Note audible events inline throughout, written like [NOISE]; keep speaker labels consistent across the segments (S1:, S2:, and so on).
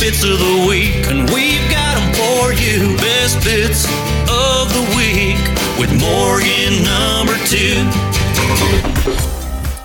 S1: bits of the week, and we've got 'em for you. Best bits of the week with Morgan number two.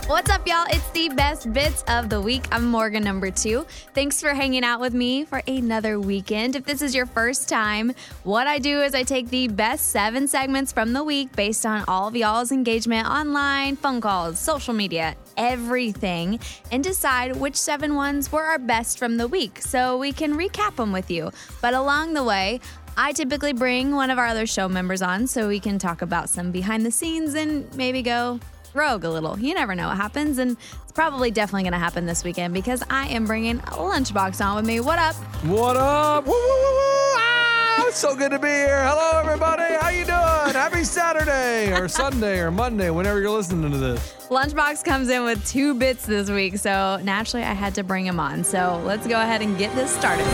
S2: What's up, y'all? It's the best bits of the week. I'm Morgan number two. Thanks for hanging out with me for another weekend. If this is your first time, what I do is I take the best seven segments from the week based on all of y'all's engagement online, phone calls, social media, everything, and decide which seven ones were our best from the week so we can recap them with you. But along the way, I typically bring one of our other show members on so we can talk about some behind the scenes and maybe go rogue a little. You never know what happens, and it's probably definitely going to happen this weekend because I am bringing Lunchbox on with me. What up?
S3: What up? Woo, woo, woo, woo. Ah, it's so good to be here. Hello, everybody. How you doing? Happy Saturday [LAUGHS] or Sunday or Monday, whenever you're listening to this.
S2: Lunchbox comes in with two bits this week, so naturally I had to bring him on. So let's go ahead and get this started.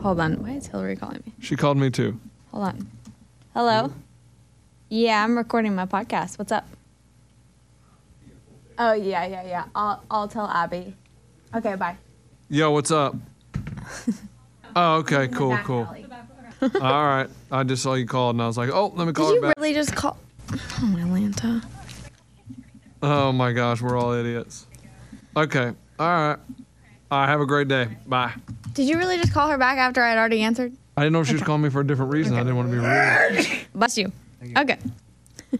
S2: Hold on. Why is Hillary calling me?
S3: She called me too.
S2: Hold on. Hello? Yeah, I'm recording my podcast. What's up? Oh, yeah, yeah, yeah. I'll, I'll tell Abby. Okay, bye.
S3: Yo, what's [LAUGHS] up? Oh, okay, cool, cool. [LAUGHS] All right, I just saw you called and I was like, oh, let me call
S2: Did
S3: her
S2: you
S3: back.
S2: really just call? Oh, Atlanta.
S3: oh my gosh, we're all idiots. Okay, all right. All right, have a great day. Bye.
S2: Did you really just call her back after I had already answered?
S3: I didn't know if she was calling me for a different reason. I didn't want to be rude.
S2: Bless you. Okay. [LAUGHS]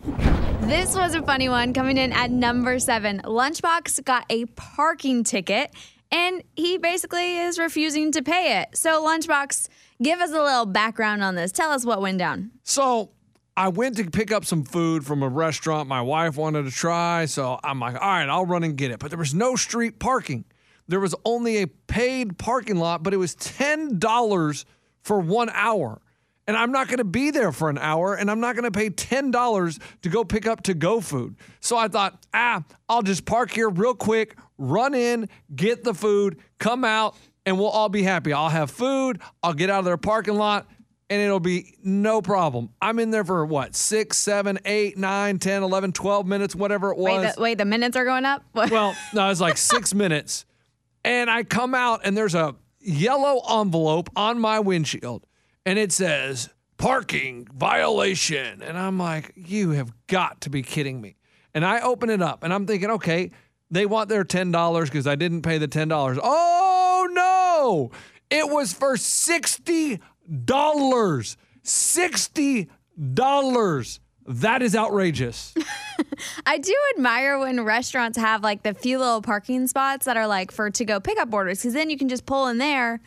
S2: this was a funny one coming in at number seven. Lunchbox got a parking ticket and he basically is refusing to pay it. So, Lunchbox, give us a little background on this. Tell us what went down.
S3: So I went to pick up some food from a restaurant my wife wanted to try. So I'm like, all right, I'll run and get it. But there was no street parking. There was only a paid parking lot, but it was $10 for one hour. And I'm not going to be there for an hour, and I'm not going to pay $10 to go pick up to go food. So I thought, ah, I'll just park here real quick, run in, get the food, come out, and we'll all be happy. I'll have food, I'll get out of their parking lot, and it'll be no problem. I'm in there for what, six, seven, eight, nine, ten, eleven, twelve minutes, whatever it was.
S2: Wait, the, wait, the minutes are going up? [LAUGHS] What?
S3: well, no, it's like six minutes. And I come out, and there's a yellow envelope on my windshield, and it says parking violation. And I'm like, you have got to be kidding me. And I open it up, and I'm thinking, okay, they want their $10 because I didn't pay the $10. Oh, no. It was for $60. $60. That is outrageous.
S2: I do admire when restaurants have like the few little parking spots that are like for to go pickup orders because then you can just pull in there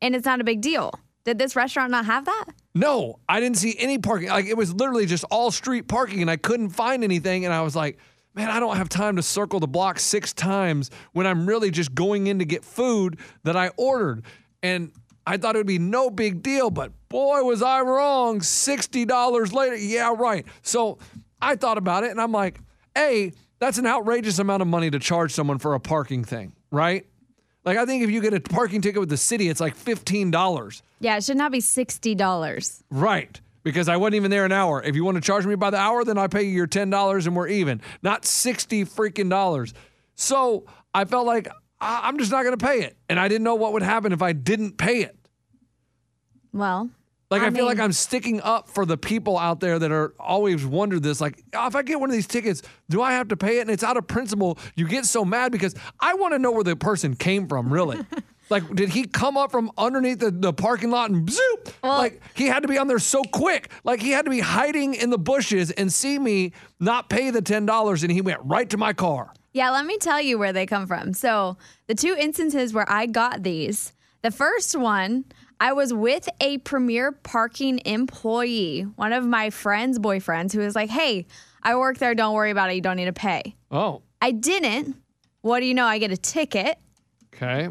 S2: and it's not a big deal. Did this restaurant not have that?
S3: No, I didn't see any parking. Like it was literally just all street parking, and I couldn't find anything. And I was like, man, I don't have time to circle the block six times when I'm really just going in to get food that I ordered. And I thought it would be no big deal, but boy, was I wrong. $60 later. Yeah, right. So I thought about it, and I'm like, A, that's an outrageous amount of money to charge someone for a parking thing, right? Like, I think if you get a parking ticket with the city, it's like $15.
S2: Yeah, it should not be sixty dollars.
S3: Right. Because I wasn't even there an hour. If you want to charge me by the hour, then I pay you your ten dollars and we're even. Not sixty freaking dollars. So I felt like I- I'm just not going to pay it, and I didn't know what would happen if I didn't pay it.
S2: Well,
S3: Like I,
S2: I
S3: feel like
S2: mean-
S3: I'm sticking up for the people out there that are always wondered this. Like, "Oh, if I get one of these tickets, do I have to pay it? And it's out of principle. You get so mad because I want to know where the person came
S2: [LAUGHS]
S3: from, really. like, did he come up from underneath the, the parking lot and zoop? like he had to be on there so quick. Like he had to be hiding in the bushes and see me not pay the ten dollars, and he went right to my car.
S2: Yeah, let me tell you where they come from. So, the two instances where I got these, the first one, I was with a premier parking employee, one of my friend's boyfriends, who was like, Hey, I work there. Don't worry about it. You don't need to pay.
S3: Oh,
S2: I didn't. What do you know? I get a ticket
S3: okay.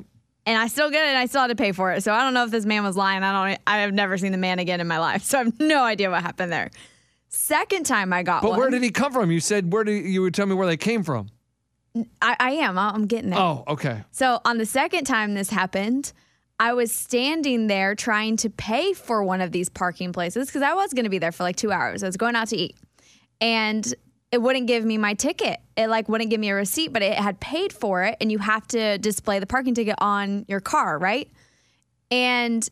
S2: and I still get it and I still had to pay for it. So I don't know if this man was lying. I don't e, I have never seen the man again in my life. [LAUGHS] So I have no idea what happened there. Second time I got
S3: But
S2: one.
S3: where did he come from? You said where do you would tell me where they came from?
S2: I, I am. I'm getting there.
S3: Oh, okay.
S2: So on the second time this happened, I was standing there trying to pay for one of these parking places because I was going to be there for like two hours. I was going out to eat. And it wouldn't give me my ticket. It like wouldn't give me a receipt, but it had paid for it and you have to display the parking ticket on your car, right? And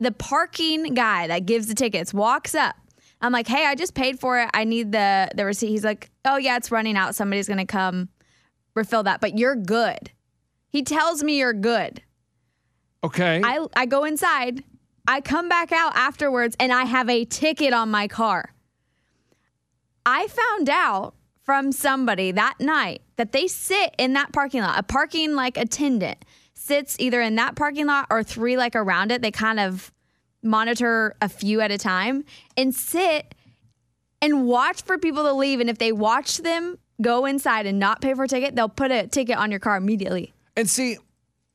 S2: the parking guy that gives the tickets walks up. I'm like, "Hey, I just paid for it. I need the the receipt." He's like, "Oh yeah, it's running out. Somebody's going to come refill that, but you're good." He tells me you're good.
S3: Okay.
S2: I, I go inside. I come back out afterwards and I have a ticket on my car. I found out from somebody that night that they sit in that parking lot. A parking like attendant sits either in that parking lot or three like around it. They kind of monitor a few at a time and sit and watch for people to leave. And if they watch them go inside and not pay for a ticket, they'll put a ticket on your car immediately.
S3: and see,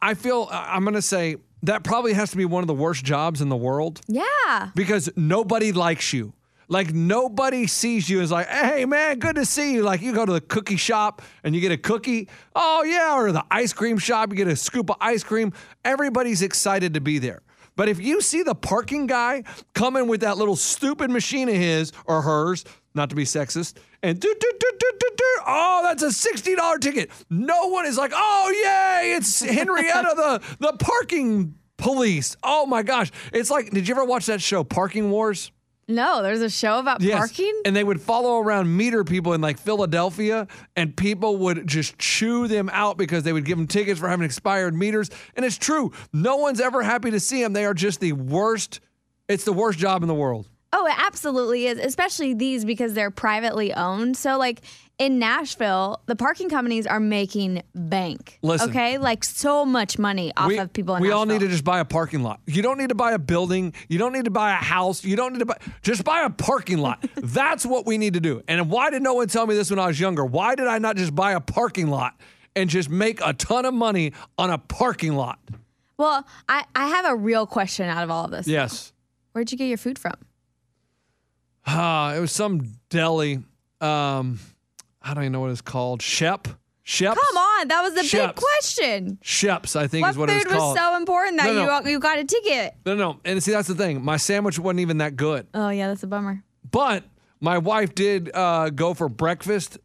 S3: I feel I- I'm going to say that probably has to be one of the worst jobs in the world
S2: Yeah.
S3: because nobody likes you. Like nobody sees you as like, hey man, good to see you. Like you go to the cookie shop and you get a cookie. Oh yeah, or the ice cream shop, you get a scoop of ice cream. Everybody's excited to be there. But if you see the parking guy coming with that little stupid machine of his or hers, not to be sexist, and do do do do do do, oh that's a sixty dollar ticket. No one is like, oh yay, it's Henrietta the Uh, the parking police. Oh my gosh. It's like, did you ever watch that show, Parking Wars?
S2: No, there's a show about
S3: Yes.
S2: Uh, parking.
S3: And they would follow around meter people in like Philadelphia, and people would just chew them out because they would give them tickets for having expired meters. And it's true. No one's ever happy to see them. They are just the worst. It's the worst job in the world.
S2: Oh, it absolutely is, especially these because they're privately owned. So, like in Nashville, the parking companies are making bank.
S3: Listen.
S2: okay, like so much money off of people. In
S3: we all need to
S2: Nashville.
S3: just buy a parking lot. You don't need to buy a building. You don't need to buy a house. You don't need to buy just buy a
S2: [LAUGHS]
S3: parking lot. That's what we need to do. And why did no one tell me this when I was younger? Why did I not just buy a parking lot and just make a ton of money on a parking lot?
S2: Well, I I have a real question out of all of this.
S3: Yes.
S2: Where'd you get your food from?
S3: Uh, it was some deli. Um, I don't even know what it's called. Shep. Shep.
S2: Come on, that was the big
S3: Shucks.
S2: question.
S3: Sheps, I think
S2: What
S3: is what
S2: food
S3: it's called.
S2: was so important that
S3: No, no.
S2: you you got a ticket?
S3: no, no. And see, that's the thing. My sandwich wasn't even that good.
S2: Oh yeah, that's a bummer.
S3: But my wife did uh, go for breakfast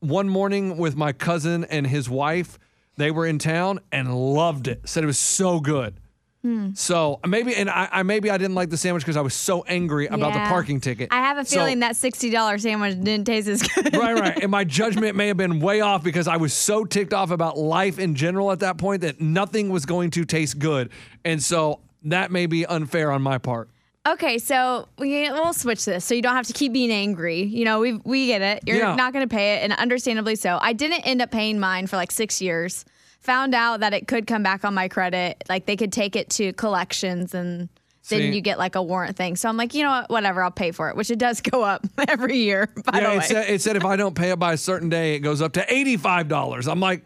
S3: one morning with my cousin and his wife. They were in town and loved it. Said it was so good.
S2: Hmm.
S3: So uh, maybe and I, I maybe I didn't like the sandwich because I was so angry about the
S2: Yeah.
S3: parking ticket.
S2: I have a
S3: So-
S2: feeling that sixty dollars sandwich didn't taste as good.
S3: [LAUGHS]
S2: [LAUGHS]
S3: right, right. And my judgment may have been way off because I was so ticked off about life in general at that point that nothing was going to taste good. And so that may be unfair on my part.
S2: Okay, so we, we'll switch this so you don't have to keep being angry. You know, we we get it. You're
S3: Yeah.
S2: not going to pay it, and understandably so. I didn't end up paying mine for like six years. Found out that it could come back on my credit. Like they could take it to collections, and
S3: See.
S2: then you get like a warrant thing. So I'm like, you know what? Whatever, I'll pay for it. Which it does [LAUGHS] go up every year. [LAUGHS] By
S3: yeah, uh,
S2: the
S3: it
S2: way,
S3: said, it said if I don't pay it by a certain day, it goes up to $85. I'm like,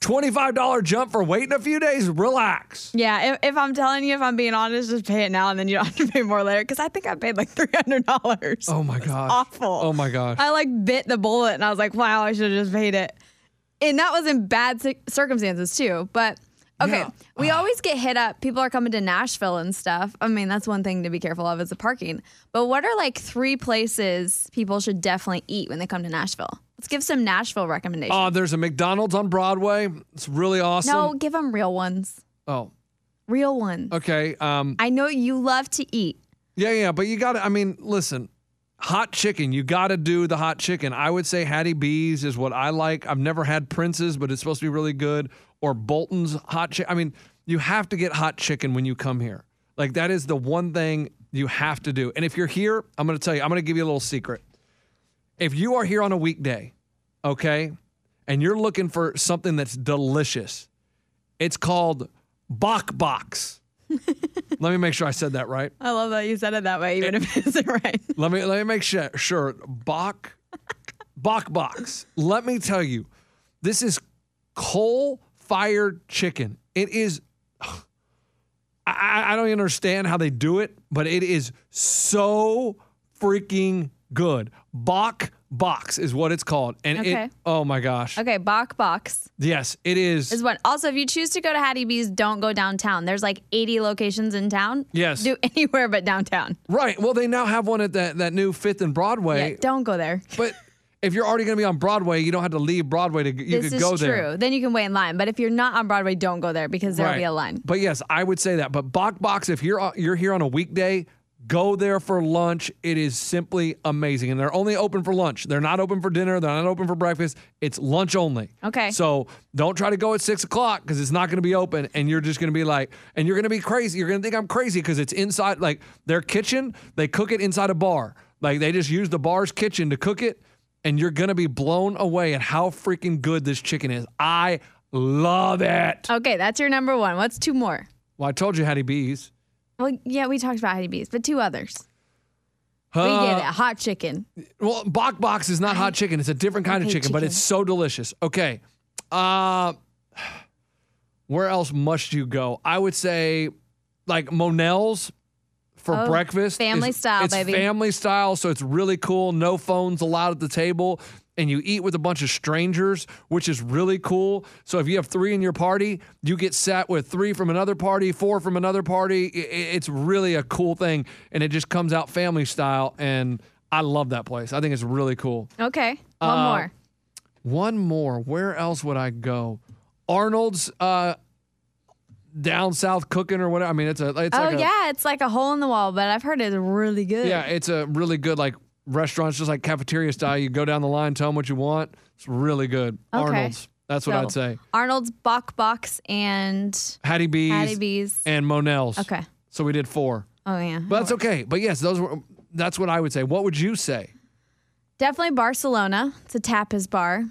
S3: $25 jump for waiting a few days? Relax.
S2: yeah. If, if I'm telling you, if I'm being honest, just pay it now, and then you don't have to pay more later. Because I think I paid like three hundred dollars.
S3: Oh my gosh.
S2: awful.
S3: Oh my gosh.
S2: I like bit the bullet and I was like, wow, I should have just paid it. And that was in bad cir- circumstances too. But okay,
S3: Yeah.
S2: we always get hit up. People are coming to Nashville and stuff. I mean, that's one thing to be careful of is the parking. But what are like three places people should definitely eat when they come to Nashville? Let's give some Nashville recommendations.
S3: Uh, there's a McDonald's on Broadway. It's really awesome.
S2: no, give them real ones.
S3: Oh,
S2: Real ones.
S3: okay. Um,
S2: I know you love to eat.
S3: Yeah, yeah, but you got to, I mean, listen, hot chicken, you got to do the hot chicken. I would say Hattie B's is what I like. I've never had Prince's, but it's supposed to be really good, or Bolton's hot chicken. I mean, you have to get hot chicken when you come here. Like, that is the one thing you have to do. And if you're here, I'm going to tell you, I'm going to give you a little secret. If you are here on a weekday, okay, and you're looking for something that's delicious, it's called Bok Box. Let me make sure I said that right.
S2: I love that you said it that way, even if it isn't right.
S3: Let me let me make sure, sure. Bach, Bach box. Let me tell you, this is coal fired chicken. It is. I- I, I don't even understand how they do it, but it is so freaking good. Bach box is what it's called, and
S2: Okay.
S3: it. Oh my gosh!
S2: Okay, Bach Box.
S3: Yes, it is.
S2: is one. Also, if you choose to go to Hattie B's, don't go downtown. There's like 80 locations in town.
S3: Yes.
S2: Do [LAUGHS] anywhere but downtown.
S3: right. Well, they now have one at that that new Fifth and Broadway.
S2: Yeah, don't go there.
S3: But if you're already going to be on Broadway, you don't have to leave Broadway to you
S2: this
S3: could
S2: is
S3: go
S2: true.
S3: there.
S2: Then you can wait in line. But if you're not on Broadway, don't go there because there'll
S3: Right.
S2: be a line.
S3: But yes, I would say that. But Bach Box, if you're uh, you're here on a weekday, go there for lunch. It is simply amazing, and they're only open for lunch. They're not open for dinner. They're not open for breakfast. It's lunch only. [LAUGHS]
S2: Okay.
S3: So don't try to go at six o'clock because it's not going to be open, and you're just going to be like, and you're going to be crazy. You're going to think I'm crazy because it's inside like their kitchen. They cook it inside a bar. Like they just use the bar's kitchen to cook it. And you're gonna be blown away at how freaking good this chicken is. I love it.
S2: Okay, that's your number one. What's two more?
S3: Well, I told you Hattie B's.
S2: Well, yeah, we talked about Hattie B's, but two others. we get it. Hot chicken.
S3: Well, bok box is not hot chicken. It's a different kind of
S2: hate
S3: chicken, but
S2: chicken.
S3: it's so delicious. Okay. Uh, where else must you go? I would say like Monell's for
S2: Oh,
S3: breakfast.
S2: family
S3: is-
S2: style,
S3: it's
S2: baby.
S3: family style, so it's really cool. No phones allowed at the table. And you eat with a bunch of strangers, which is really cool. So if you have three in your party, you get sat with three from another party, four from another party. I- i- It's really a cool thing, and it just comes out family style. And I love that place. I think it's really cool.
S2: Okay, one
S3: Uh,
S2: more.
S3: One more. Where else would I go? Arnold's uh, down south cooking or whatever. I mean, it's a. It's
S2: Oh
S3: like a,
S2: yeah, it's like a hole in the wall, but I've heard it's really good.
S3: Yeah, it's a really good like restaurants, just like cafeteria style. You go down the line, tell them what you want. It's really good.
S2: Okay.
S3: Arnold's. That's what I'd
S2: So,
S3: say.
S2: Arnold's Bach Box and
S3: Hattie B's,
S2: Hattie B's.
S3: and Monell's.
S2: Okay.
S3: So we did four,
S2: Oh yeah.
S3: but that's okay. But yes, those were. That's what I would say. What would you say?
S2: Definitely Barcelona. It's a tapas bar.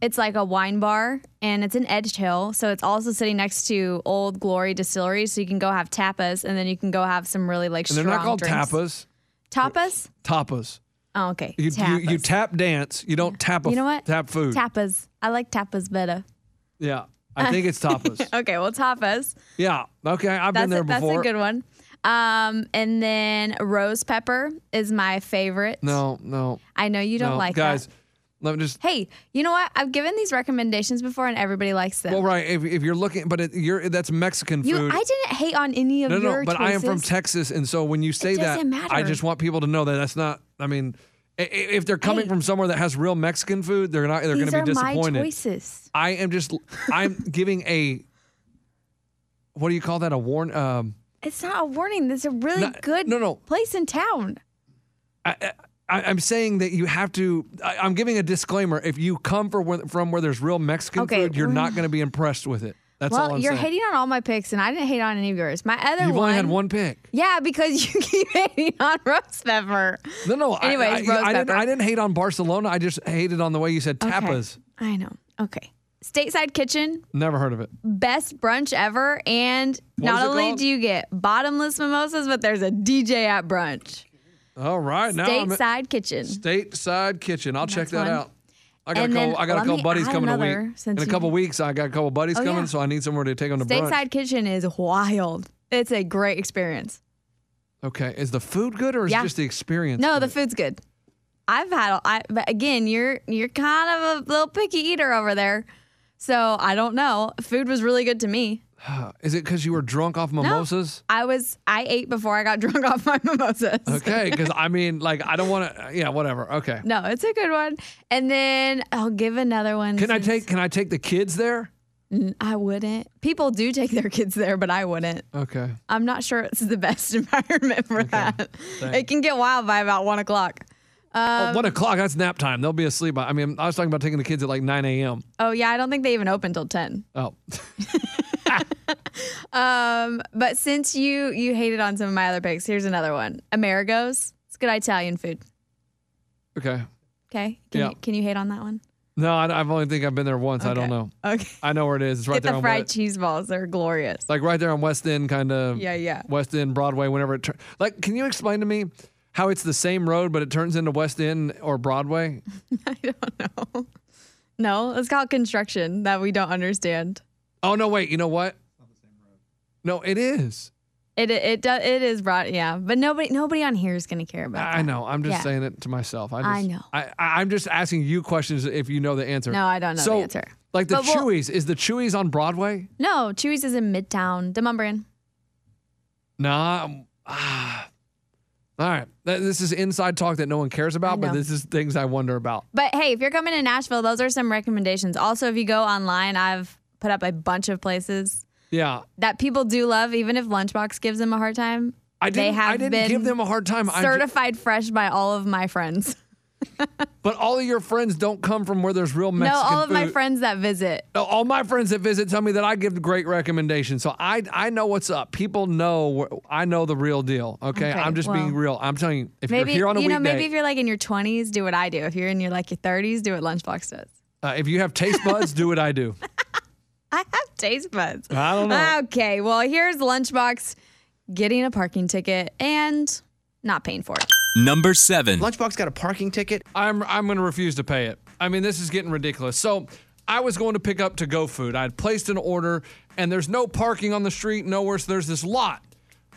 S2: It's like a wine bar and it's in Edge Hill. So it's also sitting next to Old Glory Distillery. So you can go have tapas and then you can go have some really like
S3: And they're
S2: strong
S3: not called
S2: drinks.
S3: tapas.
S2: Tapas?
S3: Tapas.
S2: Oh, okay.
S3: You, you
S2: tapas.
S3: you tap dance. You don't tap. A,
S2: You know what?
S3: Tap food.
S2: tapas. I like tapas better.
S3: Yeah, I think it's
S2: [LAUGHS]
S3: tapas.
S2: Okay, well, tapas.
S3: yeah. Okay, I've
S2: That's,
S3: been there
S2: a, that's
S3: before.
S2: a good one. Um, and then rose pepper is my favorite.
S3: No, no,
S2: I know you don't
S3: no,
S2: like
S3: guys.
S2: that.
S3: Let me just
S2: Hey, you know what? I've given these recommendations before and everybody likes them.
S3: Well, right. If, if you're looking, but it, you're that's Mexican
S2: You,
S3: food.
S2: I didn't hate on any of
S3: no, no,
S2: your
S3: but I am from
S2: choices.
S3: Texas, and so when you say that,
S2: doesn't
S3: I
S2: matter.
S3: just want people to know that that's not. I mean, i- i- if they're coming
S2: Hey.
S3: from somewhere that has real Mexican food, they're not. They're going
S2: These
S3: to
S2: are
S3: be
S2: my
S3: disappointed.
S2: choices.
S3: I am just. I'm giving a. What do you call that? A warn. Um,
S2: It's not a warning. This is a really
S3: No,
S2: good
S3: no, no.
S2: place in town.
S3: I, I'm saying that you have to. I, I'm giving a disclaimer. If you come from where, from where there's real Mexican
S2: Okay,
S3: food, you're
S2: well-
S3: not going to be impressed with it. That's all
S2: well,
S3: I'm
S2: you're
S3: saying.
S2: hating on all my picks, and I didn't hate on any of yours. My other
S3: You've
S2: one,
S3: only had one pick.
S2: yeah, because [LAUGHS] you keep hating on roast pepper.
S3: No, no. I,
S2: Anyways,
S3: I,
S2: rose
S3: I didn't,
S2: pepper.
S3: I didn't hate on Barcelona. I just hated on the way you said
S2: Okay.
S3: tapas.
S2: I know. Okay, stateside kitchen,
S3: Never heard of it.
S2: best brunch ever, and
S3: What is
S2: not
S3: it
S2: only
S3: called?
S2: do you get bottomless mimosas, but there's a DJ at brunch.
S3: All right, now I'm at
S2: Stateside kitchen.
S3: Stateside Kitchen. I'll check
S2: That's
S3: that
S2: one.
S3: out. I got
S2: And
S3: a couple.
S2: then
S3: I got a
S2: let
S3: couple
S2: me
S3: buddies
S2: add
S3: coming a
S2: another,
S3: week. In
S2: since
S3: a
S2: you-
S3: couple weeks, I got a couple buddies
S2: Oh,
S3: coming,
S2: yeah.
S3: so I need somewhere to take them to brunch.
S2: Stateside kitchen is wild. It's a great experience.
S3: Okay, is the food good or is
S2: Yeah.
S3: just the experience?
S2: No, the
S3: good?
S2: food's good. I've had, I, but again, you're you're kind of a little picky eater over there, so I don't know. Food was really good to me.
S3: is it because you were drunk off mimosas?
S2: I was I ate before I got [LAUGHS] drunk off my mimosas.
S3: Okay, because I mean, like, I don't want to. Yeah, whatever. Okay.
S2: [LAUGHS] No, it's a good one. And then I'll give another one.
S3: Can I
S2: since-
S3: take? Can I take the kids there?
S2: I wouldn't. People do take their kids there, but I wouldn't.
S3: Okay.
S2: I'm not sure it's the [LAUGHS] best environment for that.
S3: Thanks.
S2: It can get wild by about one o'clock. Um,
S3: oh, one o'clock. That's nap time. They'll be asleep. by- I mean, I was talking about taking the kids at like nine a.m.
S2: Oh yeah, I don't think they even open till ten.
S3: Oh. [LAUGHS]
S2: Um, but since you you hated on some of my other picks, here's another one. Amerigos. It's good Italian food.
S3: Okay.
S2: Okay. Can,
S3: Yeah.
S2: you, can you hate on that one?
S3: No, I, I've only think I've been there once. I don't
S2: Okay.
S3: know.
S2: Okay.
S3: I know where it Um, is. It's right
S2: Get
S3: there
S2: the
S3: on
S2: fried
S3: West,
S2: cheese balls. They're glorious.
S3: like right there on West End, kind of.
S2: Yeah, yeah.
S3: West End Broadway. Whenever it turns, like, can you explain to me how it's the same road but it turns into West End
S2: [LAUGHS]
S3: or Broadway?
S2: I don't know. No, it's called construction that we don't understand.
S3: Oh no, wait. You know what? No, it is.
S2: It it it, do, it is broad, yeah. But nobody nobody on here is gonna care about.
S3: I I
S2: that.
S3: know. I'm just
S2: Yeah.
S3: saying it to myself. I, just,
S2: I know.
S3: I, I, am just asking you questions if you know the answer.
S2: No, I don't know the
S3: so,
S2: answer.
S3: Like the
S2: But we'll-
S3: Chewies. Is the Chewies on Broadway?
S2: No, Chewy's is in Midtown, Demumbrian.
S3: Nah. um, ah. All right. Th- This is inside talk that no one cares about, but
S2: know.
S3: this is things I wonder about.
S2: But hey, if you're coming to Nashville, those are some recommendations. Also, if you go online, I've put up a bunch of places
S3: Yeah.
S2: that people do love, even if Lunchbox gives them a hard time.
S3: I didn't,
S2: they have
S3: I didn't
S2: been
S3: give them a hard time. I ju-
S2: certified fresh by all of my friends. [LAUGHS]
S3: but all of your friends don't come from where there's real Mexican
S2: no, all of my
S3: food.
S2: friends that visit.
S3: No, all my friends that visit tell me that I give great recommendations. So I I know what's up. People know wh- I know the real deal. Okay,
S2: Okay,
S3: I'm just being
S2: well,
S3: real. I'm telling you, if
S2: Maybe
S3: you're here on a
S2: you know,
S3: weekday,
S2: maybe if you're like in your 20s, do what I do. If you're in your like your 30s, do what Lunchbox does.
S3: uh, if you have taste buds, do what I do.
S2: I have taste buds.
S3: I don't know.
S2: Okay, well, here's Lunchbox getting a parking ticket and not paying for it.
S1: Number seven.
S4: [LAUGHS] Lunchbox got a parking ticket.
S3: I'm I'm going to refuse to pay it. I mean, this is getting ridiculous. So I was going to pick up to go food. I had placed an order, and there's no parking on the street nowhere. So there's this lot,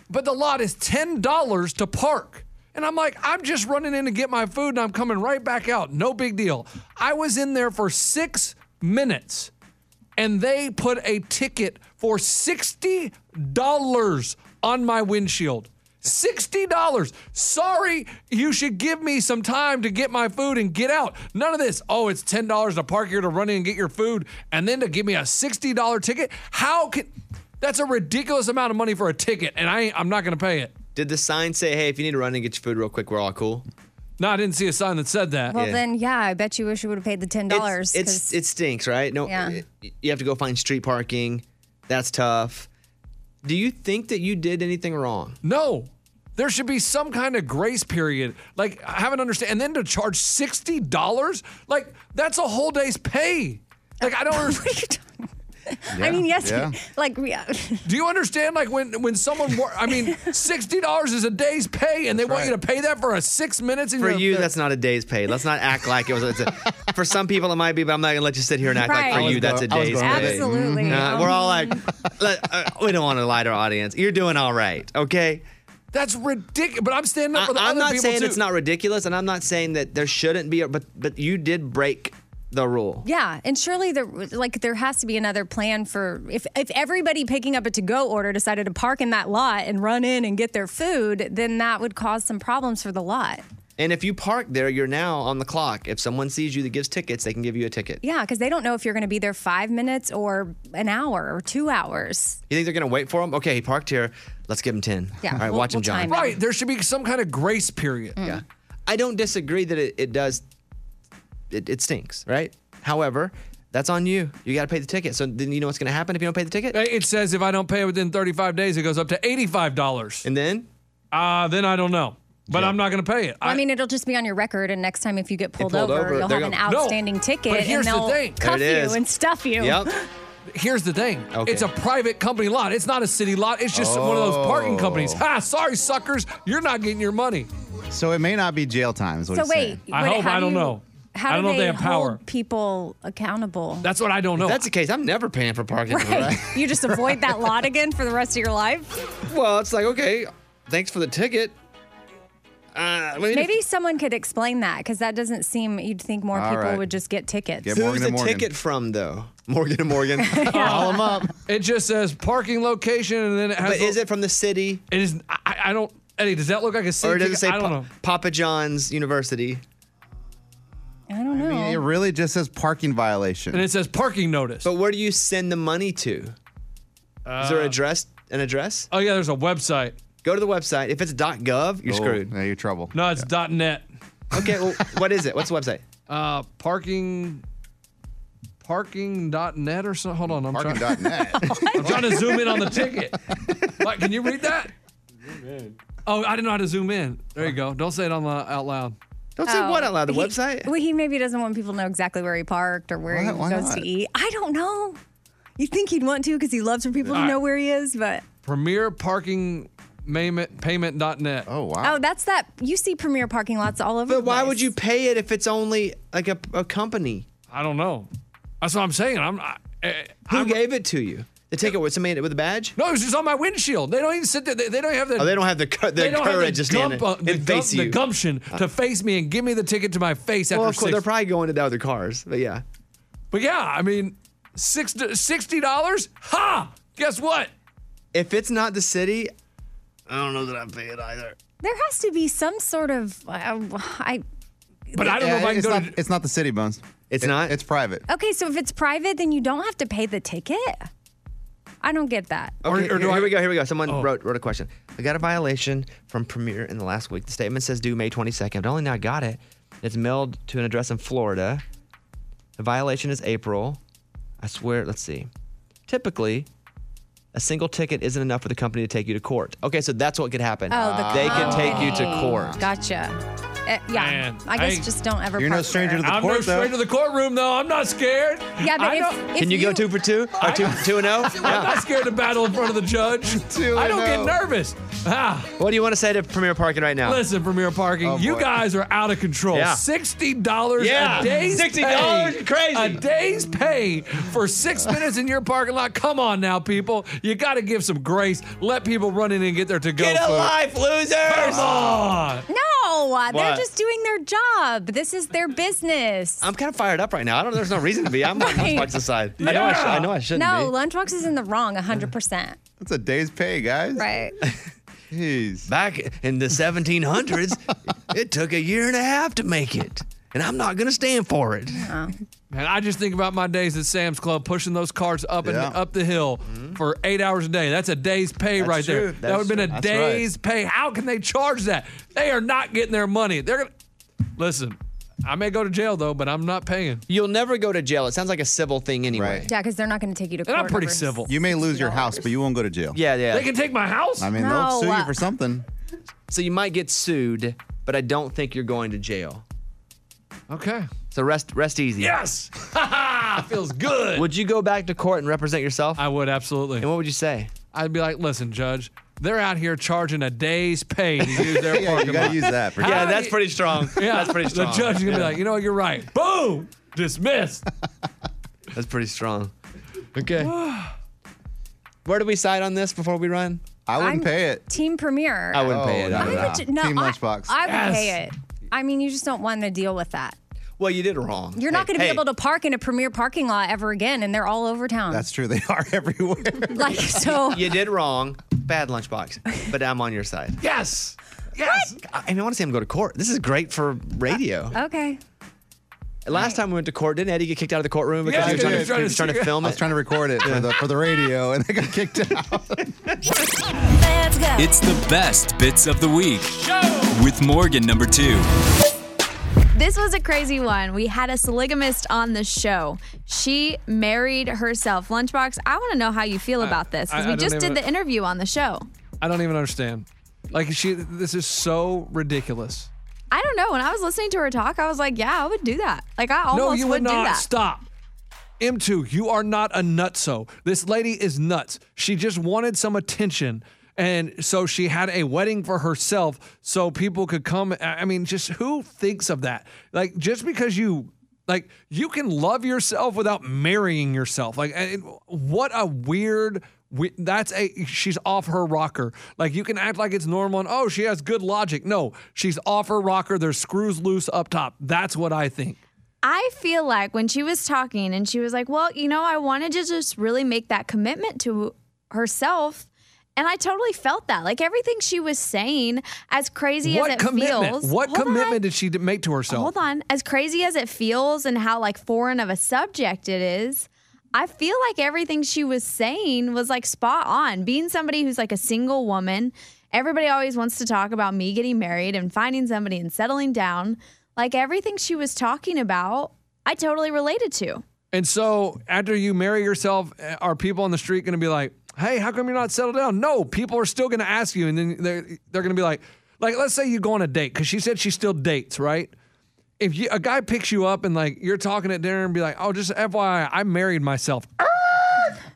S3: but the lot is ten dollars to park. And I'm like, I'm just running in to get my food, and I'm coming right back out. No big deal. I was in there for six minutes, and they put a ticket for sixty dollars on my windshield. $60. Sorry, you should give me some time to get my food and get out. None of this. Oh, it's $10 to park here to run in and get your food and then to give me a $60 ticket. How can That's a ridiculous amount of money for a ticket and I ain't, I'm not going to pay it.
S4: Did the sign say, hey, if you need to run and get your food real quick, we're all cool?
S3: No, I didn't see a sign that said that.
S5: Well,
S4: Uh, Yeah.
S5: then, yeah, I bet you wish you would have paid the ten dollars.
S4: It's, it's it stinks, right? No,
S5: Yeah.
S4: y- you have to go find street parking. That's tough. Do you think that you did anything wrong?
S3: No. There should be some kind of grace period. Like I haven't understand and then to charge $60? Like that's a whole day's pay. Like I don't understand.
S5: I mean, yes,
S6: yeah.
S5: like yeah.
S3: Do you understand? Like when when someone, wor- I mean, sixty dollars is a day's pay, and they want you to pay that for a six minutes. And
S4: For
S3: you're-
S4: you, that's not a day's pay. Let's not act like it was. It's a, for some people, it might be, but I'm not gonna let you sit here and act like
S5: Right.
S4: for
S5: I
S4: you,
S5: was
S4: that's a
S6: going- I was
S4: day's
S6: going
S4: pay.
S6: with it.
S5: absolutely.
S3: mm-hmm.
S4: Uh, we're all
S5: [LAUGHS]
S4: like, let- uh, we don't want to lie to our audience. You're doing all right, okay?
S3: that's ridiculous. But I'm standing up
S4: I,
S3: for the
S4: am
S3: other
S4: not
S3: people
S4: saying
S3: too.
S4: it's not ridiculous, and I'm not saying that there shouldn't be, a, but but you did break the rule.
S5: [LAUGHS] Yeah, and surely there like there has to be another plan for if if everybody picking up a to go order decided to park in that lot and run in and get their food, then that would cause some problems for the lot.
S4: And if you park there, you're now on the clock. If someone sees you that gives tickets, they can give you a ticket.
S5: Yeah, because they don't know if you're going to be there five minutes or an hour or two hours.
S4: You think they're gonna wait for him? Okay, he parked here. Let's give him ten.
S5: Yeah,
S4: All right,
S5: we'll-
S4: watch him,
S5: we'll
S4: John.
S5: time it. Mm.
S3: right. There should be some kind of grace period.
S4: Yeah. I don't disagree that it, it does. It, it stinks, right? However, that's on you. You got to pay the ticket. So then you know what's gonna happen if you don't pay the ticket.
S3: It it says if I don't pay within 35 days, it goes up to $85.
S4: And then
S3: Uh, then I don't know. But I'm not going to pay it.
S5: I, mean, it'll just be on your record, and next time if you get pulled,
S4: pulled
S5: over,
S4: over,
S5: you'll
S4: they're
S5: have an
S4: gonna-
S3: No,
S5: outstanding
S3: but
S5: ticket,
S3: here's
S5: and
S3: the
S5: they'll
S3: thing.
S5: cuff you
S4: There it is.
S5: and stuff you.
S4: yep.
S3: Here's the thing.
S4: Okay.
S3: It's a private company lot. It's not a city lot. It's just one of those parking companies.
S4: Oh.
S3: Ha, sorry, suckers. You're not getting your money.
S6: So it may not be jail time. Is what
S5: So
S6: he's
S5: wait,
S6: saying.
S3: I
S5: wait,
S3: hope-
S5: how
S3: I
S5: do
S3: don't
S5: you-
S3: know.
S5: How
S3: I
S5: do
S3: don't know if
S5: they,
S3: they have power.
S5: hold people accountable?
S3: That's what I don't know.
S4: That's the case. I'm never paying for parking.
S5: [LAUGHS] right. you just avoid that lot again for the rest of your life.
S4: Well, it's like okay, thanks for the ticket. Uh, we need to-
S5: Maybe someone could explain that because that doesn't seem. You'd think more
S6: All
S5: people
S6: right.
S5: would just get tickets.
S6: Get
S4: Who's
S6: Morgan
S4: the
S6: and Morgan.
S4: ticket from though? Morgan and Morgan.
S6: Call him up.
S3: [LAUGHS] it just says parking location, and then it has.
S4: but
S3: a-
S4: is it from the city
S3: It is. I, I don't. Eddie, does that look like a city?
S4: or does it
S3: ticket?
S4: say
S3: I don't
S4: Pa-
S3: know.
S4: Papa John's University?
S5: I don't know.
S6: It really just says parking violation.
S3: And it says parking notice.
S4: But where do you send the money to? Is there an address? An address?
S3: Uh, oh yeah, there's a website.
S4: Go to the website. If it's .gov, you're
S6: Oh,
S4: screwed.
S6: Now you're trouble.
S3: No, it's .net.
S4: Okay,
S3: [LAUGHS]
S4: well, what is it? What's the website?
S3: Uh, parking. Parking.net or something. Hold on, I'm trying.
S6: Parking.net.
S3: [LAUGHS] I'm trying to zoom in on the ticket. Like, can you read that? Oh, I didn't know how to zoom in. There you go. Don't say it on the, out loud.
S4: Don't say what out loud. The
S5: Oh. He-
S4: website.
S5: Well, he maybe doesn't want people to know exactly where he parked or where
S6: Why- why
S5: he goes to
S6: not?
S5: eat. I don't know. You think he'd want to because he loves for people
S3: All
S5: to
S3: right.
S5: know where he is, but
S3: Premier Parking Payment Payment.net.
S6: oh wow.
S5: oh, that's that. You see premier parking lots all over.
S4: But
S5: the
S4: why would
S5: place.
S4: you pay it if it's only like a, a company?
S3: I don't know. That's what I'm saying. I'm. I, I-
S4: Who
S3: I'm-
S4: gave it to you? The ticket was somebody with a badge?
S3: no, it was just on my windshield. They don't even sit there. They, they don't have the.
S4: Oh, they don't have the cou- the
S3: they don't have the
S4: courage to stand
S3: gump-
S4: in-
S3: uh, the
S4: and face
S3: gump- the
S4: you. Uh.
S3: gumption to face me and give me the ticket to my face after
S4: Well, of course,
S3: six.
S4: they're probably going to the other cars. But yeah,
S3: but yeah, I mean, six sixty dollars. Ha! Guess what?
S4: if it's not the city, I don't know that I pay it either.
S5: There has to be some sort of. Uh, I
S3: But I don't know if I can
S6: it's,
S3: go
S6: not,
S3: to.
S6: it's not the city, Bones.
S4: It's not?
S6: It's private.
S5: okay. So if it's private, then you don't have to pay the ticket. I don't get that.
S6: Oh,
S4: Okay,
S3: or do
S4: here,
S3: I- Oh.
S4: here we go. Here we go. Someone wrote wrote a question. I got a violation from Premier in the last week. The statement says due May 22nd. Not only now I got it, it's mailed to an address in Florida. The violation is April. I swear. Let's see. Typically, a single ticket isn't enough for the company to take you to court. Okay, so that's what could happen.
S5: Oh, the
S4: they could take you to
S5: company.
S4: court.
S5: Gotcha. Uh, yeah.
S3: Man,
S5: I guess
S3: I-
S5: just don't ever.
S6: You're no
S5: park
S6: stranger
S5: there.
S6: to the
S3: I'm no
S6: court, though.
S3: stranger to the courtroom, though. I'm not scared.
S5: Yeah, but
S3: I
S5: if,
S3: don't-
S5: if
S4: Can you, go two for two or two two and oh? zero?
S3: [LAUGHS] I'm not scared to battle in front of the judge.
S4: [LAUGHS]
S6: Two
S3: I don't
S6: and
S3: get
S6: oh.
S3: nervous. Ah,
S4: What do you want to say to Premier Parking right now?
S3: listen, Premier Parking,
S6: Oh,
S3: you
S6: boy.
S3: guys are out of control.
S4: Yeah.
S3: Sixty dollars
S4: Yeah.
S3: a day's
S4: $60?
S3: pay,
S4: Crazy.
S3: a day's pay for six minutes in your parking lot. Come on now, people, you got to give some grace. Let people run in and get their to-go
S4: Get a
S3: food.
S4: life, losers!
S3: Come on.
S5: No, uh, they're
S4: What?
S5: just doing their job. This is their business.
S4: I'm kind of fired up right now. I don't. There's no reason to be. I'm on
S5: Right.
S4: lunchbox aside. I know. I, sh- I know. I shouldn't
S5: no,
S4: be.
S5: Lunchbox is in the wrong 100%.
S6: That's a day's pay, guys.
S5: Right.
S6: Jeez.
S4: Back in the 1700s, it took a year and a half to make it, and I'm not gonna stand for it.
S3: Man, I just think about my days at Sam's Club pushing those carts up and
S6: Yeah.
S3: up the hill for eight hours a day. That's a day's pay right
S4: true.
S3: there. That
S4: Mm-hmm. That's
S3: would have been a
S6: true. That's right.
S3: day's pay. How can they charge that? They are not getting their money. They're gonna listen. I may go to jail though, but I'm not paying.
S4: You'll never go to jail. It sounds like a civil thing anyway.
S6: Right.
S5: Yeah, because they're not going to take you to
S3: And
S5: court.
S3: I'm pretty
S5: over-
S3: civil.
S6: You may lose your house, but you won't go to jail.
S4: Yeah, yeah.
S3: they can take my house.
S6: I mean,
S5: No.
S6: they'll sue you for something.
S4: so you might get sued, but I don't think you're going to jail.
S3: okay.
S4: So rest, rest easy.
S3: Yes. [LAUGHS] Ha ha. Feels good.
S4: Would you go back to court and represent yourself?
S3: I would absolutely.
S4: and what would you say?
S3: I'd be like, listen, Judge, they're out here charging a day's pay to use
S6: [LAUGHS]
S3: their
S6: Yeah,
S3: parking
S6: you gotta
S3: lot.
S6: use that. For
S3: Yeah,
S6: sure.
S3: that's
S4: pretty strong.
S3: [LAUGHS] yeah, The judge is gonna be like, you know, what, you're right. Boom.
S6: [LAUGHS]
S3: Dismissed.
S4: That's pretty strong. Okay. [SIGHS] Where do we side on this before we run?
S6: I wouldn't
S5: I'm-
S6: pay it.
S5: Team Premier.
S4: I wouldn't
S6: Oh,
S4: pay it.
S6: no,
S4: I
S5: I
S6: no,
S4: don't know.
S6: no.
S5: would ju- no,
S6: Team
S5: I-
S6: Lunchbox.
S5: I,
S3: Yes.
S5: would pay it. I mean, you just don't want to deal with that.
S4: Well, you did wrong.
S5: You're not going to be able to park in a Premier parking lot ever again, and they're all over town.
S6: That's true. They are [LAUGHS]
S5: [LAUGHS]
S6: everywhere.
S5: like so.
S4: [LAUGHS] You did wrong. Bad lunchbox. But I'm on your side.
S3: Yes. Yes.
S4: I, I mean, I want to see him go to court. This is great for radio.
S5: Okay.
S4: Last time we went to court, didn't Eddie get kicked out of the courtroom because
S3: Yeah,
S4: he was
S6: he
S4: trying,
S6: did.
S4: to, he was trying to film
S6: I
S4: it?
S6: was trying to record it for the, for the radio, and I got kicked out.
S5: Let's go.
S1: It's the best bits of the week with Morgan number two.
S2: This was a crazy one. We had a polygamist on the show. She married herself. Lunchbox, I want to know how you feel about this because
S3: I- I
S2: we
S3: don't
S2: just
S3: even-
S2: did the interview on the show.
S3: I don't even understand. Like she, this is so ridiculous.
S2: I don't know. When I was listening to her talk, I was like, yeah, I would do that. Like, I almost
S3: no, you would
S2: do
S3: not
S2: that.
S3: stop. M2, you are not a nutso. This lady is nuts. She just wanted some attention. And so she had a wedding for herself so people could come. I I mean, just who thinks of that? Like, just because you, like, you can love yourself without marrying yourself. Like, I- what a weird. We, that's a she's off her rocker. Like you can act like it's normal and oh she has good logic. No, she's off her rocker. There's screws loose up top. That's what I think.
S2: I feel like when she was talking and she was like, well, you know, I wanted to just really make that commitment to herself. And I totally felt that. Like everything she was saying, as crazy
S3: what
S2: as it
S3: commitment?
S2: feels.
S3: What
S2: Hold on.
S3: commitment did she d- make to herself?
S2: Hold on. As crazy as it feels and how like foreign of a subject it is, I feel like everything she was saying was like spot on. Being somebody who's like a single woman, everybody always wants to talk about me getting married and finding somebody and settling down. Like everything she was talking about, I totally related to.
S3: And so after you marry yourself, uh, are people on the street going to be like, "Hey, how come you're not settled down?" No, people are still going to ask you, and then they're they're going to be like, like let's say you go on a date because she said she still dates, right? If you, a guy picks you up and like you're talking at dinner and be like, "Oh, just FYI, I married myself."
S2: Ah!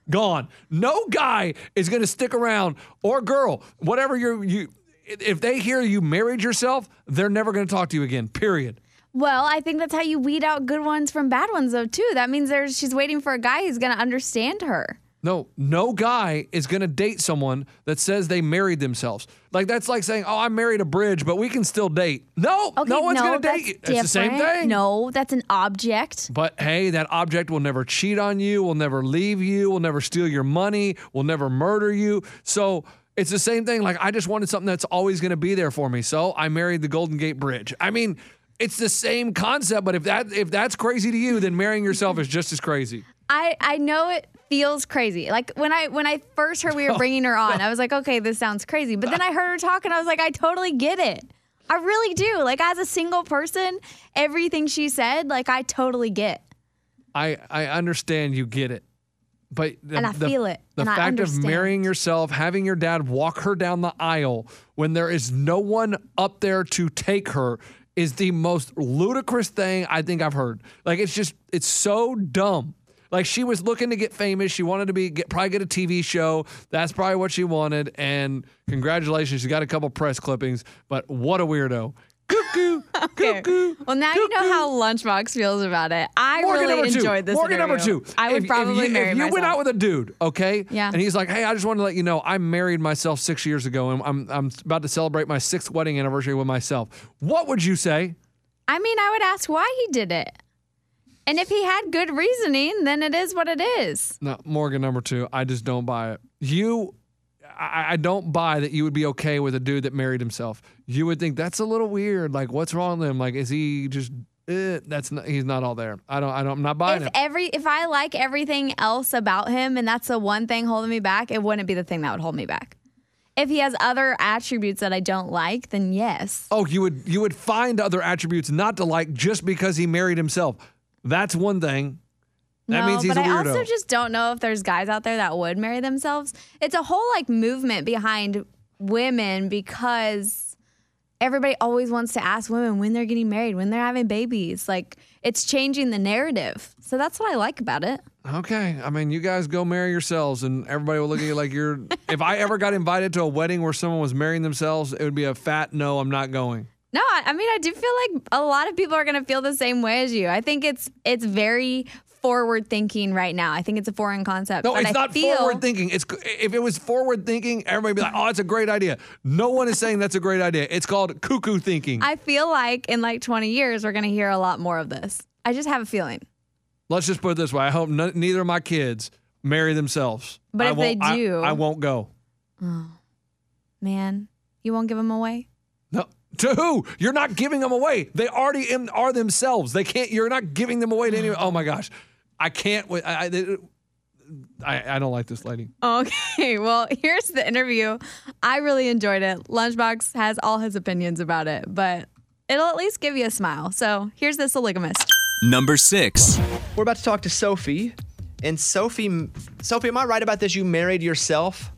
S3: gone. No guy is going to stick around or girl, whatever you're, you. If they hear you married yourself, they're never going to talk to you again. Period.
S2: Well, I think that's how you weed out good ones from bad ones, though, too. That means there's, she's waiting for a guy who's going to understand her.
S3: No, no guy is going to date someone that says they married themselves. Like that's like saying, "Oh, I married a bridge, but we can still date." No, no one's going to date
S2: that's
S3: you. It's the same
S2: different.
S3: thing.
S2: No, that's an object.
S3: But hey, that object will never cheat on you, will never leave you, will never steal your money, will never murder you. So It's the same thing. Like I just wanted something that's always going to be there for me, so I married the Golden Gate Bridge. I mean, it's the same concept, but if that if that's crazy to you, then marrying yourself is just as crazy.
S2: I I know it feels crazy. Like when I when I first heard we were bringing her on, I was like, okay, this sounds crazy. But then I heard her talk, and I was like, I totally get it. I really do. Like as a single person, everything she said, like I totally
S3: [LAUGHS]
S2: get.
S3: I I understand you get it, but the,
S2: And I
S3: the-
S2: feel it,
S3: The
S2: and I
S3: fact of
S2: understand.
S3: marrying yourself, having your dad walk her down the aisle when there is no one up there to take her is the most ludicrous thing I think I've heard. Like it's just it's so dumb. Like she was looking to get famous. She wanted to be get, probably get a TV show. That's probably what she wanted. And congratulations, she got a couple press clippings. But what a weirdo! Cuckoo, cuckoo.
S2: Well, now you know how Lunchbox feels about it. I
S3: Morgan
S2: really
S3: number two.
S2: enjoyed this.
S3: Morgan
S2: interview.
S3: number two.
S2: I would
S3: If- if
S2: probably
S3: you,
S2: marry
S3: If you
S2: myself.
S3: went out with a dude, okay?
S2: Yeah.
S3: And he's like, "Hey, I just wanted to let you know I married myself six years ago, and I'm I'm about to celebrate my sixth wedding anniversary with myself." What would you say?
S2: I mean, I would ask why he did it, and if he had good reasoning, then it is what it is.
S3: No, Morgan number two. I just don't buy it. You. I I don't buy that you would be okay with a dude that married himself. You would think that's a little weird. Like, what's wrong with him? Like, is he just? Eh, that's not, he's not all there. I don't. I don't. I'm not buying
S2: If
S3: it.
S2: every if I like everything else about him, and that's the one thing holding me back, it wouldn't be the thing that would hold me back. If he has other attributes that I don't like, then yes.
S3: Oh, you would you would find other attributes not to like just because he married himself. That's one thing. That
S2: no,
S3: means he's
S2: but
S3: a
S2: I
S3: weirdo.
S2: also just don't know if there's guys out there that would marry themselves. It's a whole like movement behind women because everybody always wants to ask women when they're getting married, when they're having babies. Like it's changing the narrative. So that's what I like about it.
S3: okay, I mean, you guys go marry yourselves, and everybody will look at you like you're. if I ever got invited to a wedding where someone was marrying themselves, it would be a fat no. I'm not going.
S2: No, I, I mean I do feel like a lot of people are going to feel the same way as you. I think it's it's very forward thinking right now. I think it's a foreign concept.
S3: No,
S2: Uh, but
S3: it's
S2: I
S3: not
S2: feel,
S3: forward thinking. It's if it was forward thinking, everybody would be like, "Oh, it's a great idea." No one is saying that's a great idea. It's called cuckoo thinking.
S2: I feel like in like 20 years we're going to hear a lot more of this. I just have a feeling.
S3: Let's just put it this way: I hope n- neither of my kids marry themselves.
S2: But
S3: I
S2: if they
S3: won't- I-
S2: do-
S3: I won't go.
S2: Man, you won't give them away?
S3: No. To who? You're not giving them away. They already am- are themselves. They can't. You're not giving them away to anyone. Oh my gosh, I can't. wi- I I, I, I don't like this lady.
S2: Okay, [LAUGHS] well, here's the interview. I really enjoyed it. Lunchbox has all his opinions about it, but it'll at least give you a smile. So here's this oligamist.
S1: Number six.
S4: We're about to talk to Sophie. And Sophie, Sophie, am I right about this? You married yourself,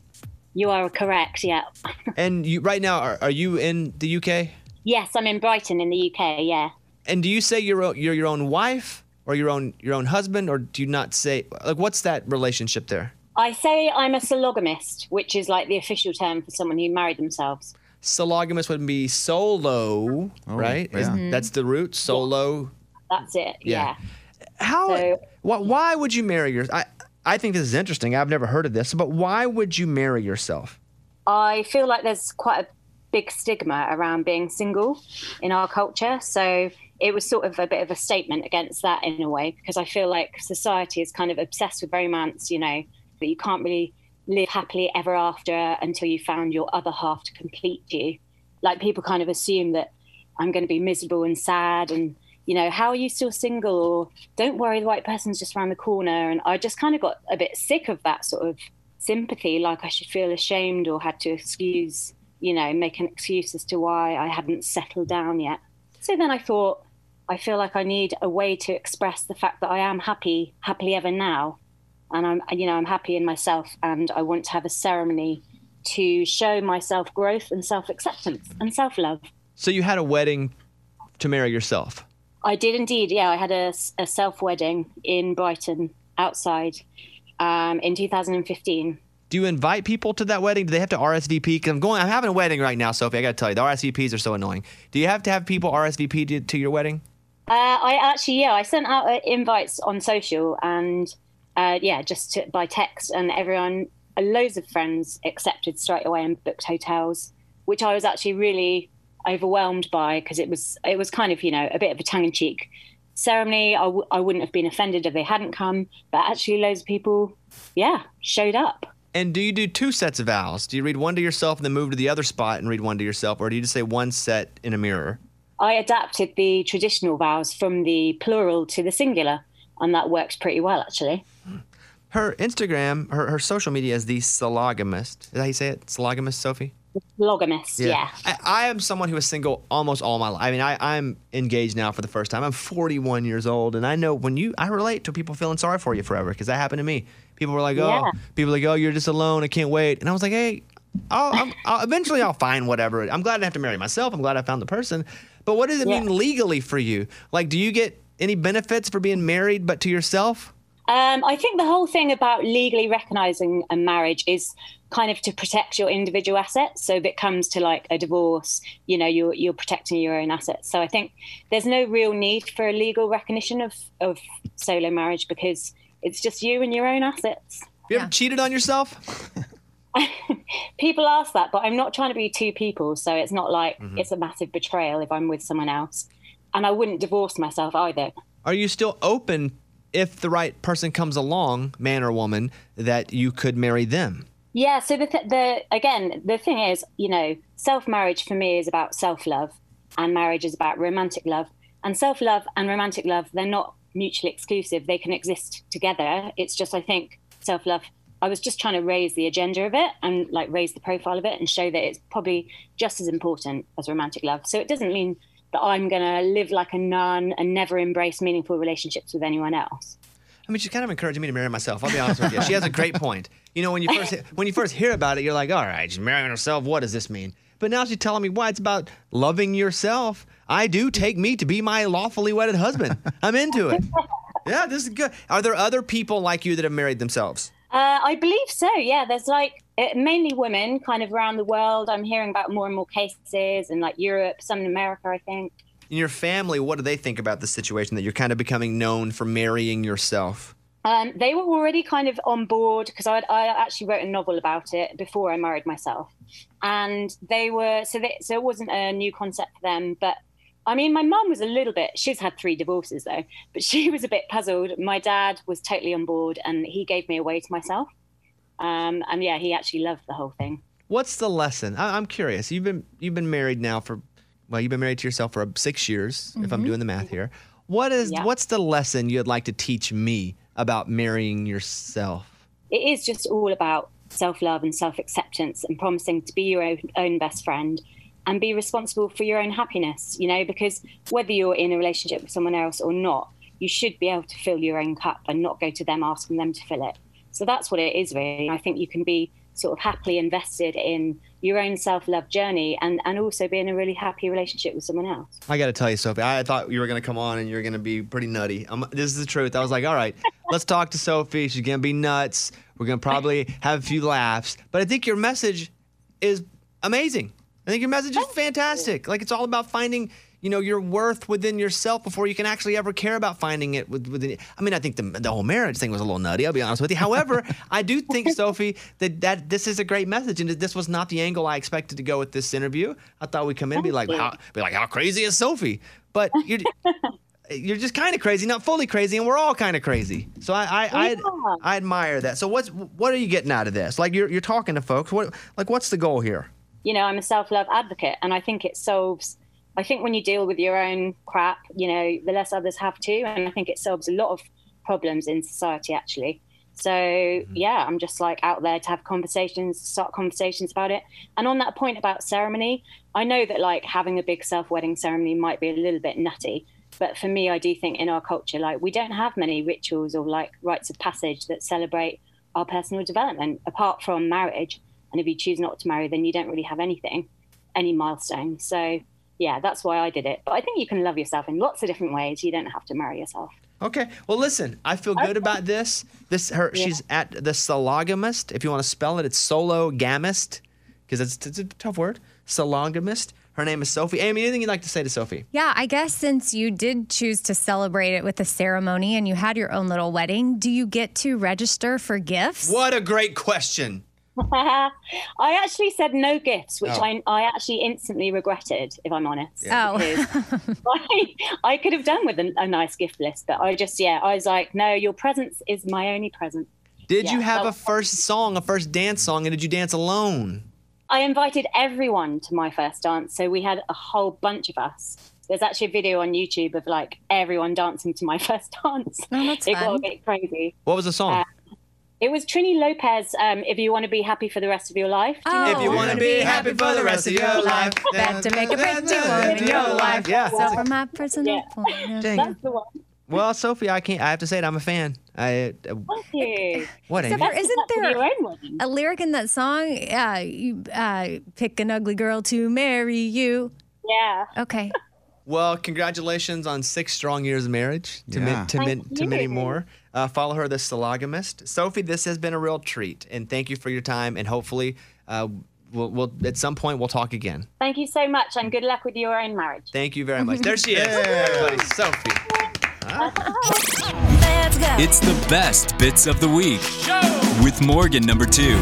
S7: You are correct, yeah. [LAUGHS]
S4: and you right now are, are you in the UK?
S7: Yes, I'm in Brighton in the UK, yeah.
S4: And do you say you're o- you're your own wife or your own your own husband, or do you not say like what's that relationship there?
S7: I say I'm a sologamist, which is like the official term for someone who married themselves.
S4: Sologamous would be solo, right? Is-
S6: yeah.
S4: That's the root. Solo.
S7: That's it,
S4: Yeah.
S7: Mm-hmm. yeah.
S4: How?
S7: So-
S4: why, why would you marry your? I I think this is interesting. I've never heard of this, but why would you marry yourself?
S7: I feel like there's quite a big stigma around being single in our culture. So it was sort of a bit of a statement against that in a way, because I feel like society is kind of obsessed with romance, you know, that you can't really live happily ever after until you found your other half to complete you. Like people kind of assume that I'm going to be miserable and sad and you know how are you still single or don't worry the right person's just around the corner and I just kind of got a bit sick of that sort of sympathy like I should feel ashamed or had to excuse you know make an excuse as to why I hadn't settled down yet so then I thought I feel like I need a way to express the fact that I am happy happily ever now and I'm you know I'm happy in myself and I want to have a ceremony to show myself growth and self-acceptance and self-love
S4: So you had a wedding to marry yourself.
S7: I did indeed. Yeah, I had a, self wedding in Brighton outside um, in 2015.
S4: Do you invite people to that wedding? Do they have to RSVP? Because I'm going. I'm having a wedding right now, Sophie. I got to tell you, the RSVPs are so annoying. Do you have to have people RSVP to, to your wedding?
S7: Uh, I actually, yeah, I sent out uh, invites on social and uh, yeah, just to, by text, and everyone, uh, loads of friends accepted straight away and booked hotels, which I was actually really overwhelmed by because it was it was kind of you know a bit of a tongue in cheek ceremony. I w- I wouldn't have been offended if they hadn't come, but actually, loads of people, yeah, showed up.
S4: And do you do two sets of vows? Do you read one to yourself and then move to the other spot and read one to yourself, or do you just say one set in a mirror?
S7: I adapted the traditional vowels from the plural to the singular, and that works pretty well, actually.
S4: Her Instagram, her, her social media is the sologamist. Is that how you say it? Sologamist, Sophie?
S7: Logamist, yeah.
S4: I, I am someone who is single almost all my life. I mean, I, I'm engaged now for the first time. I'm 41 years old, and I know when you, I relate to people feeling sorry for you forever because that happened to me. People were like, oh,
S7: Yeah.
S4: people like, oh, you're just alone. I can't wait. And I was like, hey, I'll, I'm, I'll, eventually I'll find whatever. I'm glad I didn't have to marry myself. I'm glad I found the person. But what does it
S7: Yeah.
S4: mean legally for you? Like, do you get any benefits for being married but to yourself?
S7: Um, I think the whole thing about legally recognizing a marriage is kind of to protect your individual assets. So if it comes to like a divorce, you know, you're you're protecting your own assets. So I think there's no real need for a legal recognition of of solo marriage because it's just you and your own assets.
S4: You ever cheated on yourself?
S7: People ask that, but I'm not trying to be two people, so it's not like it's a massive betrayal if I'm with someone else. And I wouldn't divorce myself either.
S4: Are you still open if the right person comes along, man or woman, that you could marry them?
S7: Yeah. So the th- the again the thing is, you know, self marriage for me is about self love, and marriage is about romantic love. And self love and romantic love they're not mutually exclusive. They can exist together. It's just I think self love. I was just trying to raise the agenda of it and like raise the profile of it and show that it's probably just as important as romantic love. So it doesn't mean that I'm going to live like a nun and never embrace meaningful relationships with anyone else.
S4: I mean, she's kind of encouraging me to marry myself. I'll be honest with you. She has a great point. You know, when you first when you first hear about it, you're like, all right, she's marrying herself. What does this mean? But now she's telling me why it's about loving yourself. I do take me to be my lawfully wedded husband. I'm into it. Yeah, this is good. Are there other people like you that have married themselves?
S7: Uh, I believe so. Yeah, there's like uh, mainly women, kind of around the world. I'm hearing about more and more cases, and like Europe, some in America, I think.
S4: In your family, what do they think about the situation that you're kind of becoming known for marrying yourself?
S7: Um, they were already kind of on board because I, I actually wrote a novel about it before I married myself, and they were so they, so it wasn't a new concept for them. But I mean, my mum was a little bit. She's had three divorces though, but she [LAUGHS] was a bit puzzled. My dad was totally on board, and he gave me away to myself. Um, and yeah, he actually loved the whole thing.
S4: What's the lesson? I, I'm curious. You've been you've been married now for well, you've been married to yourself for uh, six years, if I'm doing the math here. What is
S7: Yeah.
S4: what's the lesson you'd like to teach me about marrying yourself?
S7: it is just all about self love and self acceptance and promising to be your own, own best friend and be responsible for your own happiness, you know, because whether you're in a relationship with someone else or not, you should be able to fill your own cup and not go to them asking them to fill it. So that's what it is, really. I think you can be sort of happily invested in your own self love journey and, and also be in a really happy relationship with someone else.
S4: I got to tell you, Sophie, I thought you were going to come on and you're going to be pretty nutty. Um, this is the truth. I was like, all right, let's talk to Sophie. She's going to be nuts. We're going to probably have a few laughs. But I think your message is amazing. I think your message is fantastic. Like, it's all about finding. You know your worth within yourself before you can actually ever care about finding it with- within. I mean, I think the, the whole marriage thing was a little nutty. I'll be honest with you. However, I do think Sophie that, that this is a great message, and that this was not the angle I expected to go with this interview. I thought we'd come in and be like,
S7: you.
S4: how, be like, how crazy is Sophie?
S7: [LAUGHS]
S4: But you're you're just kind of crazy, not fully crazy, and we're all kind of crazy. So I I,
S7: Yeah.
S4: I I admire that. So what's what are you getting out of this? Like you're you're talking to folks. What like what's the goal here?
S7: you know, I'm a self love advocate, and I think it solves. I think when you deal with your own crap, you know, the less others have to, and I think it solves a lot of problems in society actually. So yeah, I'm just like out there to have conversations, start conversations about it. And on that point about ceremony, I know that like having a big self wedding ceremony might be a little bit nutty, but for me, I do think in our culture, like we don't have many rituals or like rites of passage that celebrate our personal development apart from marriage. And if you choose not to marry, then you don't really have anything, any milestone. So, yeah, that's why I did it. But I think you can love yourself in lots of different ways. You don't have to marry yourself. [LAUGHS]
S4: Okay. Well, listen, I feel good about this. This her she's at the sologamist. If you want to spell it, it's sologamist because it's, it's a tough word. Sologamist. Her name is Sophie. Amy, anything you'd like to say to Sophie?
S5: Yeah, I guess since you did choose to celebrate it with a ceremony and you had your own little wedding, do you get to register for gifts?
S4: What a great question.
S7: I actually said no gifts, which I, I actually instantly regretted, if I'm honest.
S5: Yeah. Oh.
S7: because I, I could have done with a, a nice gift list, but I just, yeah, I was like, no, your presence is my only present.
S4: Did
S7: Yeah,
S4: you have
S7: that
S4: a
S7: was-
S4: first song, a first dance song, and did you dance alone?
S7: I invited everyone to my first dance, so we had a whole bunch of us. There's actually a video on YouTube of like everyone dancing to my [LAUGHS] first dance.
S5: Oh, that's
S7: it got
S5: fun.
S7: a bit crazy. Uh,
S4: What was the song?
S7: It was Trini Lopez. Um, if you want to be happy for the rest of your life, do you know
S5: Oh.
S4: if you want to be happy for the rest of your life,
S5: Back to make a pretty woman in your life.
S4: Yeah.
S5: So from my personal
S7: Yeah.
S5: point of
S4: Dang.
S7: that's the one.
S4: Well, Sophie, I can't. I have to say it. I'm a fan. I uh,
S7: Thank you.
S4: what? Amy?
S5: for- Isn't
S7: That's
S5: there-
S7: your own one?
S5: a lyric in that song, uh, you uh, pick an ugly girl to marry you.
S7: Yeah. [LAUGHS]
S5: Okay.
S4: Well, congratulations on six strong years of marriage to,
S6: Yeah.
S4: ma- to, ma-
S7: Thank
S4: to many
S7: you.
S4: more. Uh, follow her, the Solagamist. Sophie, this has been a real treat, and thank you for your time. And hopefully, uh, we'll, we'll at some point we'll talk again.
S7: Thank you so much, and good luck with your own marriage.
S4: Thank you very much. There she is, everybody. Sophie. Ah.
S7: [LAUGHS]
S8: It's the best bits of the week with Morgan number two.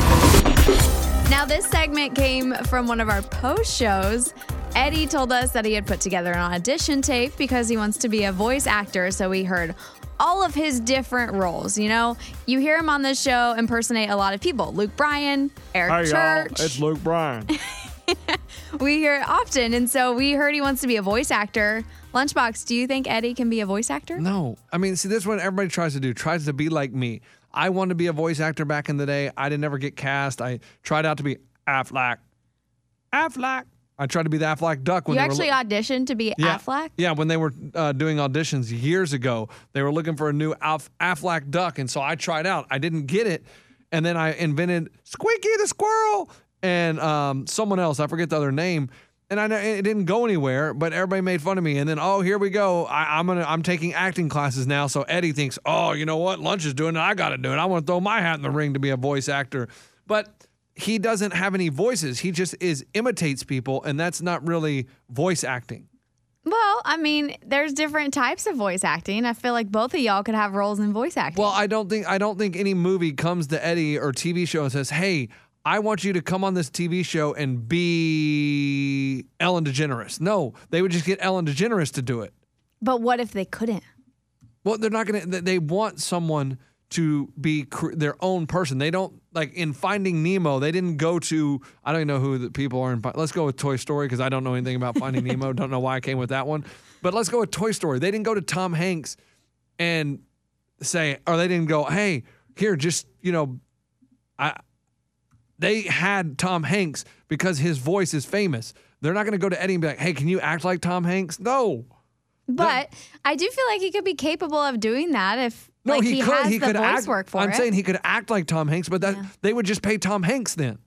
S2: Now, this segment came from one of our post shows. Eddie told us that he had put together an audition tape because he wants to be a voice actor. So we heard all of his different roles. You know, you hear him on this show impersonate a lot of people Luke Bryan,
S3: Hey,
S2: Eric
S3: y'all.
S2: Church.
S3: It's Luke Bryan.
S2: we hear it often. And so we heard he wants to be a voice actor. Lunchbox, do you think Eddie can be a voice actor?
S3: [LAUGHS] No, I mean, see, this one everybody tries to do, tries to be like me. I wanted to be a voice actor back in the day. I didn't ever get cast. I tried out to be Affleck. Affleck. I tried to be the Affleck Duck when
S2: you
S3: they
S2: actually
S3: were.
S2: auditioned to be
S3: yeah,
S2: Affleck?
S3: Yeah, when they were uh, doing auditions years ago, they were looking for a new Alf, Affleck Duck, and so I tried out. I didn't get it, and then I invented Squeaky the Squirrel and um, someone else. I forget the other name. And I know it didn't go anywhere, but everybody made fun of me. And then, oh, here we go. I, I'm gonna, I'm taking acting classes now. So Eddie thinks, oh, you know what? Lunch is doing it. I got to do it. I want to throw my hat in the ring to be a voice actor. But he doesn't have any voices. He just is imitates people, and that's not really voice acting.
S2: Well, I mean, there's different types of voice acting. I feel like both of y'all could have roles in voice acting.
S3: Well, I don't think I don't think any movie comes to Eddie or TV show and says, "Hey, I want you to come on this TV show and be Ellen DeGeneres." No, they would just get Ellen DeGeneres to do it.
S2: but what if they couldn't?
S3: Well, they're not gonna. they- They want someone to be cr- their own person. They don't like in Finding Nemo. They didn't go to. I don't even know who the people are in. Fi- Let's go with Toy Story because I don't know anything about Finding Nemo. Don't know why I came with that one. But let's go with Toy Story. They didn't go to Tom Hanks and say, or they didn't go, hey, here, just you know, I. They had Tom Hanks because his voice is famous. They're not going to go to Eddie and be like, hey, can you act like Tom Hanks? No.
S2: But I do feel like he could be capable of doing that if
S3: No,
S2: like,
S3: he, could.
S2: has
S3: he
S2: the
S3: could
S2: voice
S3: act.
S2: work for
S3: I'm
S2: it.
S3: saying he could act like Tom Hanks, but that
S2: Yeah.
S3: they would just pay Tom Hanks then.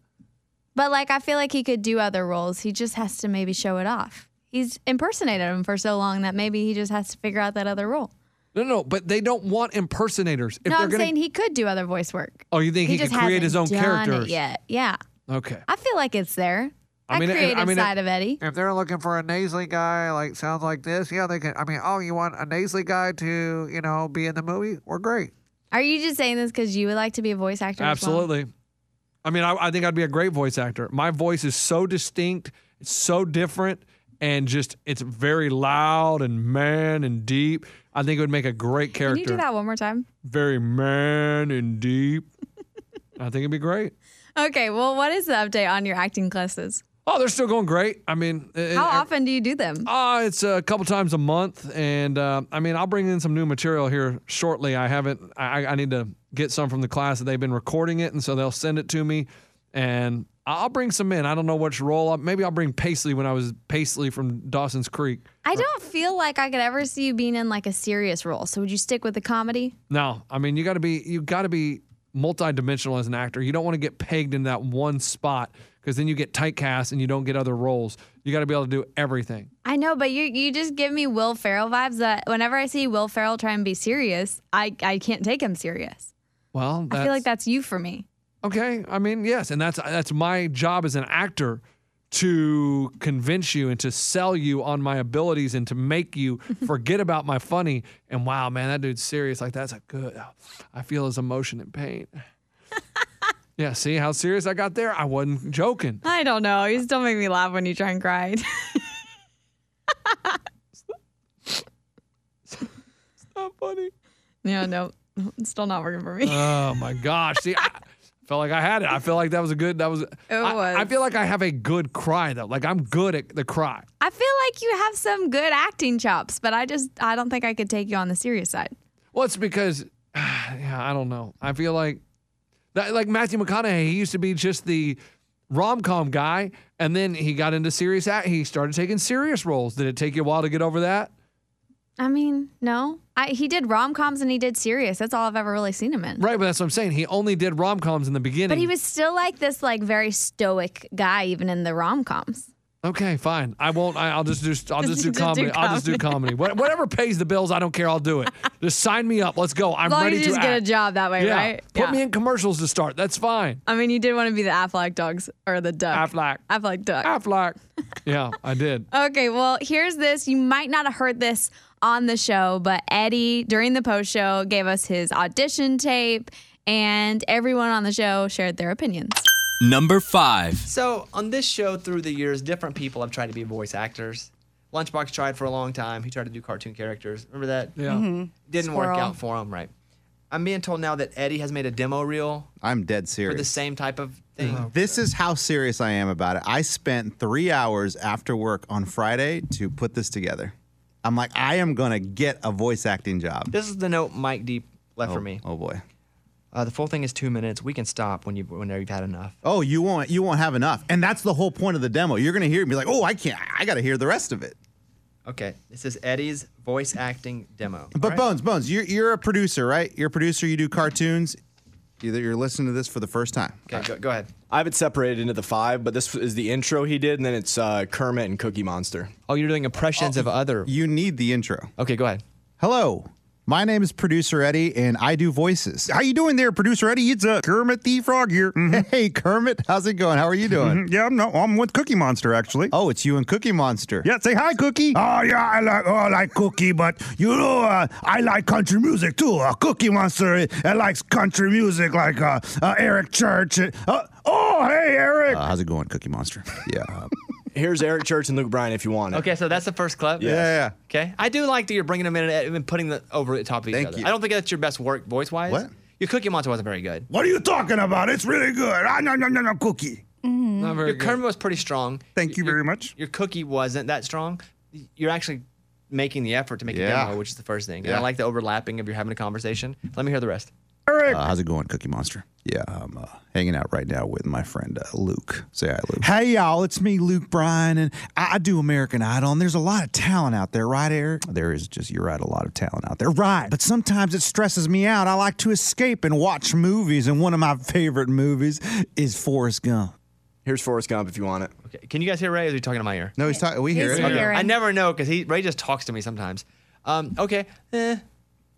S2: but like I feel like he could do other roles. He just has to maybe show it off. He's impersonated him for so long that maybe he just has to figure out that other role.
S3: No, no, no, but they don't want impersonators. If
S2: no,
S3: they're
S2: I'm
S3: gonna,
S2: saying he could do other voice work.
S3: Oh, you think he,
S2: just
S3: could create his own
S2: hasn't done
S3: characters?
S2: It yet. Yeah.
S3: Okay.
S2: I feel like it's there. That
S3: I mean, I- I
S2: creative
S3: mean, I-
S2: side of Eddie.
S3: If they're looking for a nasally guy, like sounds like this, yeah, they can. I mean, oh, you want a nasally guy to, you know, be in the movie? We're great.
S2: Are you just saying this because you would like to be a voice actor? as well?
S3: Absolutely. I mean, I, I think I'd be a great voice actor. My voice is so distinct, it's so different, and just it's very loud and man and deep. I think it would make a great
S2: Can
S3: character.
S2: you do that one more time?
S3: Very man
S2: [LAUGHS]
S3: and deep. I think it'd be great.
S2: Okay. Well, what is the update on your acting classes?
S3: Oh, they're still going great. I mean, it-
S2: How
S3: it-
S2: often do you do them?
S3: Uh, it's a couple times a month, and uh, I mean, I'll bring in some new material here shortly. I haven't. I, I need to get some from the class that they've been recording it, and so they'll send it to me, and I'll bring some in. I don't know which role. Maybe I'll bring Paisley when I was Paisley from Dawson's Creek.
S2: I don't feel like I could ever see you being in like a serious role. So would you stick with the comedy?
S3: No, I mean you got to be you got to be multidimensional as an actor. You don't want to get pegged in that one spot because then you get typecast and you don't get other roles. You got to be able to do everything.
S2: I know, but you you just give me Will Ferrell vibes. That whenever I see Will Ferrell try and be serious, I I can't take him serious.
S3: Well, that's,
S2: I feel like that's you for me.
S3: okay. I mean, yes, and that's that's my job as an actor to convince you and to sell you on my abilities and to make you forget about my funny. And wow, man, that dude's serious. Like that's a good. I feel his emotion and pain. yeah, see how serious I got there. I wasn't joking.
S2: I don't know. You still make me laugh when you try and cry. [LAUGHS]
S3: Not funny.
S2: no, no, It's still not working for me.
S3: Oh my gosh. See, I felt like I had it. I felt like that was a good that was, it
S2: was.
S3: I, I feel like I have a good cry though. Like I'm good at the cry.
S2: I feel like you have some good acting chops, but I just I don't think I could take you on the serious side.
S3: Well, it's because [SIGHS] yeah, I don't know. I feel like that like Matthew McConaughey, he used to be just the rom-com guy and then he got into serious act. He started taking serious roles. Did it take you a while to get over that?
S2: I mean, no. I, he did rom coms and he did serious. That's all I've ever really seen him in.
S3: Right, but that's what I'm saying. He only did rom-coms in the beginning.
S2: But he was still like this, like very stoic guy, even in the rom coms.
S3: Okay, fine. I won't. I, I'll just do. I'll just do
S2: Just do
S3: comedy. I'll just do comedy. What, whatever pays the bills, I don't care. I'll do it. Just sign me up. Let's go. I'm
S2: As long
S3: ready
S2: as you
S3: to
S2: just
S3: act.
S2: get a job that way,
S3: yeah.
S2: right?
S3: Put me in commercials to start. That's fine.
S2: I mean, you did want to be the Affleck dogs or the duck.
S3: Affleck.
S2: Affleck duck.
S3: Affleck. yeah, I did.
S2: Okay, well, here's this. You might not have heard this on the show, but Eddie, during the post show, gave us his audition tape, and everyone on the show shared their opinions.
S8: Number five.
S4: So on this show, through the years, different people have tried to be voice actors. Lunchbox tried for a long time. He tried to do cartoon characters. Remember that?
S3: Yeah.
S4: Didn't work
S5: Squirrel.
S4: out for him, right? I'm being told now that Eddie has made a demo reel
S6: I'm dead
S4: for the
S6: serious.
S4: same type of thing.
S6: This is how serious I am about it. I spent three hours after work on Friday to put this together. I'm like, I am going to get a voice acting job.
S4: This is the note Mike Deep left for me.
S6: Oh, boy.
S4: Uh, the full thing is two minutes. We can stop when you whenever you've had enough.
S6: Oh, you won't you won't have enough. And that's the whole point of the demo. You're gonna hear it and be like, oh, I can't I gotta hear the rest of it.
S4: Okay, this is Eddie's voice acting demo.
S6: But
S4: All right.
S6: Bones, Bones, you're you're a producer, right? You're a producer, you do cartoons. Either you're listening to this for the first time.
S4: Okay, go, go ahead.
S9: I have it separated into the five, but this is the intro he did, and then it's uh, Kermit and Cookie Monster.
S4: Oh, you're doing impressions of other.
S6: You need the intro.
S4: Okay, go ahead.
S6: Hello. My name is Producer Eddie, and I do voices. How you doing there, Producer Eddie? It's uh, Kermit the Frog here.
S4: Mm-hmm.
S6: [LAUGHS] Hey, Kermit, how's it going? How are you doing?
S10: Mm-hmm. Yeah, I'm not. I'm with Cookie Monster actually.
S6: Oh, it's you and Cookie Monster.
S10: Yeah, say hi, Cookie. Oh yeah, I like oh I like Cookie, but you know uh, I like country music too. Uh, Cookie Monster uh, uh, likes country music like uh, uh, Eric Church. Uh, oh hey Eric.
S6: Uh, how's it going, Cookie Monster? Yeah. um, yeah,
S9: Here's Eric Church and Luke Bryan if you want it.
S4: Okay, so that's the first clip.
S6: yeah.
S4: Okay, I do like that you're bringing them in and and putting the over the top of each
S6: Thank
S4: other.
S6: you.
S4: I don't think that's your best work voice wise.
S6: What?
S4: Your Cookie Monster wasn't very good.
S10: What are you talking about? It's really good. Ah, no no no no Cookie.
S5: Mm-hmm.
S3: Not very
S4: Your
S3: good.
S4: Kermit was pretty strong.
S10: Thank you
S4: Your-
S10: very much.
S4: Your Cookie wasn't that strong. You're actually making the effort to make
S6: Yeah.
S4: a demo, which is the first thing. And
S6: Yeah.
S4: I like the overlapping of you're having a conversation. Let me hear the rest.
S10: Eric.
S6: Uh, how's it going, Cookie Monster? Yeah, I'm uh, hanging out right now with my friend uh, Luke. Say hi, Luke. Hey, y'all, it's me, Luke Bryan, and I, I do American Idol, and there's a lot of talent out there, right, Eric? There is just, you're right, a lot of talent out there. Right. But sometimes it stresses me out. I like to escape and watch movies, and one of my favorite movies is Forrest Gump.
S9: Here's Forrest Gump if you want it.
S4: Okay. Can you guys hear Ray? Or is he talking to my ear?
S6: No, he's talking, we
S5: hear He's it.
S4: Okay.
S5: Hearing.
S4: I never know because he Ray just talks to me sometimes. Um, okay. Eh,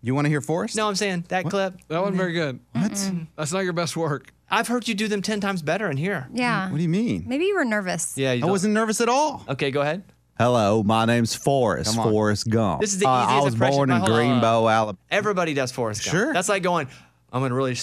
S6: You want to hear Forrest?
S4: no, I'm saying that clip.
S3: that wasn't very good. What? That's not your best work.
S4: I've heard you do them ten times better in here.
S5: Yeah.
S6: What do you mean?
S5: Maybe you were nervous.
S4: Yeah, you
S6: I
S4: don't-
S6: wasn't nervous at all.
S4: Okay, go ahead.
S6: Hello, my name's Forrest. Forrest Gump. Uh,
S4: This is the easiest impression- Hold on, hold on.
S6: Alabama.
S4: Everybody does Forrest Gump.
S6: Sure.
S4: That's like going, I'm going to really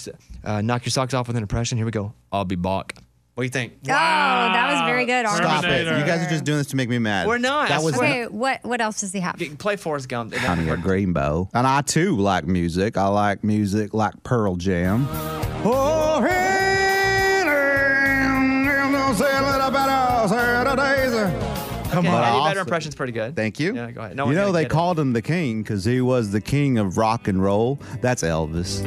S4: uh, knock your socks off with an impression. Here we go. I'll be back. What do you think?
S5: Oh, that was very good.
S6: Stop it.
S5: Arnold.
S6: You guys are just doing this to make me mad.
S4: We're not.
S6: That was
S5: Okay, what what else does he have?
S4: G- Play Forrest Gump. and
S6: I'm
S4: then-
S6: a Greenbow. And I too like music. I like music like Pearl Jam. Oh, hey, I'm gonna say a little better, say it a daisy. Come
S4: [LAUGHS] Okay,
S6: on.
S4: Eddie
S6: I'll
S4: Vedder
S6: say-
S4: impression's pretty good.
S6: Thank you.
S4: Yeah, go ahead. No
S6: you
S4: one's
S6: know
S4: gonna
S6: they
S4: get it.
S6: called him the king because he was the king of rock and roll. That's Elvis.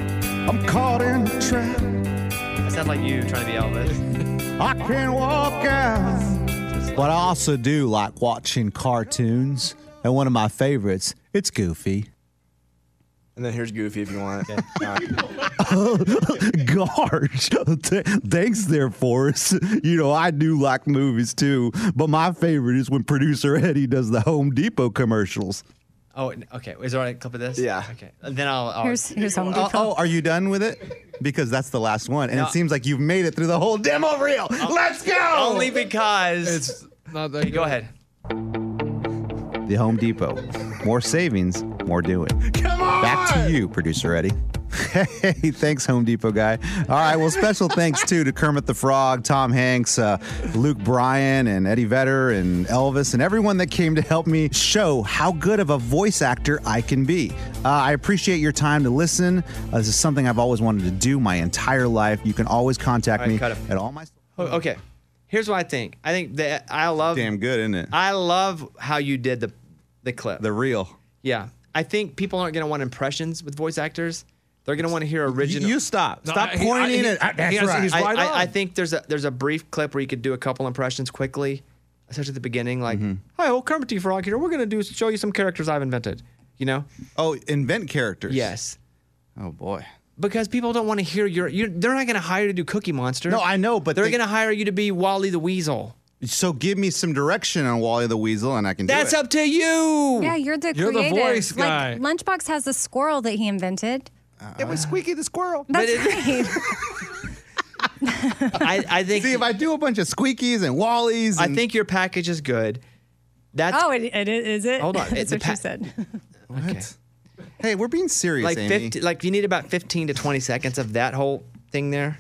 S6: I'm caught in a
S4: [LAUGHS]
S6: trap.
S4: That sounds like you trying to be Elvis.
S6: I can walk out. But I also do like watching cartoons, and one of my favorites, it's Goofy.
S9: [LAUGHS]
S6: [LAUGHS]
S9: And then here's Goofy if you want it. [LAUGHS] All right.
S6: Gosh, th- [LAUGHS] thanks there, Forrest. You know, I do like movies too, but my favorite is when producer Eddie does the Home Depot commercials.
S4: Oh, n- okay. Is there a clip of this?
S9: Yeah.
S4: Okay. And then I'll. I'll
S5: Here's here's Home
S6: Oh,
S5: Depot.
S6: oh, are you done with it? Because that's the last one, and
S4: No.
S6: it seems like you've made it through the whole demo reel. Let's go!
S5: Oh,
S4: only because.
S3: It's not that
S4: Okay,
S3: good.
S4: go ahead.
S6: the Home Depot. More savings, more doing. Come on! Back to you, producer Eddie. [LAUGHS] Hey, thanks, Home Depot guy. All right, well, special thanks too to Kermit the Frog, Tom Hanks, uh, Luke Bryan, and Eddie Vedder, and Elvis, and everyone that came to help me show how good of a voice actor I can be. Uh, I appreciate your time to listen. Uh, this is something I've always wanted to do my entire life. You can always contact
S4: All right,
S6: me
S4: cut it.
S6: at all my.
S4: O- Okay. Here's what I think. I think that I love
S6: Damn good, isn't it?
S4: I love how you did the the clip.
S6: The real.
S4: Yeah. I think people aren't gonna want impressions with voice actors. They're gonna want to hear original.
S6: you stop. No, Stop I- he- pointing I- he- at- that's he has- right. he's
S4: I,
S6: right
S4: I- I
S6: on.
S4: think there's a there's a brief clip where you could do a couple impressions quickly, especially at the beginning, like,
S6: Mm-hmm.
S4: "Hi, old Kermit the Frog here. We're gonna do show you some characters I've invented." You know?
S6: Oh, invent characters.
S4: Yes.
S6: Oh boy.
S4: Because people don't want to hear your. you they're not going to hire you to do Cookie Monster.
S6: No, I know, but
S4: they're
S6: they-
S4: going to hire you to be Wally
S6: [LAUGHS]
S4: the Weasel.
S6: So give me some direction on Wally the Weasel, and I can.
S4: That's
S6: do it.
S4: up to you.
S5: Yeah, you're the
S6: You're the
S5: creative.
S6: voice guy. Uh,
S5: Like Lunchbox has the squirrel that he invented.
S6: It was Squeaky the squirrel.
S5: That's right.
S6: [LAUGHS]
S4: I, I think.
S6: See, if I do a bunch of squeakies and wallies,
S4: I think your package is good. That's
S5: oh, it, it is it.
S4: Hold on,
S5: [LAUGHS]
S4: it's
S5: That's
S4: a
S5: what
S4: pa-
S5: she said.
S4: okay.
S6: Hey, we're being serious,
S4: like
S6: Amy.
S4: 50, like you need about 15 to 20 seconds of that whole thing there.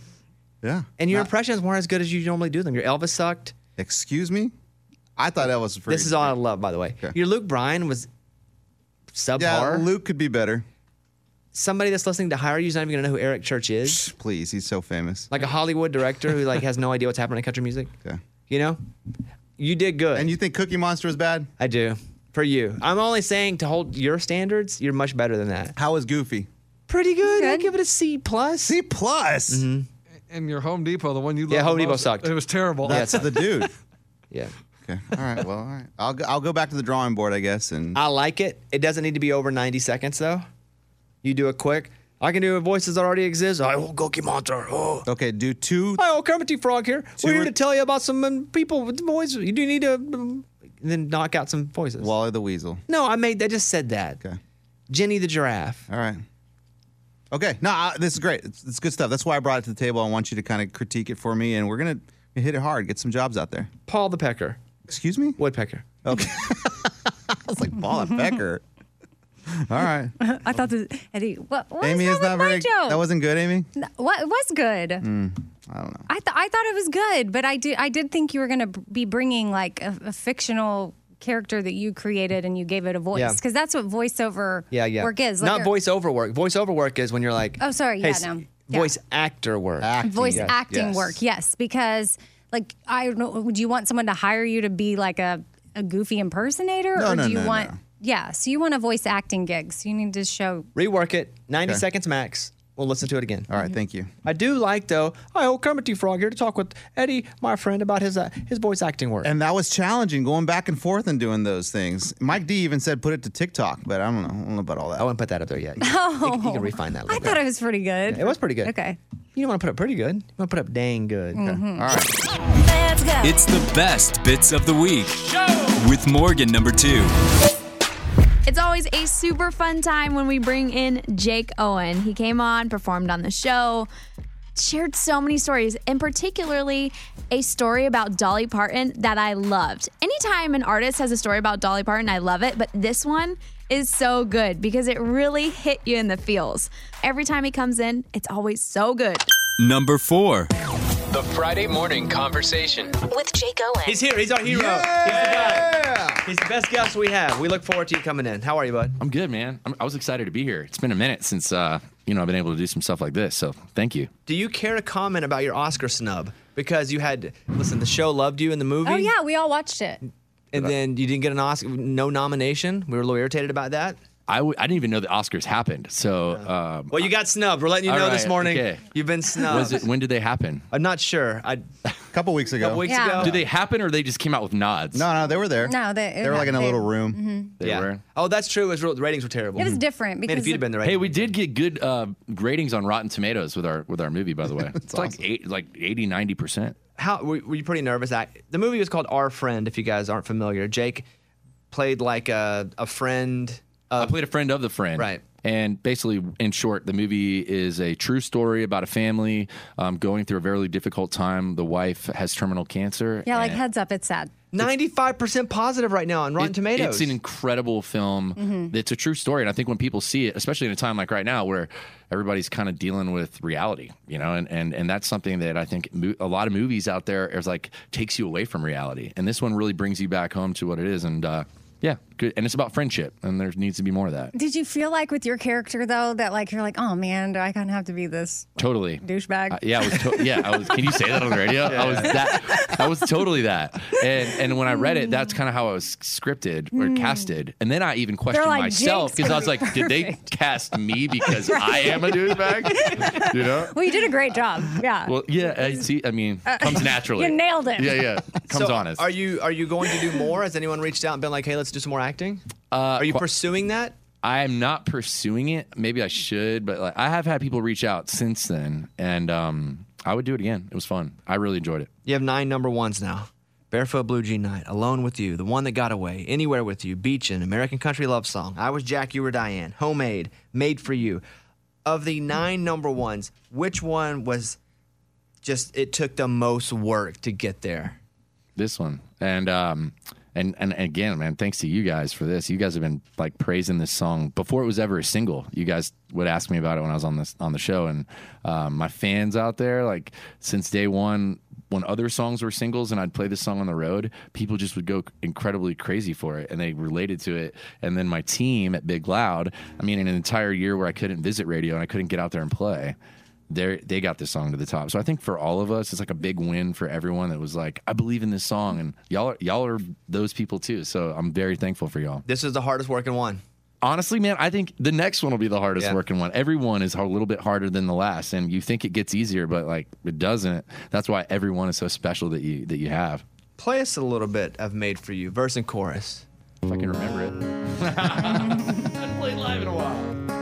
S6: Yeah.
S4: And your impressions weren't as good as you normally do them. Your Elvis sucked.
S6: Excuse me? I thought that was
S4: This is all I love, by the way. Your Luke Bryan was subpar.
S6: Yeah, Luke could be better.
S4: Somebody that's listening to Hire You is not even going to know who Eric Church is.
S6: Please, he's so famous.
S4: Like a Hollywood director who like has no idea what's happening in country music.
S6: Yeah.
S4: You know? You did good.
S6: And you think Cookie Monster is bad?
S4: I do. For you. I'm only saying to hold your standards, you're much better than that.
S6: How is Goofy?
S4: Pretty good. I give it a C plus. Mm-hmm.
S6: C plus.
S3: And your Home Depot, the one you
S4: Yeah,
S3: love the
S4: Home Depot
S3: most,
S4: sucked.
S3: It was terrible.
S6: That's
S3: [LAUGHS]
S6: the dude.
S4: Yeah.
S6: Okay. All right. Well, all right. I'll go, I'll go back to the drawing board, I guess. And
S4: I like it. It doesn't need to be over 90 seconds though. You do it quick. I can do voices that already exist. I will Goki Monster. Oh.
S6: okay, do two.
S4: Hi, old Kermit the Frog here. We're
S6: Two
S4: here
S6: or-
S4: to tell you about some um, people with voices. You do need to um, and then knock out some voices.
S6: Wally the Weasel.
S4: no, I made. I just said that.
S6: Okay.
S4: Jenny the Giraffe.
S6: All right. Okay. No, I, this is great. It's, it's good stuff. That's why I brought it to the table. I want you to kind of critique it for me, and we're gonna hit it hard. Get some jobs out there.
S4: Paul the Pecker.
S6: Excuse me.
S4: Woodpecker.
S6: Okay. [LAUGHS] I was like Paula
S4: [LAUGHS]
S6: Becker. All right.
S5: [LAUGHS] I thought this Eddie. What, what
S6: Amy
S5: is
S6: is not
S5: that with my
S6: very.
S5: joke?
S6: That wasn't good, Amy. Hmm,
S5: No, What it was good.
S6: I don't know.
S5: I th- I thought it was good, but I do I did think you were gonna b- be bringing like a, a fictional character that you created and you gave it a voice
S4: Yeah.
S5: because that's what voiceover
S4: Yeah, yeah.
S5: work is. Like
S4: Not
S5: a-
S4: voiceover work. Voiceover work is when you're like.
S5: Oh, sorry.
S4: Hey,
S5: Yeah,
S4: s-
S5: no. Yeah.
S4: Voice actor work.
S5: uh, voice
S4: Yeah.
S5: acting
S6: Yes.
S5: work. Yes, because like I don't know, would you want someone to hire you to be like a, a goofy impersonator,
S6: No,
S5: or
S6: no,
S5: do you
S6: no,
S5: want?
S6: no.
S5: Yeah, so you want a voice acting gig, so you need
S4: [LAUGHS]
S5: to show.
S4: Rework it. 90
S6: Okay.
S4: seconds max. We'll listen to it again.
S6: All right. Thank you.
S4: I do like though. Hi, old Kermit the Frog here to talk with Eddie, my friend, about his uh, his voice acting work.
S6: And that was challenging, going back and forth and doing those things. Mike D even said put it to TikTok, but I don't know. I don't know about all that.
S4: I wouldn't put that up there yet. You,
S5: Oh,
S4: can- you can refine that. A
S5: I
S4: little bit.
S5: thought it was pretty good.
S4: it was pretty good.
S5: Okay. Mm-hmm.
S4: You don't want to put up pretty good. You want to put up dang good.
S6: All right.
S5: Let's go.
S8: It's the best bits of the week with Morgan number two.
S2: It's always a super fun time when we bring in Jake Owen. He came on, performed on the show, shared so many stories, and particularly a story about Dolly Parton that I loved. Anytime an artist has a story about Dolly Parton, I love it, but this one is so good because it really hit you in the feels. Every time he comes in, it's always so good.
S8: Number four.
S11: The Friday morning conversation.
S12: With Jake Owen.
S4: He's here. He's our hero. He's the guy. He's the best guest we have. We look forward to you coming in. How are you, bud?
S11: I'm good, man. I'm, I was excited to be here. It's been a minute since uh, you know I've been able to do some stuff like this. So thank you.
S4: Do you care to comment about your Oscar snub? Because you had listen, the show loved you in the movie. Mm-hmm.
S5: Oh yeah, we all watched it.
S4: And then you didn't get an Oscar, no nomination. We were a little irritated about that.
S11: I w- I didn't even know the Oscars happened. So um,
S4: Well, you got snubbed. We're letting you
S11: All
S4: know this
S11: right,
S4: morning.
S11: okay.
S4: You've been
S11: was
S4: snubbed.
S11: it, when did they happen?
S4: I'm not sure. I, a
S6: A [LAUGHS] couple weeks ago.
S4: couple weeks
S5: Yeah.
S4: ago.
S11: Did they happen or they just came out with nods?
S6: No, no, they were there.
S5: No, they-
S6: they were like in a
S5: they-
S6: little room.
S5: Mm-hmm.
S11: They
S4: yeah.
S11: were.
S4: Oh, that's true. It was real, the ratings were terrible.
S5: It was different because
S4: Man, if you'd have been there,
S11: Hey, we did get good uh, ratings on Rotten Tomatoes with our with our movie, by the
S4: [LAUGHS]
S11: way. it's like eight, like 80, 90 percent.
S4: how were, were you pretty nervous? I, the movie was called Our Friend. If you guys aren't familiar, Jake played like a a friend.
S11: I played a friend of the friend.
S4: Right.
S11: And basically, in short, the movie is a true story about a family um, going through a very difficult time. The wife has terminal cancer.
S5: Yeah, like
S11: and-
S5: heads up, it's sad.
S4: Ninety-five percent positive right now on Rotten Tomatoes.
S11: It's an
S6: [LAUGHS]
S11: incredible film.
S4: Mhm.
S11: It's a true story, and I think when people see it, especially in a time like right now where everybody's kind of dealing with reality, you know, and and and that's something that I think mo- a lot of movies out there is like takes you away from reality, and this one really brings you back home to what it is, and uh, yeah, good. And it's about friendship, and there needs to be more of that.
S5: Did you feel like with your character though that like you're like, oh man, do I kind of have to be this
S11: Totally.
S5: douchebag?
S11: Uh, yeah, I was to- yeah, I was. Can you say that on the
S5: [LAUGHS]
S11: radio? I was that. I was totally that. And and when I read it, that's kind of how I was scripted or
S5: Mm.
S11: casted. And then I even questioned
S5: like,
S11: myself
S5: Jake's
S11: because I
S5: gonna
S11: was
S5: be
S11: like, did they cast
S5: [LAUGHS]
S11: me because I am a douchebag? You know.
S5: well, you did a great job.
S11: [LAUGHS]
S5: Yeah.
S11: Well, yeah. I see. I mean,
S5: Uh,
S11: comes naturally.
S5: you nailed it.
S11: Yeah, yeah. Comes
S4: so
S11: on us.
S4: Are you are you going to do more? Has anyone reached out and been like, "Hey, let's do some more acting"?
S11: Uh, are you
S4: pursuing that?
S11: I am not pursuing it. Maybe I should, but like I have had people reach out since then, and um, I would do it again. It was fun. I really enjoyed it.
S4: You have nine number ones now. Barefoot Blue Jean Night, Alone with You, The One That Got Away, Anywhere with You, Beachin', American Country Love Song, I Was Jack, You Were Diane, Homemade, Made for You. Of the nine number ones, which one was just it took the most work to get there?
S11: this one and um and and again man thanks to you guys for this you guys have been like praising this song before it was ever a single you guys would ask me about it when i was on this on the show and um, my fans out there like since day one when other songs were singles and i'd play this song on the road people just would go incredibly crazy for it and they related to it and then my team at big loud i mean in an entire year where i couldn't visit radio and i couldn't get out there and play they they got this song to the top. So I think for all of us, it's like a big win for everyone that was like, I believe in this song, and y'all are, y'all are those people too. So I'm very thankful for y'all.
S4: This is the hardest working one.
S11: Honestly, man, I think the next one will be the hardest
S4: Yeah.
S11: working one. Everyone is a little bit harder than the last, and you think it gets easier, but like it doesn't. That's why everyone is so special that you that you have.
S4: Play us a little bit of Made for You, verse and chorus.
S11: If I can remember it.
S1: I've played live in a while.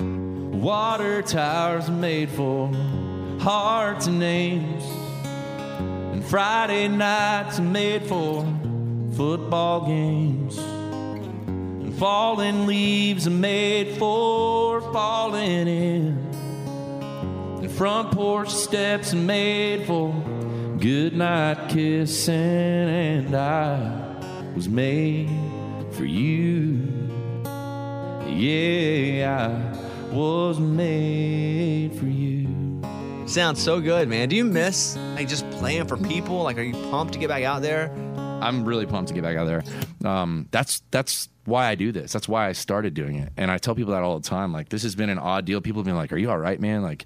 S12: Water towers made for hearts and names. And Friday nights are made for football games. And falling leaves are made for falling in. And front porch steps are made for good night kissing. And I was made for you. Yeah, I was made for you.
S4: [LAUGHS] Sounds so good, man. Do you miss like just playing for people? Like, are you pumped to get back out there?
S11: I'm really pumped to get back out there. Um, that's that's why I do this. That's why I started doing it. And I tell people that all the time. Like this has been an odd deal. People have been like, "Are you all right, man?" Like,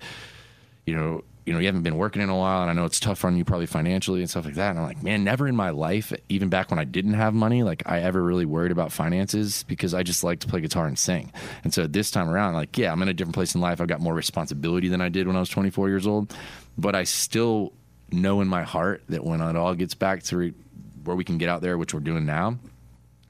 S11: you know, you know, you haven't been working in a while, and I know it's tough on you probably financially and stuff like that. And I'm like, man, never in my life, even back when I didn't have money, like I ever really worried about finances because I just like to play guitar and sing. And so this time around, like, yeah, I'm in a different place in life. I've got more responsibility than I did when I was 24 years old, but I still know in my heart that when it all gets back to re- where we can get out there, which we're doing now,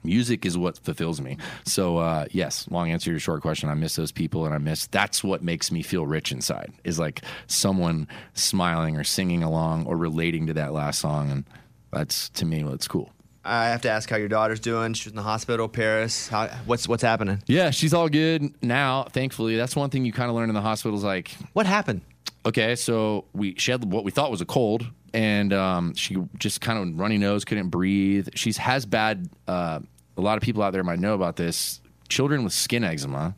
S11: music is what fulfills me. So uh, yes, long answer to your short question. I miss those people, and I miss that's what makes me feel rich inside is like someone smiling or singing along or relating to that last song, and that's to me what's cool.
S4: I have to ask how your daughter's doing. She's in the hospital, Paris. How, what's what's happening?
S11: Yeah, she's all good now, thankfully. That's one thing you kind of learn in the hospital is like,
S4: what happened?
S11: Okay, so we she had what we thought was a cold, and um, she just kind of runny nose, couldn't breathe. She's has bad. Uh, a lot of people out there might know about this. Children with skin eczema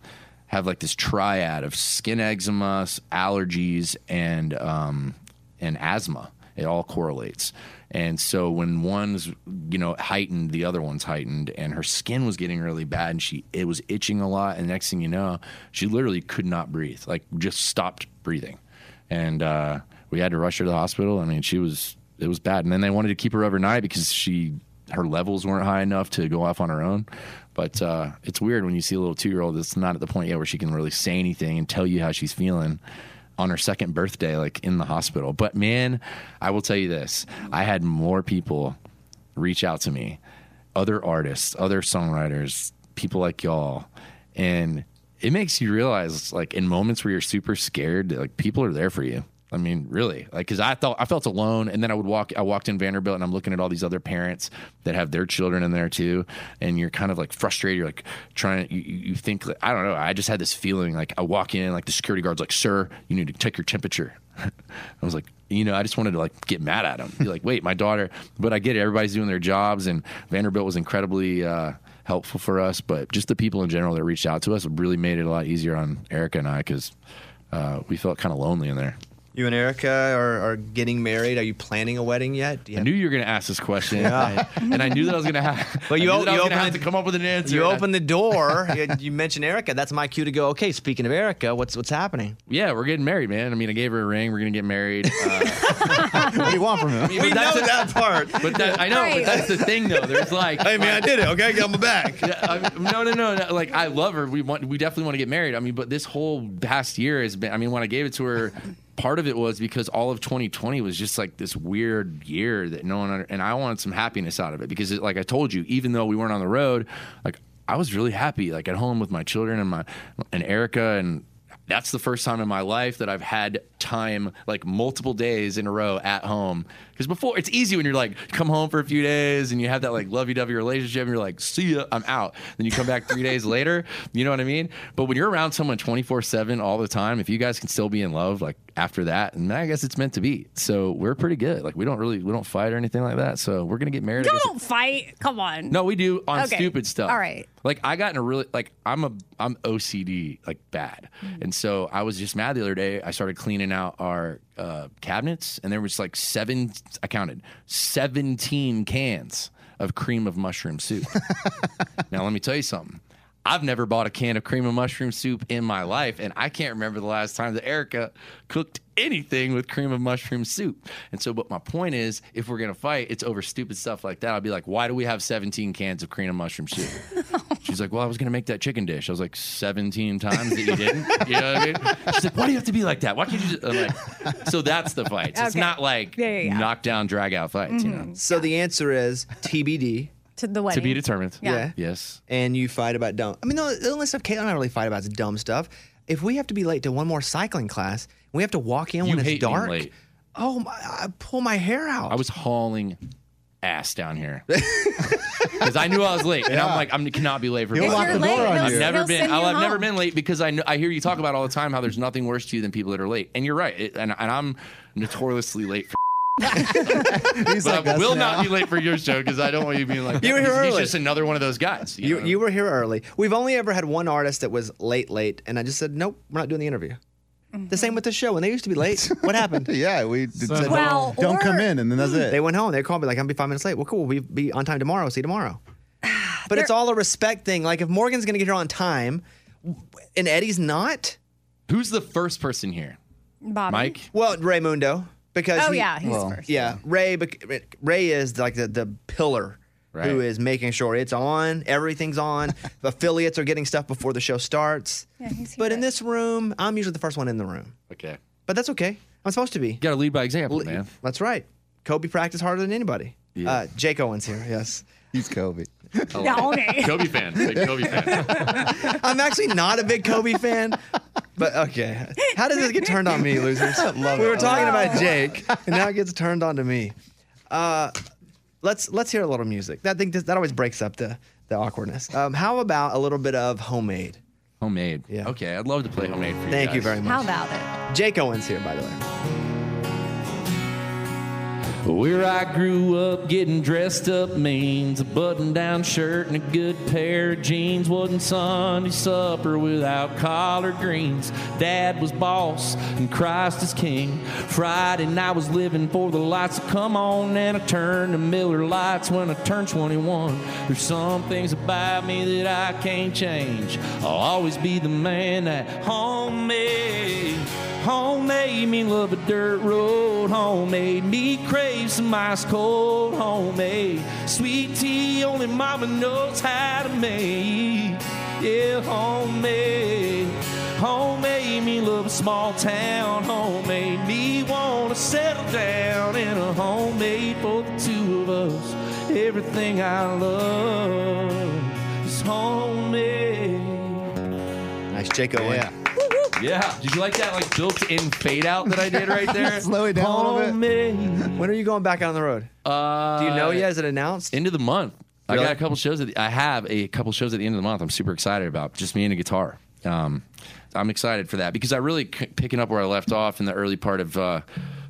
S11: have like this triad of skin eczema, s- allergies, and um, and asthma. It all correlates. And so when one's, you know, heightened, the other one's heightened, and her skin was getting really bad, and she it was itching a lot. And next thing you know, she literally could not breathe, like just stopped breathing. And uh, we had to rush her to the hospital. I mean, she was it was bad. And then they wanted to keep her overnight because she her levels weren't high enough to go off on her own. But uh, it's weird when you see a little two year old that's not at the point yet where she can really say anything and tell you how she's feeling on her second birthday, like in the hospital. But man, I will tell you this I had more people reach out to me, other artists, other songwriters, people like y'all. And it makes you realize, like, in moments where you're super scared, that, like, people are there for you. I mean, really, like, cause I thought I felt alone, and then I would walk. I walked in Vanderbilt, and I'm looking at all these other parents that have their children in there too, and you're kind of like frustrated. You're like trying. You, you you think like, I don't know. I just had this feeling like I walk in, like the security guard's like, "Sir, you need to take your temperature." I was like, you know, I just wanted to like get mad at him. Be like, wait, my daughter. But I get it. Everybody's doing their jobs, and Vanderbilt was incredibly uh, helpful for us. But just the people in general that reached out to us really made it a lot easier on Erica and I because uh, we felt kind of lonely in there.
S4: You and Erica are, are getting married. Are you planning a wedding yet? Do you
S11: I
S4: [LAUGHS]
S11: knew you were going to ask this question,
S4: Yeah.
S11: [LAUGHS] and, I, and I knew that I was going to have.
S4: But you
S11: I
S4: o-
S11: knew that I
S4: you
S11: was gonna
S4: opened
S11: have
S4: the-
S11: to come up with an answer.
S4: you
S11: and I-
S4: open the door. you, you mention Erica. That's my cue to go. Okay, speaking of Erica, what's what's happening?
S11: yeah, we're getting married, man. I mean, I gave her a ring. We're going to get married. Uh,
S4: [LAUGHS] what do you want from him?
S11: we know that
S4: part.
S11: But that, I know,
S4: Right.
S11: but that's the thing, though. There's like,
S4: Hey, man, I did it, okay? Got my back.
S11: [LAUGHS] Yeah, I mean, no, no, no, no. Like, I love her. We want, we definitely want to get married. I mean, but this whole past year has been. I mean, when I gave it to her, part of it was because all of 2020 was just like this weird year that no one under, and I wanted some happiness out of it because, it, like I told you, even though we weren't on the road, like I was really happy, like at home with my children and my and Erica and that's the first time in my life that I've had time like multiple days in a row at home. Because before it's easy when you're like come home for a few days and you have that like lovey-dovey relationship and you're like see ya I'm out. Then you come back three
S5: [LAUGHS]
S11: days later. You know what I mean? But when you're around someone 24 seven all the time, if you guys can still be in love like after that, and I guess it's meant to be. So we're pretty good. Like we don't really we don't fight or anything like that. So we're gonna get married. I guess,
S5: Don't fight. Come on.
S11: no, we do on
S5: Okay.
S11: stupid stuff.
S5: All right.
S11: Like I got in a really like I'm a I'm OCD like bad, and so I was just mad the other day. I started cleaning out our uh, cabinets, and there was like seven I counted seventeen cans of cream of mushroom soup. now let me tell you something. I've never bought a can of cream of mushroom soup in my life, and I can't remember the last time that Erica cooked anything with cream of mushroom soup. And so, but my point is, if we're gonna fight, it's over stupid stuff like that. I'll be like, why do we have 17 cans of cream of mushroom
S5: [LAUGHS]
S11: soup? She's like, well, I was gonna make that chicken dish. I was like, 17 times that you didn't. You know what I mean? She's like, why do you have to be like that? Why can't you just? I'm like, so that's the fight. It's
S5: Okay.
S11: not like
S5: Yeah, yeah, yeah. Mm-hmm.
S11: knock down, drag out fights. You know,
S4: So the answer is TBD.
S5: To the wedding.
S11: to be determined.
S4: Yeah.
S11: Yes.
S4: And you fight about dumb. I mean, no, the only stuff Caitlin and I really fight about is dumb stuff. If we have to be late to one more cycling class, we have to walk in
S11: You
S4: when it's
S11: hate being
S4: dark.
S11: late.
S4: Oh, my, I pull my hair out.
S11: I was hauling ass down here [LAUGHS] because I knew I was late, and I'm like, I cannot be late for.
S6: He'll
S11: class.
S6: lock the If you're door late, on
S11: I've
S6: you.
S11: never
S6: he'll
S11: been.
S6: send you
S11: I'll, I've never
S6: home.
S11: been late because I know, I hear you talk about all the time how there's nothing worse to you than people that are late, and you're right. It, and, and I'm notoriously late for. [LAUGHS] but I will not be late for your show because I don't want you being like
S4: You were
S11: he's,
S4: here
S11: he's
S4: early.
S11: just another one of those guys. You,
S4: You,
S11: know?
S4: you were here early. We've only ever had one artist that was late, late, and I just said, nope, we're not doing the interview. The
S5: Mm-hmm.
S4: same with the show. When they used to
S6: [LAUGHS]
S4: be late, what happened? Hmm.
S6: yeah, we said,
S5: Well,
S6: don't, don't come
S5: or-
S6: in, and then that's it.
S4: They went home. They called me like, I'm gonna be five minutes late. Well, cool. We'll be on time tomorrow. See you
S5: [SIGHS]
S4: tomorrow. But it's all a respect thing. Like if Morgan's gonna get here on time, and Eddie's not.
S11: Who's the first person here?
S5: Bobby.
S11: Mike?
S4: Well, Raymundo. Because
S5: Oh,
S4: he-
S5: yeah, he's Well, first.
S4: Yeah, Ray. bec- Ray is like the the pillar. Who
S11: Right.
S4: is making sure it's on?
S11: [LAUGHS]
S4: Everything's on. Affiliates are getting stuff before the show starts. Yeah, he's here. But in this room, I'm usually the first one in the room.
S11: Okay.
S4: But that's okay. I'm supposed to be.
S11: got to lead by example, man.
S4: That's right. Kobe practiced harder than anybody. Uh, Jake Owens here. Yes.
S6: He's [LAUGHS] Kobe.
S11: I like it. [LAUGHS] Kobe fan. Big Kobe fan.
S4: [LAUGHS] I'm actually not a big Kobe fan, but okay. How does this get turned on me,
S6: [LAUGHS]
S4: losers?
S6: Love
S4: we
S6: it.
S4: were talking
S6: Love
S4: about Jake, and now it gets turned on to me. Uh, let's let's hear a little music. That thing that always breaks up the the awkwardness. Um, how about a little bit of homemade?
S11: Homemade. Yeah. Okay, I'd love to play homemade for you.
S4: Thank you
S11: guys.
S4: very much.
S5: How about it?
S4: Jake Owens here, by the way.
S12: Where I grew up, getting dressed up means a button down shirt and a good pair of jeans. Wasn't Sunday supper without collard greens. Dad was boss and Christ is king. Friday night was living for the lights to come on, and I turned to Miller lights when I turned 21. There's some things about me that I can't change. I'll always be the man that homemade. Homemade me love a dirt road. Homemade me crave some ice cold. Homemade sweet tea only mama knows how to make. Yeah, homemade. Homemade me love a small town. Homemade me wanna settle down in a homemade for the two of us. Everything I love is homemade.
S4: Nice Jake Owens.
S12: Woo, woo.
S11: Yeah. Did you like that like built-in fade out that I did
S4: [LAUGHS]
S11: right there?
S4: Slow it down a little bit. When are you going back out on the road?
S11: Uh,
S4: Do you know yet? Is it announced?
S11: End of the month. I
S4: Really?
S11: got a couple shows. At the, I have a couple shows at the end of the month. I'm super excited about just me and a guitar. Um, I'm excited for that because I really c- picking up where I left off in the early part of. Uh,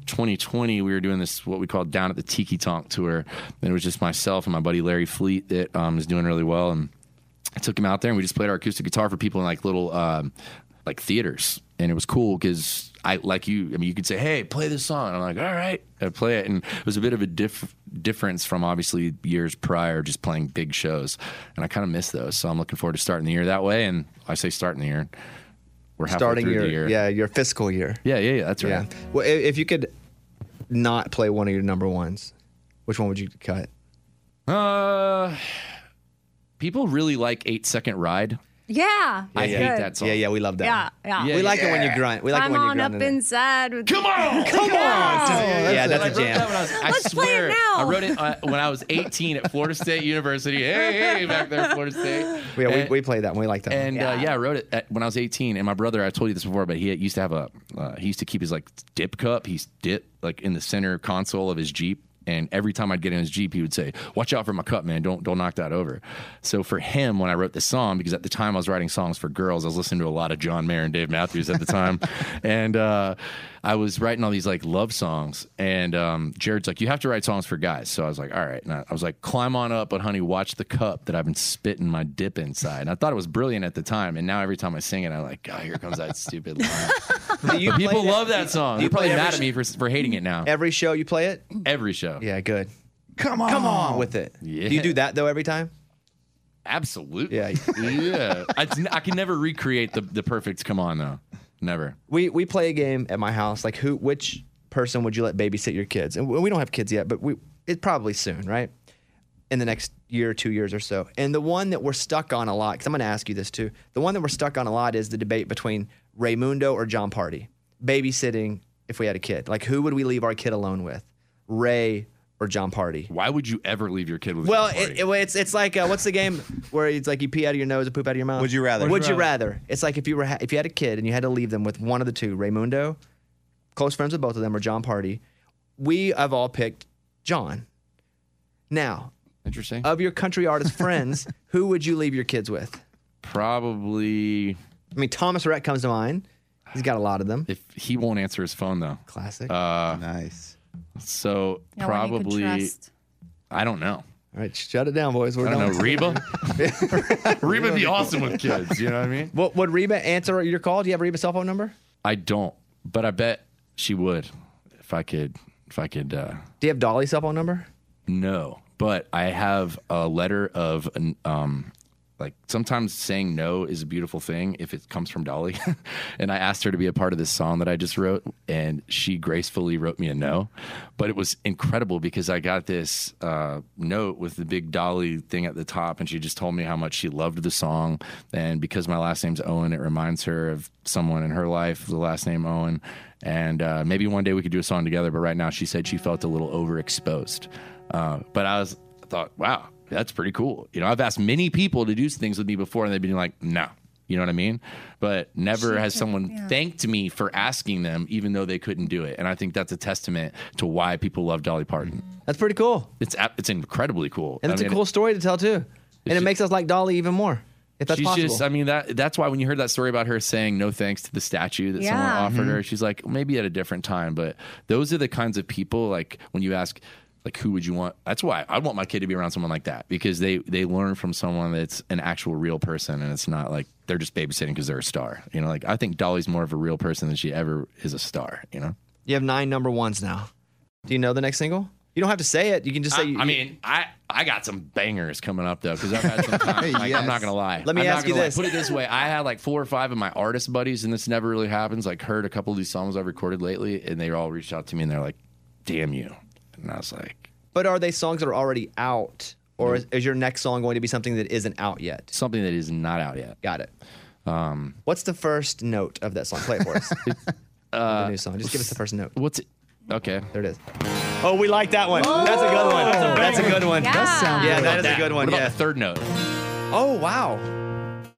S11: 2020, we were doing this what we called down at the Tiki Tonk tour, and it was just myself and my buddy Larry Fleet that um, is doing really well, and I took him out there and we just played our acoustic guitar for people in like little um, like theaters, and it was cool because I like you. I mean, you could say, "Hey, play this song." And I'm like, "All right," I play it, and it was a bit of a diff- difference from obviously years prior, just playing big shows, and I kind of miss those. So I'm looking forward to starting the year that way. And I say starting the year, we're halfway
S4: Starting
S11: through
S4: your
S11: the year.
S4: yeah your fiscal year.
S11: yeah, yeah, yeah. That's right.
S4: Yeah. Well, i- if you could not play one of your number ones, which one would you cut?
S11: Uh, people really like Eight Second Ride.
S5: Yeah.
S11: I
S5: that's
S11: hate
S5: good.
S11: that song.
S4: Yeah, yeah, we love
S5: Yeah, yeah.
S4: We like it when you grunt. We like
S5: I'm
S4: it when you
S5: on
S4: grunt.
S5: up
S4: in it.
S5: inside. With come [LAUGHS]
S11: on,
S5: come
S11: Yeah,
S4: Yeah, that's a
S11: I wrote that
S4: jam.
S11: when I was- I
S5: Let's play it
S11: swear,
S5: now.
S11: I wrote it uh, when I was 18 at Florida State
S4: [LAUGHS]
S11: University. Hey, hey, back there, Florida State.
S4: Yeah, we,
S11: And-
S4: we played that one. We like that one.
S11: And yeah. Uh, yeah, I wrote it at, when I was 18. And my brother, I told you this before, but he used to have a, uh, he used to keep his like dip cup. He's dip like in the center console of his Jeep. And every time I'd get in his Jeep, he would say, "Watch out for my cup, man! Don't don't knock that over." So for him, when I wrote this song, because at the time I was writing songs for girls, I was listening to a lot of John Mayer and Dave Matthews at the time, [LAUGHS] and uh, I was writing all these like love songs. And um, Jared's like, "You have to write songs for guys." So I was like, "All right." And I, I was like, "Climb on up, but honey, watch the cup that I've been spitting my dip inside." And I thought it was brilliant at the time, and now every time I sing it, I'm like, "Oh, here comes that stupid line."
S4: [LAUGHS] Do you
S11: But people
S4: play it-
S11: love that song.
S4: do you
S11: They're probably
S4: play every
S11: mad
S4: sh-
S11: at me for for hating it now.
S4: Every show you play it?
S11: Every show.
S4: Yeah, good.
S6: Come on.
S4: Come on with it.
S11: Yeah.
S4: Do you do that though every time?
S11: Absolutely.
S4: Yeah.
S11: yeah.
S4: [LAUGHS]
S11: I, I can never recreate the the perfect come on though. Never.
S4: We we play a game at my house. Like who? Which person would you let babysit your kids? And we we don't have kids yet, but we it's probably soon, right? In the next year, two years or so. And the one that we're stuck on a lot, because I'm going to ask you this too. The one that we're stuck on a lot is the debate between Raymundo or John Party babysitting. If we had a kid, like who would we leave our kid alone with? Ray or John Party?
S11: Why would you ever leave your kid with?
S4: Well,
S11: John Party?
S4: it, it- it's it's like uh, what's the game where it's like you pee out of your nose and poop out of your mouth?
S6: Would you rather?
S4: Would you rather? It's like if you were ha- if you had a kid and you had to leave them with one of the two, Raymundo, close friends with both of them, or John Party. We have all picked John. Now,
S11: interesting.
S4: Of your country artist
S11: [LAUGHS]
S4: friends, who would you leave your kids with?
S11: Probably.
S4: I mean, Thomas Rhett comes to mind. He's got a lot of them.
S11: If he won't answer his phone though.
S4: Classic.
S11: Uh,
S6: nice.
S11: So
S4: No one he could
S11: probably.
S4: trust.
S11: I don't know.
S4: All right, shut it down, boys. We're
S11: I don't
S4: done.
S11: know.
S4: [LAUGHS]
S11: Reba. [LAUGHS] Reba'd be awesome with kids. You know what I mean?
S4: What would Reba answer your call? Do you have Reba's cell phone number?
S11: I don't, but I bet she would if I could. If I could. uh
S4: Do you have Dolly's cell phone number?
S11: No, but I have a letter of an, um, like sometimes saying no is a beautiful thing if it comes from Dolly. [LAUGHS] and I asked her to be a part of this song that I just wrote, and she gracefully wrote me a no. But it was incredible because I got this uh, note with the big Dolly thing at the top, and she just told me how much she loved the song. And because my last name's Owen, it reminds her of someone in her life, the last name Owen. And uh, maybe one day we could do a song together, but right now she said she felt a little overexposed. Uh, but I was I thought, wow, that's pretty cool. You know, I've asked many people to do things with me before, and they've been like, no. You know what I mean? But never
S12: She
S11: has
S12: could-
S11: someone
S12: yeah.
S11: thanked me for asking them, even though they couldn't do it. And I think that's a testament to why people love Dolly Parton.
S4: That's pretty cool.
S11: It's ab- it's incredibly cool,
S4: And
S11: I
S4: it's
S11: mean,
S4: a cool story to tell too. And it makes us like Dolly even more. If that's
S11: she's
S4: possible.
S11: just, I mean, that that's why when you heard that story about her saying no thanks to the statue that someone
S4: Yeah.
S11: offered her,
S4: Mhm.
S11: she's like, maybe at a different time. But those are the kinds of people like when you ask, like, who would you want? That's why I want my kid to be around someone like that because they they learn from someone that's an actual real person and it's not like they're just babysitting because they're a star. You know, like I think Dolly's more of a real person than she ever is a star. You know.
S4: you have nine number ones now. Do you know the next single? You don't have to say it. You can just say.
S11: I, I
S4: [LAUGHS]
S11: mean, I I got some bangers coming up though because I've had [LAUGHS] some time. Like, I'm not gonna lie.
S4: Let me
S11: I'm not
S4: ask you
S11: gonna lie.
S4: this.
S11: Put it this way: I had like four or five of my artist buddies, and this never really happens. Like heard a couple of these songs I've recorded lately, and they all reached out to me and they're like, "Damn you!" And I was like,
S4: But are they songs that are already out, or is, is your next song going to be something that isn't out yet?
S11: Mm-hmm. "Something that is not out yet."
S4: Got it.
S11: Um,
S4: What's the first note of that song? Play it
S11: [LAUGHS]
S4: for us.
S11: uh,
S4: the new song. Just give us the first note.
S11: What's it? Okay,
S4: there it is. Oh, we like that one. That's a good one. That's a, good one.
S11: Yeah. Does sound
S4: Oh. yeah,
S11: good.
S4: that is
S11: What
S4: a good
S11: about
S4: one.
S11: the
S4: yeah.
S11: third note.
S4: Oh wow.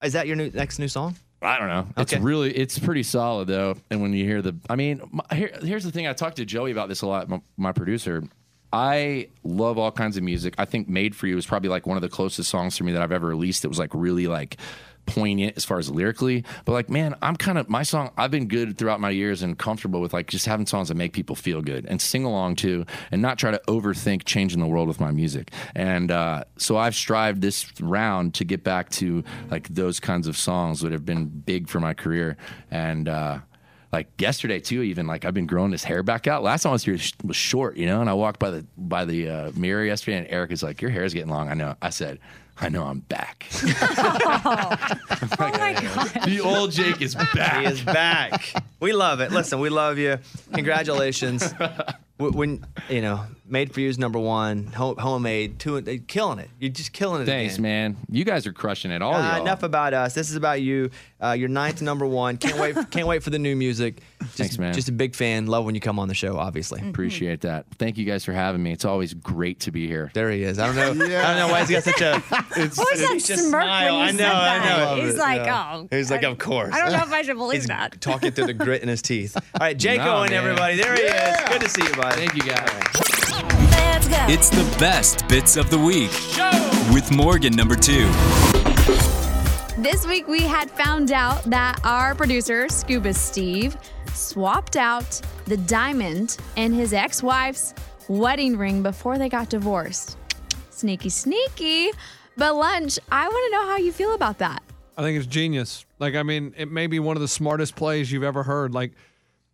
S4: Is that your new next new song?
S11: I don't know. It's really, it's pretty solid though. And when you hear the, I mean, my, here, here's the thing. I talked to Joey about this a lot, my, my producer. I love all kinds of music. I think "Made for You" is probably like one of the closest songs for me that I've ever released. It was like really like poignant as far as lyrically, but like man, I'm kind of my song. I've been good throughout my years and comfortable with like just having songs that make people feel good and sing along to, and not try to overthink changing the world with my music. And uh, so I've strived this round to get back to like those kinds of songs that have been big for my career and. uh like yesterday too even like i've been growing this hair back out last time i was here sh- was short you know and i walked by the by the uh, mirror yesterday and eric is like your hair is getting long i know i said i know i'm back the old jake is back
S4: [LAUGHS] He is back. we love it. Listen, we love you.
S11: [LAUGHS]
S4: Congratulations. W- when you know, made for you is number one. Ho- homemade, two, they're killing it. You're just killing it.
S11: Thanks, man. You guys are crushing it. All
S4: Uh,
S11: y'all.
S4: enough about us. This is about you. Uh, you're ninth, number one. Can't wait. Can't wait for the new music. Just,
S11: Thanks, man. Mm-hmm.
S4: Just a big fan. Love when you come on the show. Obviously,
S11: appreciate that. Thank you guys for having me. It's always great to be here.
S4: There he is. I don't know. I don't know why he's got
S11: [LAUGHS]
S4: such a. It's,
S5: What was that
S4: it's just
S5: smirk when
S4: smile.
S5: you
S4: I know.
S5: said that?
S4: I know. I love
S5: He's
S4: it.
S5: like, oh,
S4: [LAUGHS] He's like, of course.
S5: I don't know
S4: [LAUGHS]
S5: if I should believe
S4: He's
S5: that.
S4: Talking through the grit in his teeth. All right, Jake
S8: Nah,
S4: Owen,
S8: man.
S4: everybody. There he is. Good to see you, bud.
S11: Thank you, guys.
S8: Let's go. It's the best bits of the week with Morgan number two.
S2: This week we had found out that our producer, Scuba Steve, swapped out the diamond in his ex wife's wedding ring before they got divorced. Sneaky, sneaky. But, Lunch, I want to know how you feel about that.
S3: I think it's genius. Like, I mean, it may be one of the smartest plays you've ever heard. Like,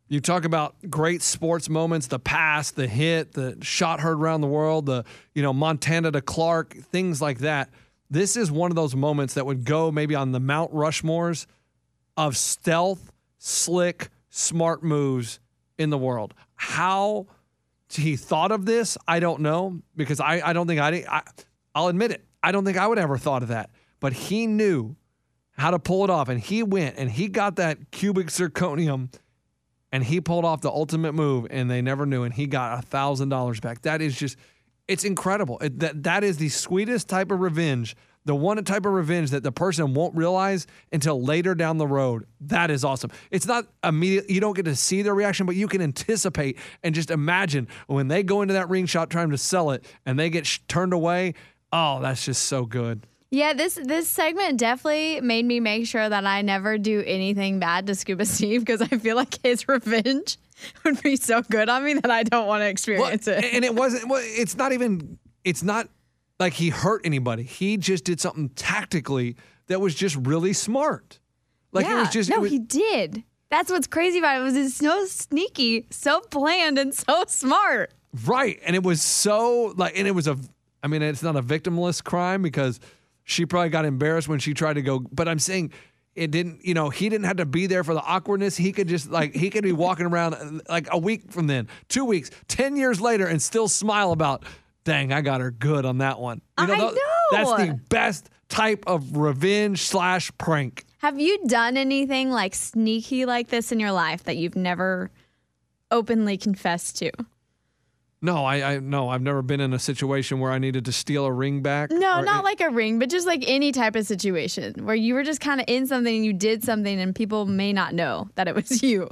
S3: you talk about great sports moments, the pass, the hit, the shot heard around the world, the, you know, Montana to Clark, things like that. This is one of those moments that would go maybe on the Mount Rushmores of stealth, slick, smart moves in the world. How he thought of this, I don't know because I, I don't think I, I I'll admit it. I don't think I would ever thought of that. But he knew how to pull it off and he went and he got that cubic zirconium and he pulled off the ultimate move and they never knew and he got a thousand dollars back that is just it's incredible It- that, that is the sweetest type of revenge the one type of revenge that the person won't realize until later down the road that is awesome it's not immediate you don't get to see their reaction but you can anticipate and just imagine when they go into that ring shop trying to sell it and they get sh- turned away oh that's just so good
S2: Yeah, this this segment definitely made me make sure that I never do anything bad to Scuba [LAUGHS] Steve because I feel like his [LAUGHS] revenge would be so good on me that I don't want to experience
S3: Well,
S2: it.
S3: And it wasn't. Well, it's not even. It's not like he hurt anybody. He just did something tactically that was just really smart. Like
S2: yeah.
S3: it was just.
S2: no,
S3: it was,
S2: he did. That's what's crazy about it was it's so sneaky, so planned, and so smart.
S3: Right. And it was so like, and it was a, I mean, it's not a victimless crime because she probably got embarrassed when she tried to go, but I'm saying it didn't, you know, he didn't have to be there for the awkwardness. He could just like, he could be walking around uh, like a week from then, two weeks, 10 years later, and still smile about, dang, I got her good on that one. You
S2: I
S3: tho- That's the best type of revenge slash prank.
S2: Have you done anything like sneaky like this in your life that you've never openly confessed to?
S3: No, I, I, no, I've never been in a situation where I needed to steal a ring back.
S2: No,
S3: or
S2: not like a ring, but just like any type of situation where you were just kind of in something and you did something and people may not know that it was [LAUGHS] you.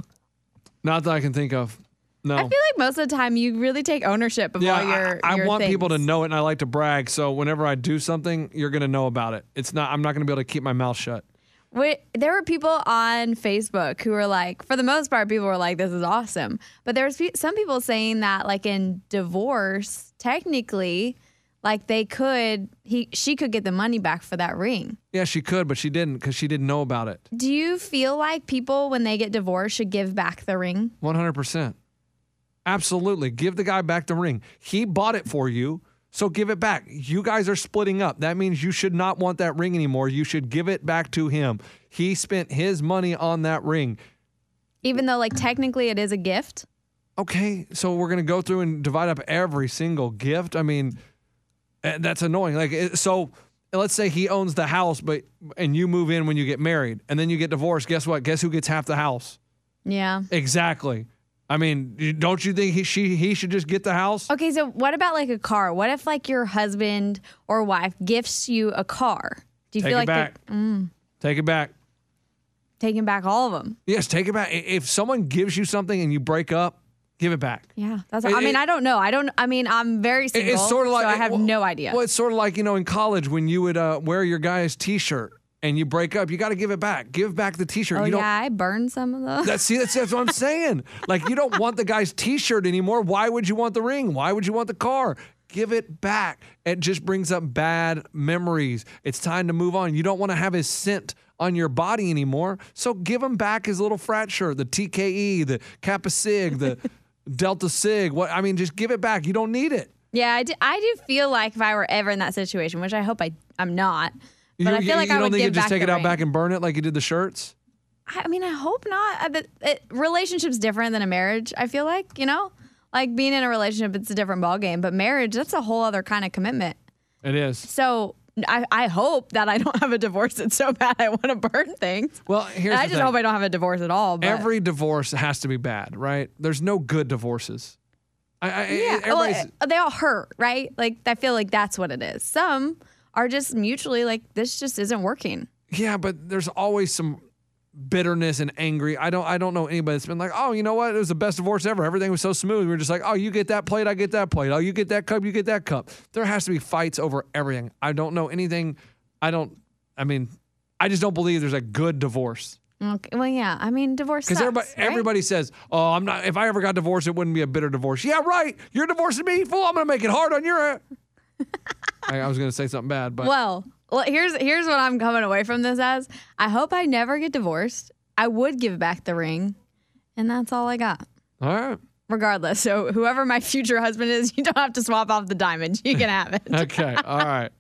S3: Not that I can think of. No.
S2: I feel like most of the time you really take ownership of all your.
S3: I, I
S2: your
S3: want
S2: things.
S3: people to know it, and I like to brag. So whenever I do something, you're gonna know about it. It's not. I'm not gonna be able to keep my mouth shut.
S2: Wait, there were people on Facebook who were like, for the most part, people were like, "This is awesome," but there was pe- some people saying that, like in divorce, technically, like they could he she could get the money back for that ring.
S3: Yeah, she could, but she didn't because she didn't know about it.
S2: Do you feel like people when they get divorced should give back the ring?
S3: 100. percent Absolutely, give the guy back the ring. He bought it for you, so give it back. You guys are splitting up. That means you should not want that ring anymore. You should give it back to him. He spent his money on that ring.
S2: Even though, like, technically it is a gift.
S3: okay, so we're gonna go through and divide up every single gift. I mean, eh, that's annoying. Like, it- so let's say he owns the house, but and you move in when you get married, and then you get divorced. Guess what? Guess who gets half the house?
S2: Yeah.
S3: Exactly. I mean, you- don't you think he she he should just get the house?
S2: Okay, so what about like a car? What if like your husband or wife gifts you a car? Do you
S3: Take
S2: feel
S3: it
S2: like that-
S3: back.
S2: Mm.
S3: Take it back.
S2: taking back all of them.
S3: Yes, take it back. I- If someone gives you something and you break up, give it back.
S2: Yeah, that's.
S3: It-
S2: I mean,
S3: it-
S2: I don't know. I don't. I mean, I'm very
S3: It-
S2: single,
S3: it's sort of like
S2: so I have
S3: well-
S2: no idea.
S3: Well, it's sort of like you know in college when you would uh, wear your guy's T-shirt and you break up, you got to give it back. Give back the T-shirt.
S2: oh
S3: you
S2: yeah,
S3: don't.
S2: I burned some of those.
S3: That's see, that's, that's what I'm saying. Like you don't want the guy's T-shirt anymore. Why would you want the ring? Why would you want the car? Give it back. It just brings up bad memories. It's time to move on. You don't want to have his scent on your body anymore. So give him back his little frat shirt, the TKE, the Kappa
S2: [LAUGHS]
S3: Sig, the Delta Sig. What I mean, just give it back. You don't need it.
S2: [LAUGHS] yeah, I do, I do feel like if I were ever in that situation, which I hope I I'm not, but
S3: you,
S2: I feel like
S3: you
S2: I
S3: don't
S2: would give
S3: think you just
S2: back
S3: take
S2: the
S3: it out
S2: ring.
S3: back and burn it like you did the shirts?
S2: I mean, I hope not. I- But it, relationships different than a marriage. I feel like you know, like being in a relationship, it's a different ballgame. But marriage, that's a whole other kind of commitment.
S3: It is.
S2: So I, I hope that I don't [LAUGHS] have a divorce. It's so bad I want to burn things.
S3: Well, here's
S2: I
S3: the
S2: just
S3: thing.
S2: hope I don't have a divorce at all. But.
S3: Every divorce has to be bad, right? There's no good divorces. I,
S2: yeah,
S3: I,
S2: well,
S3: everybody's.
S2: uh, they all hurt, right? Like I feel like that's what it is. Some are just mutually like this just isn't working.
S3: Yeah, but there's always some bitterness and angry. I don't I don't know anybody that's been like, oh, you know what? It was the best divorce ever. Everything was so smooth. We were just like, oh, you get that plate, I get that plate. Oh, you get that cup, you get that cup. There has to be fights over everything. I don't know anything. I don't. I mean, I just don't believe there's a good divorce.
S2: Okay, well, yeah, I mean divorce.
S3: Because
S2: Because
S3: everybody, everybody says, "Oh, I'm not. If I ever got divorced, it wouldn't be a bitter divorce." Yeah, right. You're divorcing me, fool. I'm gonna make it hard on your. I, I was gonna say something bad, but
S2: well, well, here's here's what I'm coming away from this as. I hope I never get divorced. I would give back the ring, and that's all I got.
S3: all right,
S2: Regardless, so whoever my future husband is, [LAUGHS] you don't have to swap off the diamond. You can have
S3: [LAUGHS]
S2: it.
S3: [LAUGHS] okay, all right.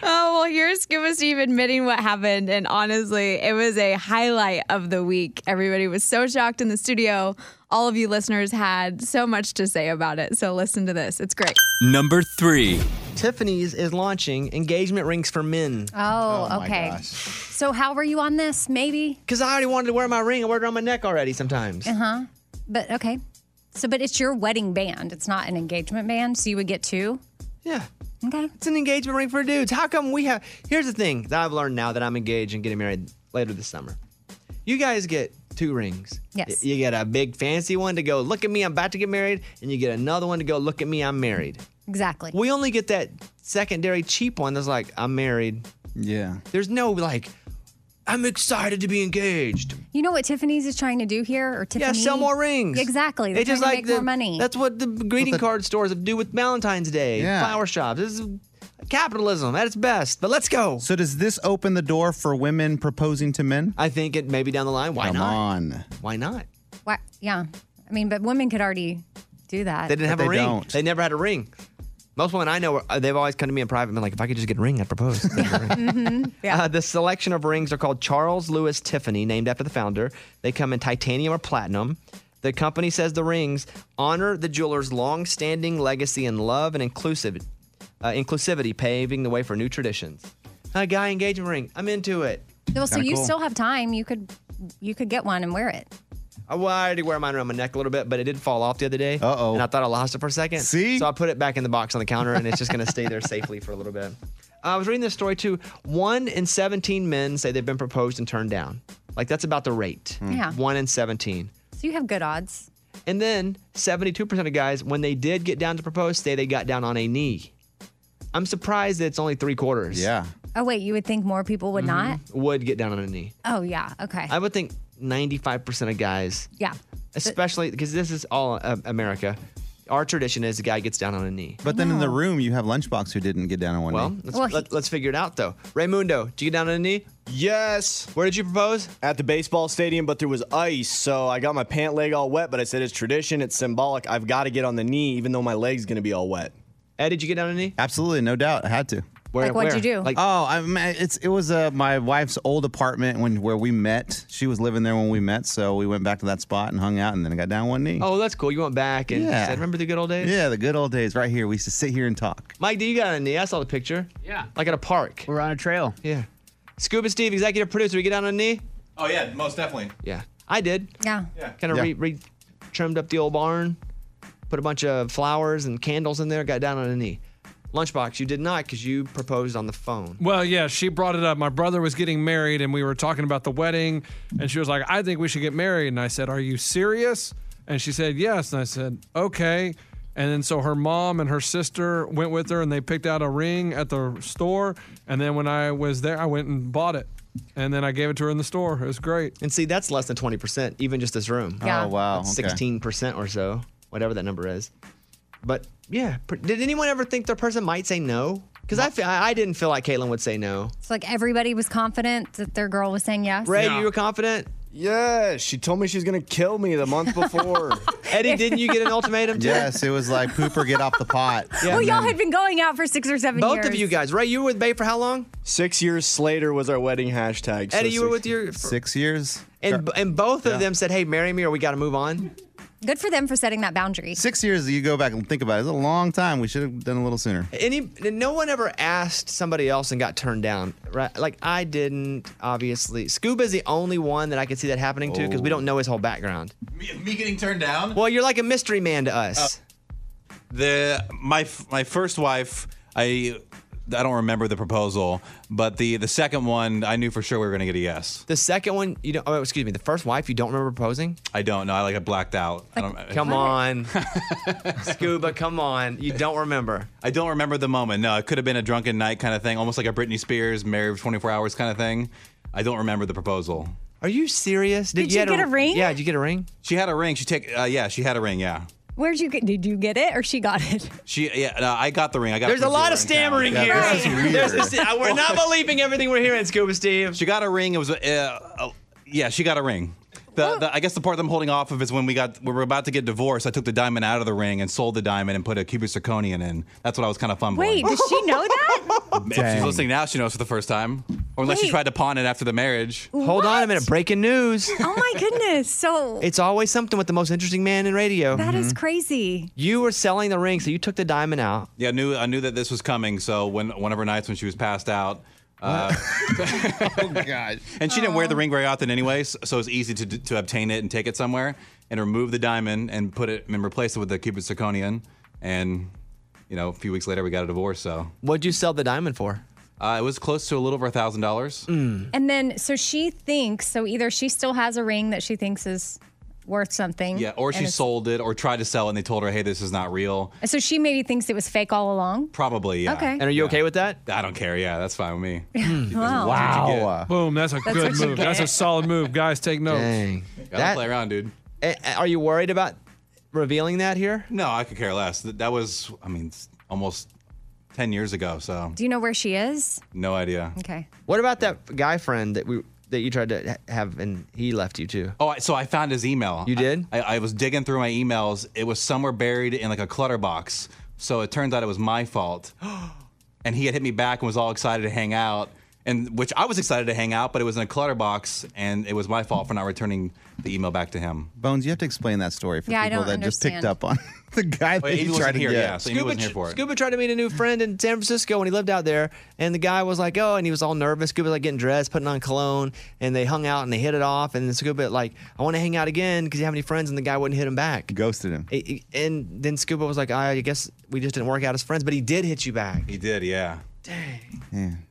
S2: Oh, well, here's Scuba Steve admitting what happened. And honestly, it was a highlight of the week. Everybody was so shocked in the studio. All of you listeners had so much to say about it. So listen to this. It's great.
S8: Number three.
S4: Tiffany's is launching engagement rings for men.
S5: Oh,
S4: Oh my
S5: okay.
S4: gosh.
S5: So how were you on this? Maybe.
S4: Because I already wanted to wear my ring. I wear it on my neck already sometimes.
S5: Uh huh. But okay. So, but it's your wedding band. It's not an engagement band, so you would get two.
S4: Yeah.
S5: Okay.
S4: It's an engagement ring for dudes. How come we have? Here's the thing that I've learned now that I'm engaged and getting married later this summer. You guys get two rings.
S5: Yes.
S4: Y- You get a big fancy one to go, look at me, I'm about to get married. And you get another one to go, look at me, I'm married.
S5: Exactly.
S4: We only get that secondary cheap one that's like, I'm married.
S6: Yeah.
S4: There's no like, I'm excited to be engaged.
S5: You know what Tiffany's is trying to do here, or Tiffany?
S4: Yeah, sell more rings.
S5: Exactly. They're
S4: It's just
S5: trying to
S4: like
S5: make
S4: the-
S5: more money.
S4: That's what the greeting card stores do with Valentine's Day.
S6: Yeah.
S4: Flower shops. This is capitalism at its best. But let's go.
S6: So does this open the door for women proposing to men?
S4: I think it maybe down the line. Why
S6: Come
S4: not?
S6: on.
S4: Why not?
S5: Why, yeah. I mean, but women could already do that.
S4: They didn't have a ring. They never had a ring. Most women I know, uh, they've always come to me in private and been like, if I could just get a ring, I'd propose. [LAUGHS]
S5: Mhm.
S4: Uh, the selection of rings are called Charles Lewis Tiffany, named after the founder. They come in titanium or platinum. The company says the rings honor the jeweler's long-standing legacy in love and inclusive, uh, inclusivity, paving the way for new traditions. A guy engagement ring. I'm into it.
S5: Well, so you still have time. You could, you could get one and wear it.
S4: I, Uh, well, I already wear mine around my neck a little bit, but it did fall off the other day. Uh oh. And I thought I lost it for a second. See? So I put it back in the box on the counter, and it's just going to stay there safely for a little bit. Uh, I was reading this story too. One in 17 men say they've been proposed and turned down. Like, that's about the rate.
S5: Hmm. Yeah.
S4: One in 17.
S5: So you have good odds.
S4: And then 72% of guys, when they did get down to propose, say they got down on a knee. I'm surprised that it's only three quarters. Yeah.
S5: Oh wait, you would think more people would not.
S4: Would get down on a knee.
S5: Oh yeah. Okay.
S4: I would think 95% of guys
S5: yeah.
S4: especially because this is all uh, America. Our tradition is the guy gets down on a knee.
S6: But then in the room, you have Lunchbox who didn't get down on one
S4: well,
S6: knee.
S4: let's, let, us figure it out though. Raymundo, did you get down on a knee? Yes. Where did you propose?
S9: At the baseball stadium, but there was ice, so I got my pant leg all wet. But I said it's tradition, it's symbolic. I've got to get on the knee, even though my leg's gonna be all wet.
S4: Ed, did you get down on a knee?
S6: Absolutely, no doubt. I had to.
S4: Where- Like, what'd where? you do? Like-
S6: oh, I mean, it's it was uh, my wife's old apartment when where we met. She was living there when we met, so we went back to that spot and hung out, and then I got down on one knee.
S4: Oh, that's cool. You went back and
S6: Yeah.
S4: said, "Remember the good old days?"
S6: Yeah, the good old days, right here. We used to sit here and talk.
S4: Mike, do you got on a knee? I saw the picture. Yeah. Like at a park.
S13: We're on a trail.
S4: Yeah. Scuba Steve, executive producer, you get down on a knee?
S9: Oh yeah, most definitely.
S4: Yeah. I did.
S5: Yeah.
S4: Kind of re, re trimmed up the old barn, put a bunch of flowers and candles in there, got down on a knee. Lunchbox, you did not because you proposed on the phone.
S3: Well, yeah, she brought it up. My brother was getting married and we were talking about the wedding and she was like, "I think we should get married." And I said, "Are you serious?" And she said, "Yes." And I said, "Okay." And then so her mom and her sister went with her and they picked out a ring at the store and then when I was there, I went and bought it. And then I gave it to her in the store. It was great.
S4: And see, that's less than 20%, even just this room.
S3: Yeah. Oh, wow,
S4: That's
S3: okay.
S4: 16% or so, whatever that number is. But yeah, pr- did anyone ever think their person might say no? Because I, fe- I I didn't feel like Caitlin would say no.
S5: It's like everybody was confident that their girl was saying yes.
S4: Ray,
S5: [LAUGHS]
S4: you were confident?
S9: Yeah, she told me she's gonna kill me the month before.
S4: [LAUGHS] Eddie, didn't you get an ultimatum?
S6: Yes, it was like pooper, get off the pot.
S5: well, y'all had been going out for six or seven years.
S4: guys, Ray, you were with Bay for how long?
S9: Six years Slater was our wedding hashtag.
S4: Eddie, you were with your-
S6: six years,
S4: And, and both of
S6: Yeah.
S4: them said, hey, marry me or we got to move on.
S5: Good for them for setting that boundary.
S6: Six years. You go back and think about it. It's a long time. We should have done a little sooner.
S4: Any, no one ever asked somebody else and got turned down, right? Like I didn't, obviously. Scuba's the only one that I could see that happening to
S9: Oh.
S4: because we don't know his whole background.
S13: Me, me getting turned down? Uh,
S4: Well, you're like a mystery man to us.
S13: The my f- my first wife, I I don't remember the proposal, but the the second one, I knew for sure we were gonna get a yes.
S9: Uh.
S4: the second one, you don't. Oh, excuse me. The first wife, you don't remember proposing?
S13: I don't know. I like I blacked out. I don't,
S4: Come on, [LAUGHS] Scuba. Come on. You don't remember.
S13: [LAUGHS] I don't remember the moment. No, it could have been a drunken night kind of thing, almost like a Britney Spears married for 24 hours kind of thing. I don't remember the proposal.
S4: Are you serious?
S5: Did you
S13: had
S5: get a ring?
S4: did you get a ring?
S13: She had a ring. She take. Uh, yeah, she had a ring. Yeah.
S5: Where'd you get? Did you get it or she got it?
S13: She. Yeah. No, I got the ring. I got.
S4: There's a lot of stammering here. There's this- uh, we're not believing everything we're hearing, Scuba Steve.
S13: She got a ring. It was. Uh, uh, yeah, she got a ring. The, the, I guess the part that I'm holding off of is when we got we were about to get divorced. I took the diamond out of the ring and sold the diamond and put a cubic zirconian in. That's what I was kind of fumbling.
S5: Wait, does she know that?
S13: If she's listening now, she knows for the first time. Or unless she
S5: Wait.
S13: tried to pawn it after the marriage.
S4: Hold on a minute. Breaking news.
S5: oh my goodness! So
S4: It's always something with the most interesting man in radio. Mm-hmm.
S5: that is crazy.
S4: You were selling the ring, so you took the diamond out.
S13: Yeah, I knew I knew that this was coming. So when one of her nights when she was passed out. Uh, [LAUGHS] oh
S6: God!
S13: And she didn't wear the ring very often, anyways, so it's easy to to obtain it and take it somewhere and remove the diamond and put it and replace it with the cubic zirconian. And you know, a few weeks later, we got a divorce. So
S4: what'd you sell the diamond for? Mm.
S13: Uh, it was close to a little over a thousand dollars.
S5: And then, so she thinks. So either she still has a ring that she thinks is worth something.
S13: Yeah, or
S5: and
S13: she
S5: it's-
S13: sold it or tried to sell it, and they told her, "Hey, this is not real."
S5: So she maybe thinks it was fake all along.
S13: Probably, yeah.
S5: Okay. And are
S4: you okay with that?
S13: I don't care. Yeah, that's fine with me.
S5: [LAUGHS] Wow.
S3: Boom, that's a
S5: That's
S3: good
S5: what you
S3: move. That's a
S5: get.
S3: solid move. Guys, take notes.
S4: Dang.
S13: Gotta play around, dude.
S4: A- a- Are you worried about revealing that here?
S13: No, I could care less. Th- That was, I mean, s- almost ten years ago. So
S5: Do you know where she is?
S13: no idea.
S5: Okay.
S4: What about that guy friend that we that you tried to ha- have and he left you too?
S13: Oh, I- so I found his email. You
S4: did?
S13: I, I was digging through my emails. It was somewhere buried in like a clutter box. So it turns out it was
S4: [GASPS]
S13: my fault. and he had hit me back and was all excited to hang out. And which I was excited to hang out, but it was in a clutter box, and it was my fault for not returning the email back to him.
S6: Bones, you have to explain that story for
S13: Yeah, I
S6: people
S13: don't
S6: that just picked
S13: understand.
S6: up on the guy
S13: Wait,
S6: that
S13: he
S6: you
S13: wasn't
S6: tried to
S13: here,
S6: get.
S13: yeah, so he wasn't here for it.
S4: Scuba tried to meet a new friend in San Francisco when he lived out there, and the guy was like, "Oh," and he was all nervous. Scuba was like getting dressed, putting on cologne, and they hung out and they hit it off. And then Scuba like, "I want to hang out again because you have any friends?" And the guy wouldn't hit him back.
S6: Ghosted him.
S4: I- I- and then Scuba was like, "I guess we just didn't work out as friends," but he did hit you back.
S13: He did, yeah.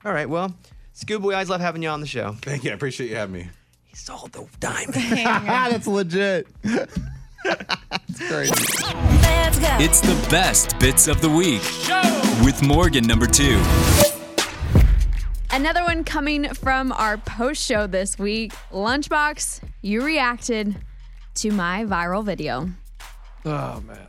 S4: All right, well, Scuba, we always love having you on the show.
S13: Thank you. I appreciate you having me.
S4: He sold the
S6: [LAUGHS]
S4: diamond.
S6: That's legit.
S8: Let's go. It's the best bits of the week with Morgan number two.
S2: Another one coming from our post show this week. Lunchbox, you reacted to my viral video.
S3: Oh man.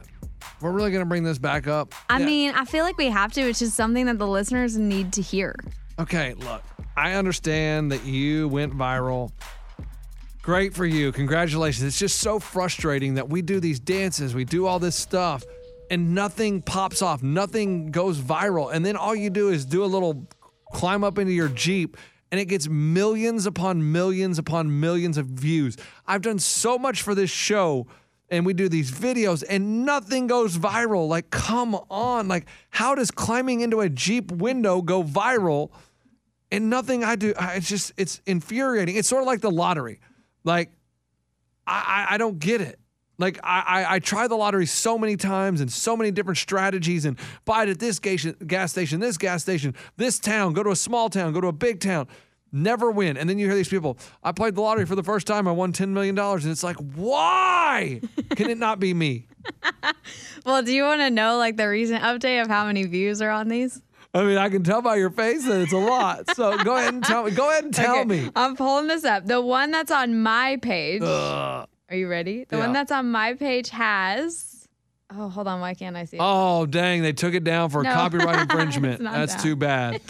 S3: We're really gonna bring this back up.
S2: I mean, I feel like we have to. It's just something that the listeners need to hear.
S3: Okay, look, I understand that you went viral. Great for you. Congratulations. It's just so frustrating that we do these dances, we do all this stuff, and nothing pops off, nothing goes viral. And then all you do is do a little climb up into your Jeep, and it gets millions upon millions upon millions of views. I've done so much for this show, and we do these videos, and nothing goes viral. Like, come on. Like, how does climbing into a Jeep window go viral? and nothing I do. I, it's just it's infuriating. It's sort of like the lottery. Like I, I I don't get it. Like I, I, I try the lottery so many times and so many different strategies and buy it at this gas, gas station, this gas station, this town, go to a small town, go to a big town, never win. And then you hear these people, I played the lottery for the first time, I won $10 million. And it's like, why can it not be me?
S2: Well, do you want to know like the recent update of how many views are on these?
S3: I mean, I can tell by your face that it's a lot. So go ahead and tell me. Go ahead and tell
S2: [LAUGHS] Okay, Uh,
S3: me.
S2: I'm pulling this up. The one that's on my page.
S3: Ugh.
S2: Are you ready? The one
S3: Yeah.
S2: that's on my page has. Oh, hold on. Why can't I see it?
S3: Oh, dang. They took it down for
S2: No. [LAUGHS]
S3: copyright
S2: It's
S3: infringement.
S2: not
S3: That's
S2: that.
S3: too
S2: [LAUGHS]
S3: bad.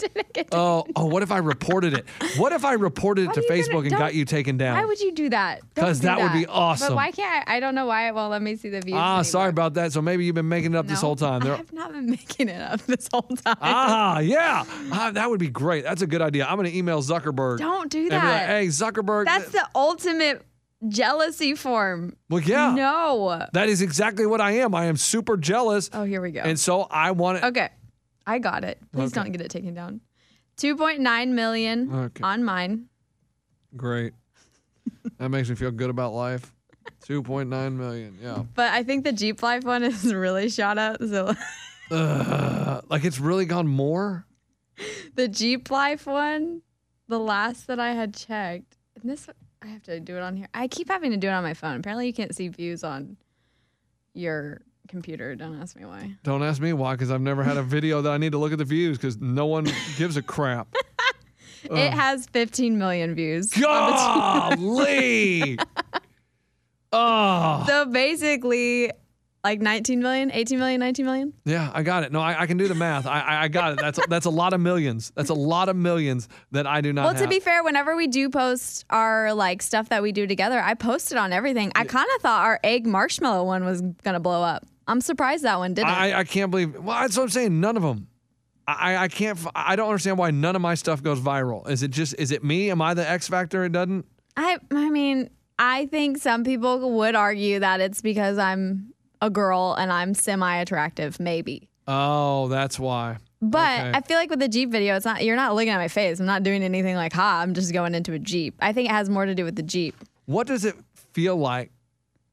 S3: Oh, oh, what if I reported it? What if I reported it to
S2: Why are you gonna-
S3: Facebook and
S2: don't-
S3: got you taken
S2: Why
S3: down?
S2: would you do that? Don't
S3: 'Cause
S2: do
S3: that would be
S2: But
S3: awesome.
S2: why can't I? I don't know why it won't let me see the views.
S3: Ah, sorry about that. So maybe you've been making it up this whole time. They're- [LAUGHS]
S2: I've not been [LAUGHS] making it up this whole time.
S3: ah, yeah. Ah, that would be great. That's a good idea. I'm going to email Zuckerberg.
S2: Don't do
S3: and be like,
S2: that.
S3: hey, Zuckerberg.
S2: That's the ultimate jealousy form.
S3: well, yeah.
S2: No.
S3: That is exactly what I am. I am super jealous.
S2: Oh, here we go.
S3: And so I want to.
S2: Okay. I got it. Please
S3: Okay.
S2: don't get it taken down. 2.9 million
S3: Okay.
S2: on mine. [LAUGHS]
S3: Great. that makes me feel good about life. 2.9 million. Yeah.
S2: But I think the Jeep Life one is [LAUGHS] really shot up. So [LAUGHS]
S3: Ugh, like it's really gone more?
S2: the Jeep Life one, the last that I had checked, and this I have to do it on here. I keep having to do it on my phone. Apparently, you can't see views on your computer. Don't ask me why.
S3: Don't ask me why, because I've never had a video that I need to look at the views because no one gives a crap.
S2: It has 15 million views. on the Jeep
S3: Golly! oh.
S2: So basically, like 19 million, 18 million, 19 million.
S3: Yeah, I got it. No, I, I can do the math. I, I, I got it. That's that's a lot of millions. That's a lot of millions that I do not
S2: well,
S3: have.
S2: to be fair, whenever we do post our like stuff that we do together, I post it on everything. I kind of thought our egg marshmallow one was gonna blow up. I'm surprised that one didn't.
S3: I, I can't believe. Well, that's what I'm saying. None of them. I, I- I can't. f- I don't understand why none of my stuff goes viral. Is it just? Is it me? Am I the X factor? It doesn't.
S2: I I mean, I think some people would argue that it's because I'm a girl and I'm semi attractive, maybe.
S3: Oh, that's why.
S2: But
S3: Okay.
S2: I feel like with the Jeep video, it's not you're not looking at my face. I'm not doing anything like ha, I'm just going into a Jeep. I think it has more to do with the Jeep.
S3: What does it feel like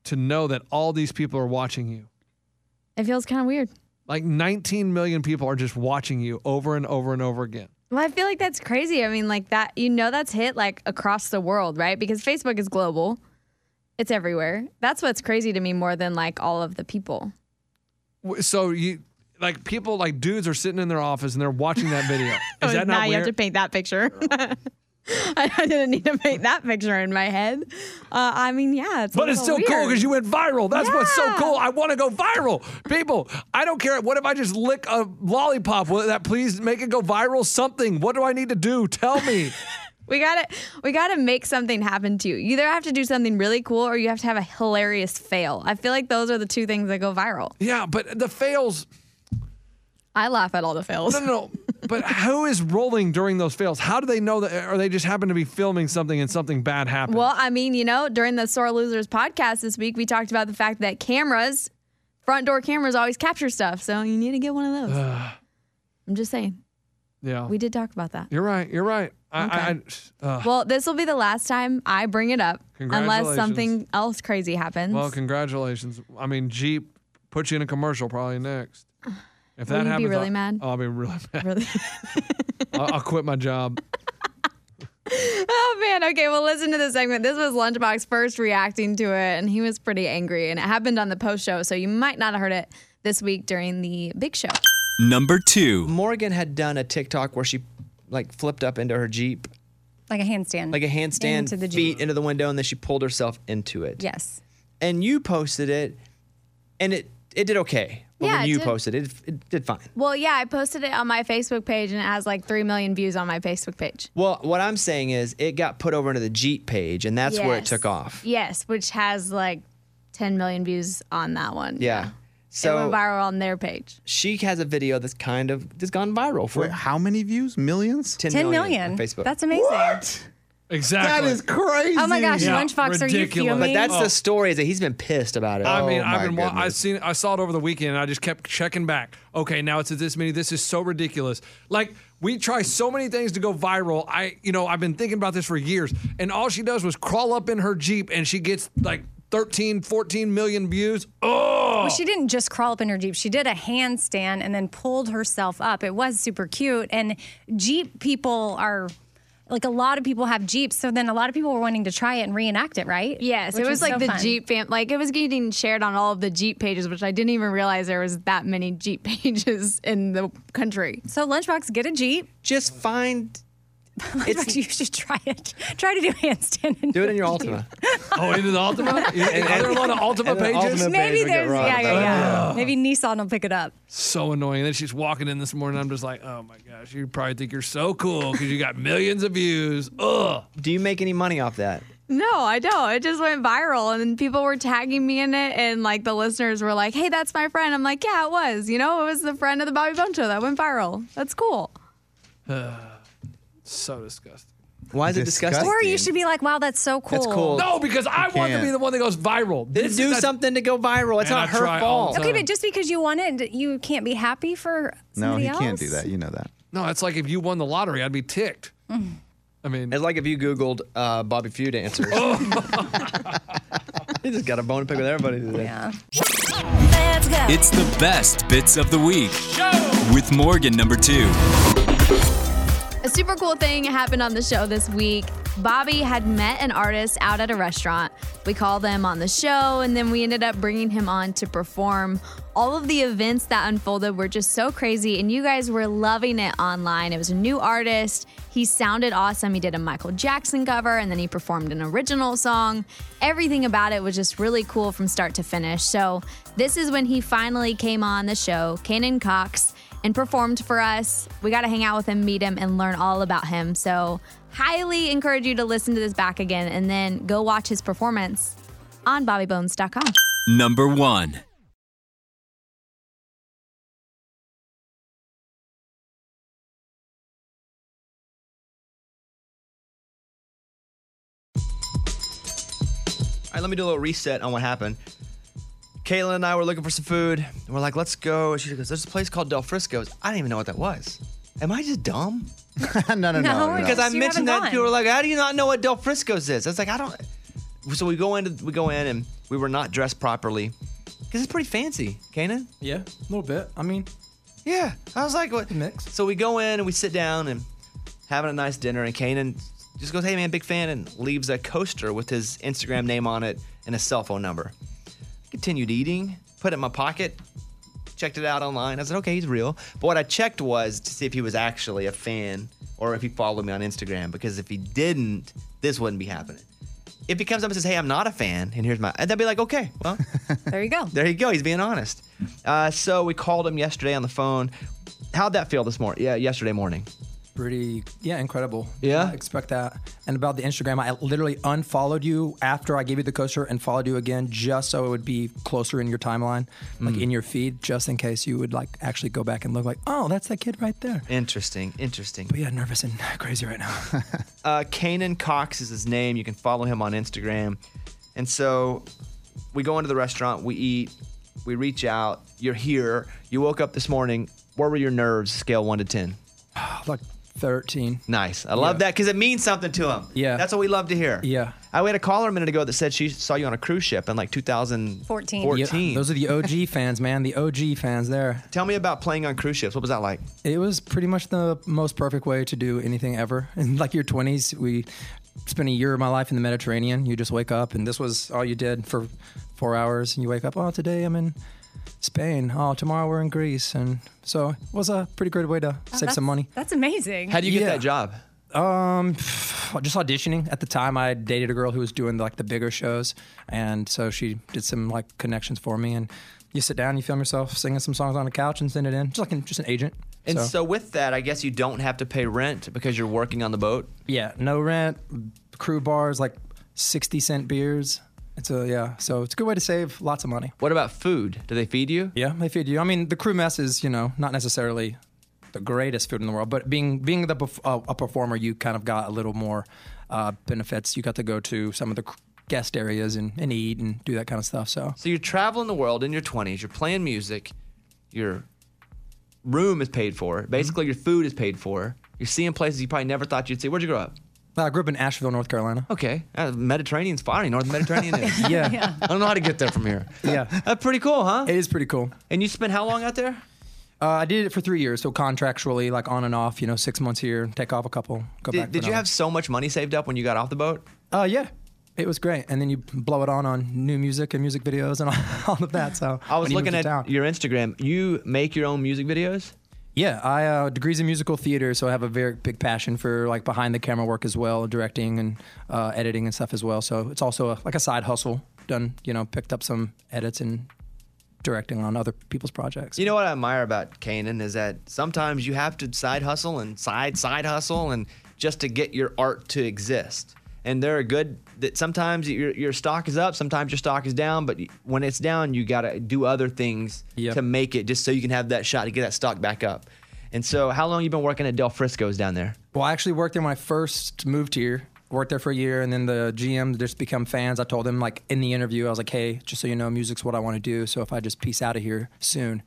S3: to know that all these people are watching you?
S2: It feels kind of weird.
S3: Like 19 million people are just watching you over and over and over again.
S2: Well, I feel like that's crazy. I mean, like that, you know, that's hit like across the world, right? Because Facebook is global, it's everywhere. That's what's crazy to me more than like all of the people.
S3: W- So you like people like dudes are sitting in their office and they're watching that
S2: [LAUGHS]
S3: video. Is that
S2: Oh, now
S3: not
S2: you have to
S3: weird?
S2: paint that [LAUGHS] picture. I I didn't need to paint that picture in my head. Uh, I mean, yeah, it's a
S3: But it's still
S2: little
S3: cool
S2: weird.
S3: because you went viral. That's what's so cool. I want to go viral. People, I don't care. What if I just lick a lollipop? Will that please make it go viral? Something. What do I need to do? Tell
S2: [LAUGHS]
S3: me.
S2: We gotta, we gotta make something happen to you. You either have to do something really cool, or you have to have a hilarious fail. I feel like those are the two things that go viral.
S3: yeah, but the fails.
S2: I laugh at all the
S3: No,
S2: fails.
S3: no, no. But who is rolling during those fails? How do they know that? Or they just happen to be filming something and something bad happened?
S2: Well, I mean, you know, during the Sore Losers podcast this week, we talked about the fact that cameras, front door cameras, always capture stuff. So you need to get one of those.
S3: Uh,
S2: I'm just saying.
S3: yeah.
S2: We did talk about that.
S3: You're right. You're right. I, I, I, oh. uh,
S2: Well, this will be the last time I bring it up unless
S3: Congratulations.
S2: something else crazy happens.
S3: well, congratulations. I mean, Jeep put you in a commercial probably next.
S2: [SIGHS]
S3: If
S2: Will
S3: that
S2: you be
S3: happens,
S2: really
S3: I'll,
S2: mad?
S3: I'll be really [LAUGHS] mad.
S2: Really?
S3: I'll, I'll quit my
S4: [LAUGHS]
S3: job.
S2: [LAUGHS] oh, man. Okay. Well, listen to this segment. This was Lunchbox first reacting to it, and he was pretty angry. And it happened on the post show. So you might not have heard it this week during the big show.
S8: Number two.
S4: Morgan had done a TikTok where she like flipped up into her Jeep,
S5: Like a handstand.
S4: like a handstand,
S5: Mm-hmm. Into the Jeep.
S4: feet into the window, and then she pulled herself into it.
S5: Yes.
S4: And you posted it, and it it did okay. Well,
S2: Yeah,
S4: when
S2: it
S4: you
S2: did.
S4: posted it, it did fine.
S2: Well, yeah, I posted it on my Facebook page and it has like 3 million views on my Facebook page.
S4: Well, what I'm saying is it got put over into the Jeep page, and that's where it
S2: Yes.
S4: took off.
S2: Yes, which has like 10 million views on that
S5: Mm,
S2: one.
S4: Yeah.
S2: it
S4: So
S2: went viral on their page.
S4: she has a video that's kind of that's gone viral for how many views? Millions? 10,
S5: 10
S4: million,
S5: million.
S4: on Facebook.
S5: That's amazing.
S3: Exactly.
S5: crazy. Oh my gosh, Lunchbox, are you fuming?
S4: But that's
S3: Oh.
S4: the story is that he's been pissed about it.
S3: I mean,
S4: Oh,
S3: I've
S4: my
S3: been wa- I
S4: goodness.
S3: seen I saw it over the weekend and I just kept checking back. Okay, now it's at this many. This is so ridiculous. Like we try so many things to go viral. I you know, I've been thinking about this for years and all she does was crawl up in her Jeep and she gets like 13, 14 million views. Oh,
S5: Well, she didn't just crawl up in her Jeep. She did a handstand and then pulled herself up. It was super cute. And Jeep people are like a lot of people have Jeeps. So then a lot of people were wanting to try it and reenact it, right?
S2: Yes, it was like the Jeep fam. Like it was getting shared on all of the Jeep pages, which I didn't even realize there was that many Jeep [LAUGHS] pages in the country.
S5: So lunchbox, get a Jeep.
S4: Just find.
S5: you should try it. [LAUGHS] Try to do handstand.
S4: Do it in
S5: [LAUGHS]
S4: your Ultima.
S3: oh, into the
S4: [LAUGHS]
S3: Ultima? Are there a lot of Ultima
S4: And the
S3: pages?
S4: Ultima
S5: Maybe there's yeah, yeah, yeah.
S3: Ugh.
S5: Maybe Nissan will pick it up.
S3: So annoying. And then she's walking in this morning. I'm just like, oh my gosh, you probably think you're so cool because you got millions of views. Ugh.
S4: Do you make any money off that?
S2: No, I don't. It just went viral, and then people were tagging me in it, and like the listeners were like, "Hey, that's my friend." I'm like, "Yeah, it was. You know, it was the friend of the Bobby Bone Show that went viral. That's cool."
S3: [SIGHS] so disgusting.
S4: Why is it disgusting?
S5: Or you should be like, wow, that's so cool.
S3: No, because I want to
S4: can't.
S3: be the one that goes viral.
S4: Then
S3: This
S4: do
S3: is a-
S4: something to go viral. It's
S3: And
S4: not
S3: I
S4: her
S3: try all
S4: fault.
S3: the
S5: Okay,
S3: time.
S5: but just because you won it, you can't be happy for
S3: No,
S5: somebody
S3: he
S5: else.
S3: can't do that.
S6: You know that.
S3: No, it's like if you won the lottery, I'd be ticked.
S5: Mm,
S3: I mean, Oh.
S4: it's like if you Googled uh, Bobby Few dancers. [LAUGHS] you just got a bone to pick with everybody today.
S5: Yeah.
S8: Let's go. It's the best bits of the week with Morgan number two.
S2: A super cool thing happened on the show this week. Bobby had met an artist out at a restaurant. We called them on the show, and then we ended up bringing him on to perform. All of the events that unfolded were just so crazy, and you guys were loving it online. It was a new artist. He sounded awesome. He did a Michael Jackson cover, and then he performed an original song. Everything about it was just really cool from start to finish. So, this is when he finally came on the show, Kanan Cox and performed for us. We got to hang out with him, meet him, and learn all about him. So, highly encourage you to listen to this back again and then go watch his performance on bobbybones.com.
S8: Number one.
S4: All right, let me do a little reset on what happened. Caitlin and I were looking for some food. We're like, let's go. And she goes, there's a place called Del Frisco's. I didn't even know what that was. Am I just dumb?
S6: [LAUGHS] no, no, no,
S4: no,
S6: no.
S4: Because I
S6: You haven't
S4: mentioned that, and people were like, how do you not know what Del Frisco's is? I was like, I don't. So we go in, we go in, and we were not dressed properly because it's pretty fancy. Kanan?
S14: Yeah, a little bit. I mean,
S4: Yeah. I was like, what? Mix. So we go in and we sit down and having a nice dinner, and Kanan just goes, hey man, big fan, and leaves a coaster with his Instagram name on it and his cell phone number. Continued eating, put it in my pocket, checked it out online. I said, okay, he's real. But what I checked was to see if he was actually a fan or if he followed me on Instagram, because if he didn't, this wouldn't be happening. If he comes up and says, hey, I'm not a fan, and here's my, and they'd be like, okay, well,
S5: [LAUGHS] there you go.
S4: There you go. He's being honest. Uh, so we called him yesterday on the phone. How'd that feel this morning? Yeah, yesterday morning.
S14: pretty yeah incredible
S4: Yeah?
S14: Did not expect that and about the instagram i literally unfollowed you after i gave you the coaster and followed you again just so it would be closer in your timeline like
S4: Mm.
S14: in your feed just in case you would like actually go back and look like oh that's that kid right there
S4: Interesting. Interesting.
S14: but yeah nervous and [LAUGHS] crazy right now
S4: uh, Kanan Cox is his name. You can follow him on Instagram. And so we go into the restaurant, we eat, we reach out. You're here. You woke up this morning. Where were your nerves? Scale one to 10.
S14: like 13
S4: Nice. I love
S14: Yeah.
S4: that because it means something to him.
S14: Yeah.
S4: That's what we love to hear.
S14: Yeah.
S4: I we had a caller a minute ago that said she saw you on a cruise ship in like 2014.
S14: Yeah, those are the og fans man the og fans there
S4: Tell me about playing on cruise ships. What was that like?
S14: It was pretty much the most perfect way to do anything ever. [LAUGHS] In like your 20s, we spent a year of my life in the Mediterranean. You just wake up, and this was all you did for four hours. And you wake up, oh, today I'm in Spain. Oh, tomorrow we're in Greece. And so it was a pretty great way to save
S5: Oh, that's-
S14: some money.
S5: That's amazing.
S4: job?
S14: Um, [SIGHS] just auditioning. At the time, I dated a girl who was doing like the bigger shows, and so she did some like connections for me. And you sit down, you film yourself singing some songs on a couch, and send it in. Just like an, just an agent.
S4: And so. with that, I guess you don't have to pay rent because you're working on the boat.
S14: Yeah, no rent, crew bars, like 60 cent beers. It's a, yeah, so it's a good way to save lots of money.
S4: What about food? Do they feed you?
S14: Yeah, they feed you. I mean, the crew mess is, you know, not necessarily the greatest food in the world, but being being the perf- uh, a performer, you kind of got a little more uh, benefits. You got to go to some of the cr- guest areas and, and eat and do that kind of stuff. So
S4: So you're traveling the world in your 20s. You're playing music. Your Mm-hmm. room is paid for. Basically, your food is paid for. You're seeing places you probably never thought you'd see. Where'd you grow up?
S14: I grew up in Asheville, North Carolina.
S4: Okay. Uh, Mediterranean's fine. North Mediterranean is.
S14: [LAUGHS] Yeah. Yeah.
S4: I don't know how to get there from [LAUGHS] here.
S14: Yeah.
S4: That's pretty cool, huh? It
S14: is pretty cool.
S4: And you spent how long out there?
S14: Uh, I did it for three years, so contractually, like on and off, you know, six months here, take off a couple, go back.
S4: Did,
S14: for
S4: did you
S14: another.
S4: have so much money saved up when you got off the boat?
S14: Uh, yeah, it was great. And then you blow it on on new music and music videos and [LAUGHS] all, all of that. So
S4: I was
S14: when you
S4: looking
S14: moved
S4: at
S14: to town.
S4: your Instagram. You make your own music videos?
S14: Yeah, I uh, degrees in musical theater, so I have a very big passion for like behind the camera work as well, directing and uh, editing and stuff as well. So it's also a, like a side hustle. Done, you know, picked up some edits and directing on other people's projects.
S4: You know what I admire about Kanan is that sometimes you have to side hustle and side side hustle and just to get your art to exist. And there are good that sometimes your your stock is up, sometimes your stock is down, but when it's down, you got to do other things
S14: Yep.
S4: to make it just so you can have that shot to get that stock back up. And so, how long you been working at Del Frisco's down there?
S14: Well, I actually worked there when I first moved here. Worked there for a year, and then the GM just become fans. I told them like in the interview, I was like, "Hey, just so you know, music's what I want to do. So if I just peace out of here soon,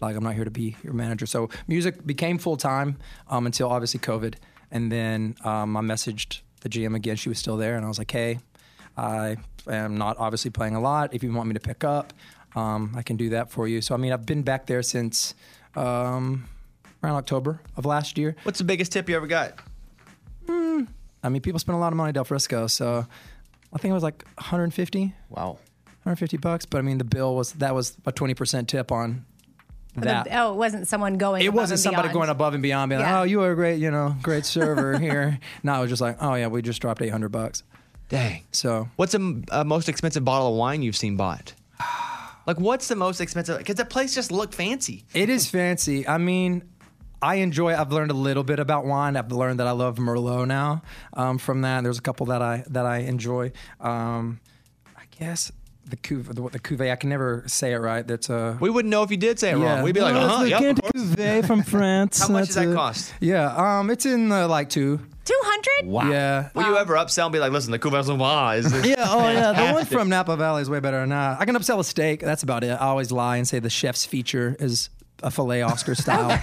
S14: like I'm not here to be your manager." So music became full time um, until obviously COVID, and then um, I messaged the GM again. She was still there, and I was like, "Hey, I am not obviously playing a lot. If you want me to pick up, um, I can do that for you." So I mean, I've been back there since um, around October of last year.
S4: What's the biggest tip you ever got?
S14: I mean, people spend a lot of money at Del Frisco, so I think it was like 150.
S4: Wow,
S14: 150 bucks. But I mean, the bill was that was a 20 percent tip on
S5: The-
S14: that.
S5: oh, it wasn't someone going.
S14: It
S5: above
S14: wasn't
S5: and
S14: somebody
S5: beyond.
S14: going above and beyond, being
S5: Yeah.
S14: like, "Oh, you are a great, you know, great [LAUGHS] server here." No, I was just like, "Oh yeah, we just dropped 800 bucks."
S4: Dang.
S14: So
S4: what's the uh, most expensive bottle of wine you've seen bought? Like, what's the most expensive? Because the place just looked fancy.
S14: It is fancy. I mean, I enjoy. I've learned a little bit about wine. I've learned that I love Merlot now um, from that. There's a couple that I that I enjoy. Um, I guess the cuvee, the, the cuvee. I can never say it right. That's uh, a.
S4: We wouldn't know if you did say it wrong. We'd be like,
S14: Well,
S4: uh huh,
S14: it's
S4: yep.
S14: the
S4: of
S14: Cantu
S4: [LAUGHS]
S14: Cuvée from France.
S4: How much does
S14: That's
S4: that
S14: it.
S4: cost?
S14: Yeah, um, it's in the
S4: [LAUGHS]
S14: like two.
S5: Two hundred.
S14: Yeah.
S4: Will you ever upsell and be like, listen, the Cuvée Sauvage
S14: [LAUGHS]
S4: is
S14: Yeah. Oh, yeah. The one from Napa Valley is way better than I. I can upsell a steak. That's about it. I always lie and say the chef's feature is a filet Oscar style.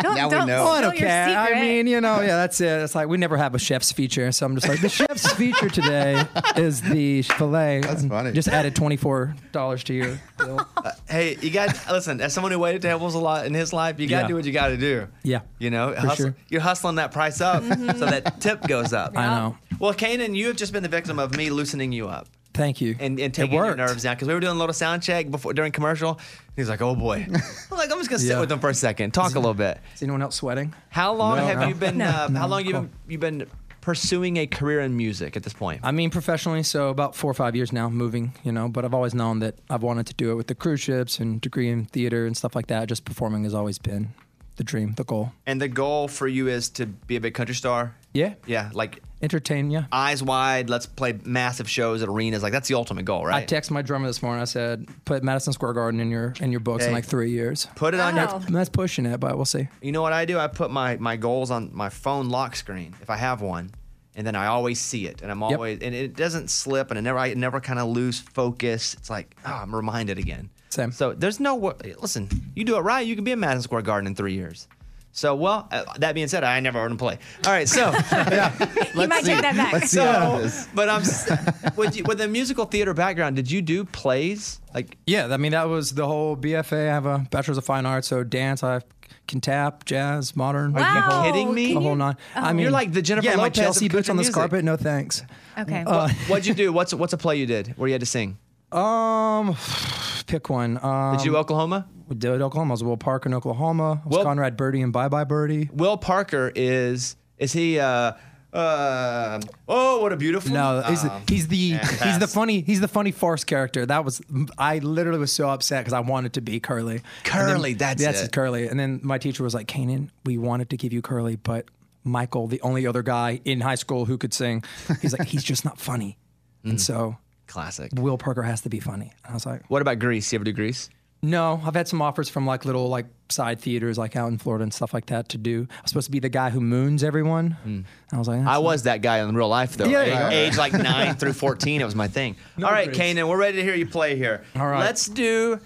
S5: Don't, don't
S14: Oh, I
S5: spill
S14: don't
S5: your
S14: care. I
S5: secret.
S14: mean, you know, yeah, that's it. It's like we never have a chef's feature, so I'm just like
S4: [LAUGHS]
S14: the chef's feature today is the fillet. That's funny. Just added twenty four dollars to your bill.
S4: Uh, Hey, you got listen. As someone who waited tables a lot in his life, you got to
S14: Yeah.
S4: do what you got to do.
S14: Yeah,
S4: You know,
S14: For
S4: hustle-
S14: sure.
S4: you're hustling that price up so that tip goes up.
S14: I know.
S4: Well, Kanan, you have just been the victim of me loosening you up
S14: Thank you.
S4: and, and taking your nerves down because we were doing a little sound check before during commercial. He's like, "Oh
S14: [LAUGHS]
S4: boy," I'm like, "I'm just gonna sit
S14: Yeah.
S4: with him for a second, talk a little bit."
S14: Is anyone else sweating?
S4: How long
S14: No.
S4: have
S14: No.
S4: you been?
S14: No.
S4: Uh, how
S14: No,
S4: long you
S14: cool.
S4: been you been pursuing a career in music at this point?
S14: I mean, professionally, so about four or five years now, moving, you know, but I've always known that I've wanted to do it with the cruise ships and degree in theater and stuff like that. Just performing has always been the dream, the goal.
S4: And the goal for you is to be a big country star.
S14: Yeah.
S4: Yeah, like
S14: Entertain you.
S4: eyes wide. Let's play massive shows at arenas. Like that's the ultimate goal,
S14: I
S4: right?
S14: texted my drummer this morning. I said, "Put Madison Square Garden in your in your books in
S4: Hey.
S14: like three years."
S4: Put it on your- Wow.
S14: That's, that's pushing it, but we'll see.
S4: you know what I do? I put my my goals on my phone lock screen if I have one, and then I always see it, and I'm
S14: Yep.
S4: always and it doesn't slip, and I never I never kind of lose focus. It's like oh, I'm reminded again. Same. So there's no wo- listen. You do it right, you can be in Madison Square Garden in three years. So well, uh, that being said, I never heard him play. All right, so
S5: You might take that back.
S4: So, but I'm s-
S14: [LAUGHS]
S4: with you, with a musical theater background. Did you do plays? Like
S14: Yeah, I mean that was the whole BFA. I have a bachelor's of fine arts, so dance. I can tap, jazz, modern.
S4: Are you Wow, kidding me?
S14: The
S4: can
S14: whole
S4: you-
S14: nine.
S4: Oh.
S14: I mean,
S4: You're like the Jennifer
S14: yeah, my
S4: Lopez of
S14: Chelsea boots
S4: country
S14: on this
S4: music.
S14: carpet. No thanks.
S5: Okay.
S14: Uh,
S4: what'd you do? What's what's a play you did? Where you had to sing?
S14: Um, [SIGHS] pick one. Um,
S4: you Oklahoma?
S14: We did Oklahoma. It was Will Park in Oklahoma. It was Conrad Birdie and Bye Bye Birdie.
S4: Will Parker is is he? Uh, uh, oh, what a beautiful.
S14: No, he's,
S4: Um,
S14: he's the
S4: yeah,
S14: he's the
S4: pass.
S14: funny he's the funny farce character. That was I literally was so upset because I wanted to be Curly. And
S4: Curly, that's
S14: that's
S4: it.
S14: Curly. And then my teacher was like, "Kanan, we wanted to give you Curly, but Michael, the only other guy in high school who could sing, he's like, he's just not funny." And so
S4: Mm. classic.
S14: Will Parker has to be funny. And I was like,
S4: What about Greece? You ever do Greece?
S14: no, I've had some offers from like little like side theaters like out in Florida and stuff like that to do. I was supposed to be the guy who moons everyone. I was like,
S4: Mm. I was that guy in real life though.
S14: Yeah,
S4: Age-
S14: yeah.
S4: Age
S14: [LAUGHS]
S4: like nine through fourteen, it was my thing. All right,
S14: worries.
S4: Kanan, we're ready to hear you play here. All
S14: right.
S4: let's do.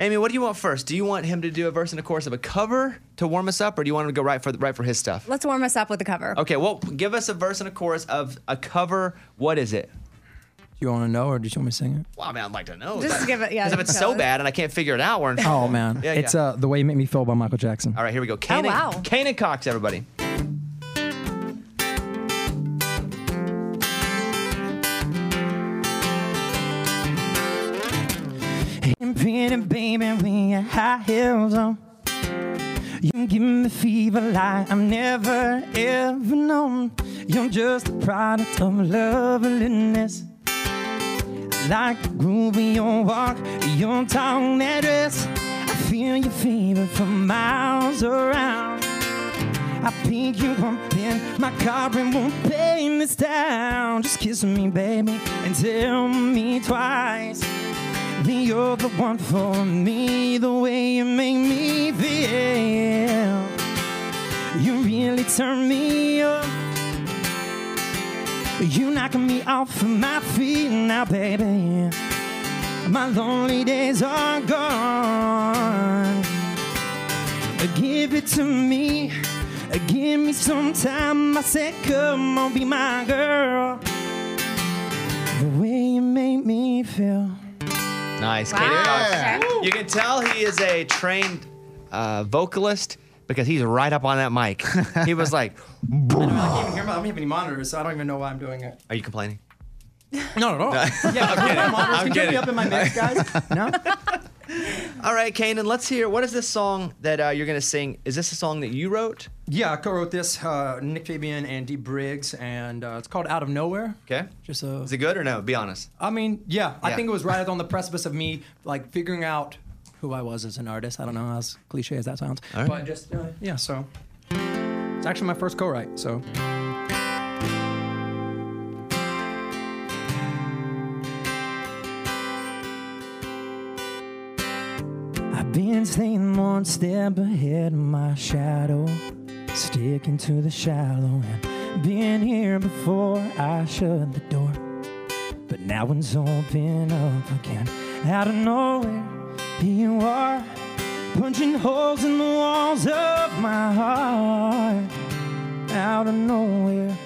S4: Amy, what do you want first? Do you want him to do a verse and a chorus of a cover to warm us up, or do you want him to go right for right for his stuff?
S5: Let's warm us up with the cover.
S4: Okay, well, give us a verse and a chorus of a cover. What is it?
S14: You want to know, or do you want me to sing it?
S4: Well, I mean, I'd like to know.
S5: Just give it- yeah,
S4: Because Oh, if it's
S5: tell
S4: so
S5: us.
S4: bad and I can't figure it out, we're in trouble.
S14: Oh man,
S4: Yeah,
S14: it's
S4: yeah.
S14: uh, the way you make me feel by Michael Jackson.
S4: All right, here we go. Kane
S5: wow.
S4: and, Kane and Cox, everybody.
S15: And pretty baby with your high heels on. You give me fever like I've never ever known. You're just a product of loveliness. I Like the groove of your walk, your tongue, that dress. I feel your fever for miles around. I think you up in my car and won't paint this town. Just kiss me, baby, and tell me twice that you're the one for me. The way you make me feel, you really turn me up. You knocking me off of my feet now, baby. My lonely days are gone. Give it to me. Give me some time. I said, come on, be my girl. The way you make me feel.
S4: Nice. Kane and Cox. You can tell he is a trained uh, vocalist because he's right up on that
S14: [LAUGHS]
S4: mic. he was like,
S14: I can't even hear my. I don't have any monitors, so I don't even know why I'm doing it.
S4: Are you complaining?
S14: [LAUGHS] Not at all. yeah,
S4: [LAUGHS] I'm kidding.
S14: my monitors
S4: I'm
S14: can turn
S4: kidding.
S14: me up in my mix,
S4: [LAUGHS]
S14: guys. No.
S4: All right, Kanan, let's hear. What is this song that uh, you're going to sing? Is this a song that you wrote?
S14: Yeah, I co-wrote this. Uh, Nick Fabian and Dee Briggs, and uh, it's called Out of Nowhere.
S4: Okay.
S14: Just a.
S4: Is it good or no? Be honest.
S14: I mean, yeah,
S4: Yeah.
S14: I think it
S4: [LAUGHS]
S14: was right on the precipice of me like figuring out who I was as an artist. I don't know how as cliche as that sounds,
S4: All right.
S14: but just uh, yeah. So it's actually my first co-write. So
S15: I've been staying one step ahead of my shadow, sticking to the shallow end. Been here before I shut the door, but now it's open up again. Out of nowhere, here you are, punching holes in the walls of my heart. Out of nowhere.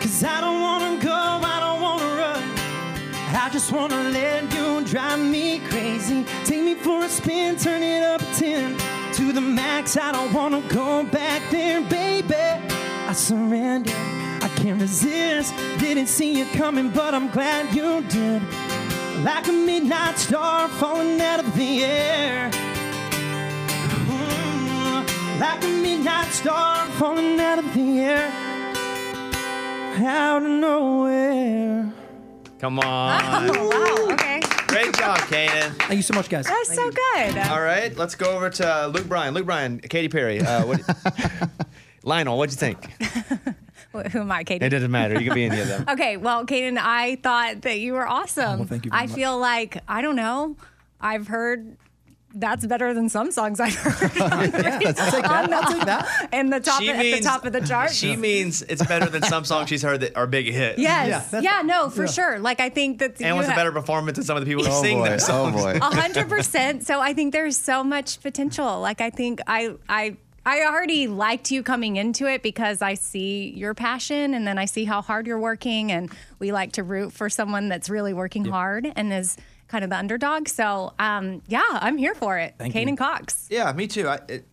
S15: Cause I don't wanna go, I don't wanna run. I just wanna let you drive me crazy. Take me for a spin, turn it up 10 to the max. I don't wanna go back there, baby. I surrender, I can't resist. Didn't see you coming, but I'm glad you did. Like a midnight star falling out of the air. Mm, Like a midnight star falling out of the air. Out of nowhere.
S4: Come
S5: [LAUGHS]
S4: on.
S5: Oh, wow. Okay.
S4: Great job, Kanan.
S14: Oh, Thank you so much, guys.
S5: That's so good.
S4: All right, let's go over to Luke Bryan. Luke Bryan, Katy Perry. Uh, what, [LAUGHS] Lionel, what'd you think?
S5: Wh- Who am I, Katie?
S4: It doesn't matter. You can be any of them.
S5: [LAUGHS] Okay, well, Kaden, I thought that you were awesome.
S4: Well, thank you very
S5: I
S4: much.
S5: feel like I don't know. I've heard that's better than some songs I've heard. [LAUGHS] on the- In the top,
S4: She
S5: at
S4: means-
S5: the top of the chart.
S4: She means it's better than some songs she's heard that are big hits.
S5: Yes. Yeah. no. For sure. Like I think that. you
S4: And what's a
S5: ha-
S4: better performance than some of the people who
S5: Oh,
S4: sing
S5: boy.
S4: their
S5: Oh,
S4: songs?
S5: A hundred percent. So I think there's so much potential. Like I think I I I already liked you coming into it because I see your passion and then I see how hard you're working and we like to root for someone that's really working hard and is kind of the underdog. So um yeah, I'm here for it.
S4: Thank
S5: Kane
S4: you.
S5: and Cox.
S4: [LAUGHS] Yeah, me too. I, it,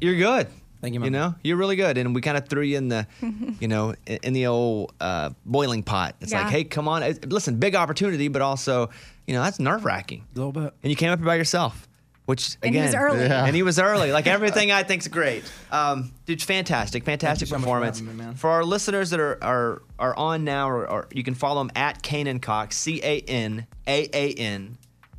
S4: you're good. Thank you, man. You know, you're really good. And we kind of threw you in the, [LAUGHS] you know, i- in the old uh, boiling pot. It's like,
S5: Yeah.
S4: hey, come on. It- Listen, big opportunity, but also, you know, that's nerve wracking.
S14: A little bit.
S4: And you came up here by yourself, which
S5: And
S4: again,
S5: he was early. Yeah.
S4: And he was early.
S5: [LAUGHS]
S4: Like everything I think's great. Um, dude, fantastic, fantastic performance. for our listeners that are are, are on now, or, or you can follow him at Kanan Cox, C A N A A N,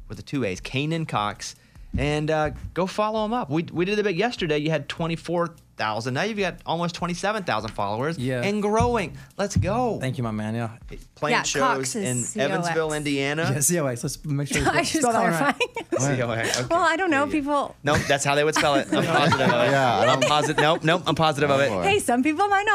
S4: with the two A's, Kanan Cox, and uh, go follow him up. We we did a bit yesterday. You had twenty four thousand. Now you've got almost twenty seven thousand followers.
S14: Yeah.
S4: And growing. Let's go. Thank
S14: you, my man. Yeah.
S4: Playing shows in Evansville, Indiana.
S14: Yeah, COX. Let's make
S4: [LAUGHS]
S14: sure.
S5: [LAUGHS] I was just
S14: spell that one right.
S5: clarifying. [LAUGHS]
S4: COA, okay.
S5: Well, I don't know. People.
S4: Nope, Oh, that's how they would spell
S14: [LAUGHS]
S4: it. I'm positive of it.
S5: Yeah, I
S4: I'm positive. Nope, nope, I'm positive of it.
S5: Hey, some people might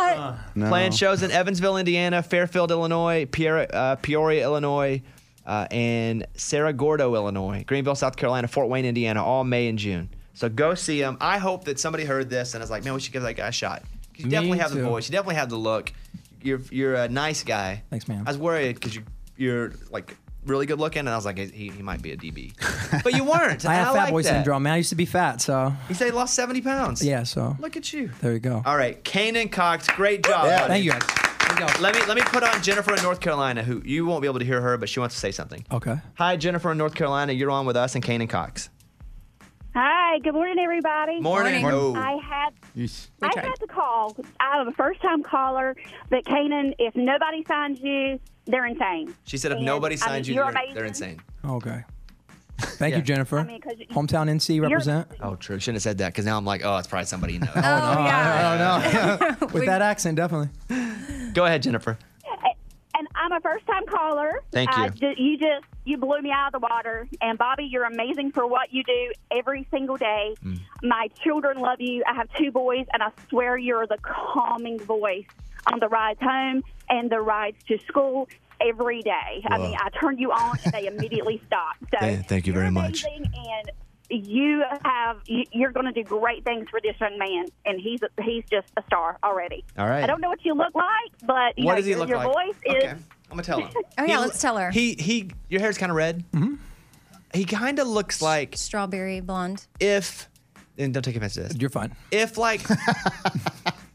S5: not.
S4: Playing shows in Evansville, Indiana, Fairfield, Illinois, uh, Peoria, uh, Peoria Illinois, uh, in Sarah Gordo, Illinois, Greenville, South Carolina, Fort Wayne, Indiana, all May and June. So go see them. I hope that somebody heard this and is like, man, we should give that guy a shot. You
S14: Me
S4: definitely have the
S14: too.
S4: voice. You definitely have the look. You're you're a nice guy.
S14: Thanks, man.
S4: I was worried because you you're like really good looking, and I was like, he, he might be a DB, but you weren't.
S14: [LAUGHS] I
S4: and
S14: have fat
S4: like
S14: boy
S4: that.
S14: syndrome, man. I used to be fat, so
S4: You say he lost seventy pounds.
S14: yeah. So
S4: Look at you.
S14: there you go.
S4: All right, Kanan Cox, great job.
S14: Yeah.
S4: buddy.
S14: Thank you, guys.
S4: Let me let me put on Jennifer in North Carolina, who you won't be able to hear her, but she wants to say something.
S14: Okay.
S4: Hi, Jennifer in North Carolina. You're on with us and Kanan Cox.
S16: Hi, good morning, everybody.
S4: Morning. Morning.
S16: I had
S4: We
S16: I had to call. I'm a first time caller, but Kanan, if nobody signs you, they're insane.
S4: She said if
S16: And,
S4: nobody
S16: I
S4: signs
S16: mean,
S4: you,
S16: you're
S4: they're,
S16: amazing.
S4: they're insane.
S14: Okay. Thank you, Jennifer.
S16: I mean, 'cause you-
S14: Hometown NC
S16: you're-
S14: represent.
S4: Oh, true. Shouldn't have said that because now I'm like, oh, it's probably somebody you know.
S14: Oh, no, I
S16: [LAUGHS]
S4: [LAUGHS]
S14: don't know. [LAUGHS] With that accent, definitely.
S4: Go ahead, Jennifer.
S16: And I'm a first time caller.
S4: Thank you.
S16: I ju- you just you blew me out of the water. And Bobby, you're amazing for what you do every single day.
S4: Mm.
S16: My children love you. I have two boys, and I swear you're the calming voice on the rides home and the rides to school every day. I
S4: Wow.
S16: mean, I turn you on, and they immediately stop. So
S4: Thank you very much.
S16: amazing, and you have you- you're going to do great things for this young man, and he's he's just a star already.
S4: All right.
S16: I don't know what you look like, but you
S4: What
S16: know,
S4: does he
S16: your,
S4: look
S16: your
S4: like?
S16: voice is.
S4: [LAUGHS] Okay. I'm gonna
S16: [LAUGHS]
S4: tell him.
S5: Oh, yeah, let's tell her.
S4: He he. Your hair's kind of red. Mm-hmm. He kind of looks like
S5: Strawberry blonde.
S4: if. And don't take offense to this.
S14: You're fine.
S4: If like.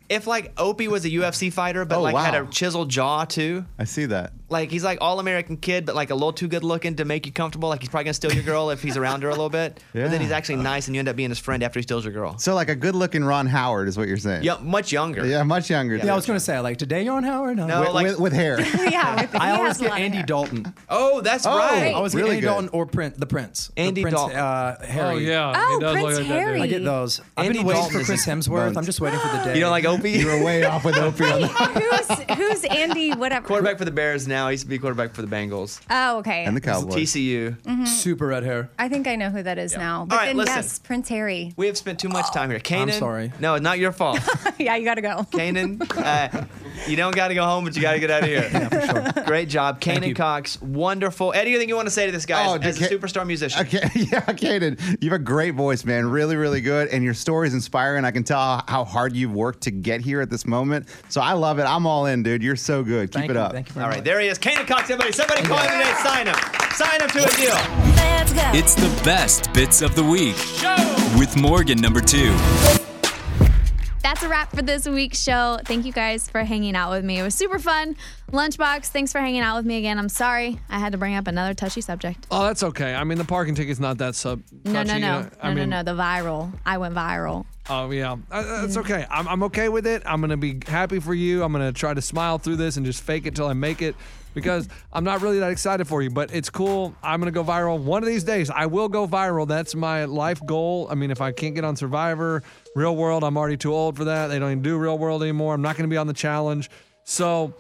S4: If like Opie was a UFC fighter, but
S6: Oh,
S4: like had a
S6: wow.
S4: chiseled jaw too,
S6: I see that.
S4: like he's like all American kid, but like a little too good looking to make you comfortable. Like he's probably gonna steal your girl if he's around her a little bit. But then he's actually nice, and you end up being his friend after he steals your girl.
S6: So like a good-looking Ron Howard is what you're saying.
S4: Yeah, much younger.
S6: Yeah, much younger.
S14: Yeah, I was gonna say like today you're on Howard.
S6: No, With- like- with- with [LAUGHS] hair.
S14: yeah,
S6: with- he
S14: I always
S6: has a lot of
S14: get Andy Dalton.
S4: Oh, that's
S14: I
S4: right.
S14: always get
S4: Really
S14: Andy
S4: good.
S14: Dalton or Prince, the Prince.
S4: Andy
S14: the Prince,
S4: Dalton.
S14: Uh, Harry.
S4: Oh, yeah, he Oh, does look Prince like that dude. Harry.
S14: I get those. I've
S4: Andy
S14: been waiting
S4: Dalton
S14: for
S4: is
S14: Chris
S4: his
S14: Hemsworth.
S4: bones.
S14: I'm just waiting for the day.
S4: You don't like Opie? You
S6: were way off
S4: [LAUGHS]
S6: with Opie. On that.
S5: [LAUGHS] who's who's Andy? Whatever.
S4: Quarterback for the Bears now. He used to be quarterback for the Bengals
S5: Oh, okay.
S4: TCU.
S5: Mhm.
S14: Super red hair.
S5: I think I know who that is now. But
S4: All right,
S5: then
S4: listen.
S5: yes, Prince Harry.
S4: We have spent too
S6: Oh,
S4: much time here. Kanan,
S14: sorry.
S4: No, not
S6: [LAUGHS]
S4: your fault.
S5: [LAUGHS] yeah, you got to go.
S4: Kanan, uh, you don't got to go home, but you got to get out of here. Great job, Kanan Cox. Wonderful. Eddie, anything you want to say to this guy
S6: Oh,
S4: as, as a
S6: Ka-
S4: superstar musician?
S6: [LAUGHS] Okay, yeah, Kaden, you have a great voice, man. Really, really good, and your story is inspiring. I can tell how hard you've worked to get here at this moment. So I love it. I'm all in, dude. You're so good. Keep it up.
S4: All right, there he is, Kanan Cox. Everybody, somebody call him today. Sign him. Sign him to a deal.
S5: Let's go.
S8: It's the best bits of the week with Morgan number two.
S2: That's a wrap for this week's show. Thank you guys for hanging out with me. It was super fun. Lunchbox, thanks for hanging out with me again. I'm sorry I had to bring up another touchy subject.
S3: Oh, that's okay. I mean, the parking ticket's not that sub.
S2: No, no,
S3: touchy,
S2: no.
S3: uh,
S2: No,
S3: I mean,
S2: no, no. The viral. I went viral.
S3: Oh yeah, uh, that's
S2: Mhm.
S3: okay. I'm, I'm okay with it. I'm gonna be happy for you. I'm gonna try to smile through this and just fake it till I make it, because I'm not really that excited for you. But it's cool. I'm gonna go viral one of these days. I will go viral. That's my life goal. I mean, if I can't get on Survivor, Real World, I'm already too old for that. They don't even do Real World anymore. I'm not gonna be on the challenge. So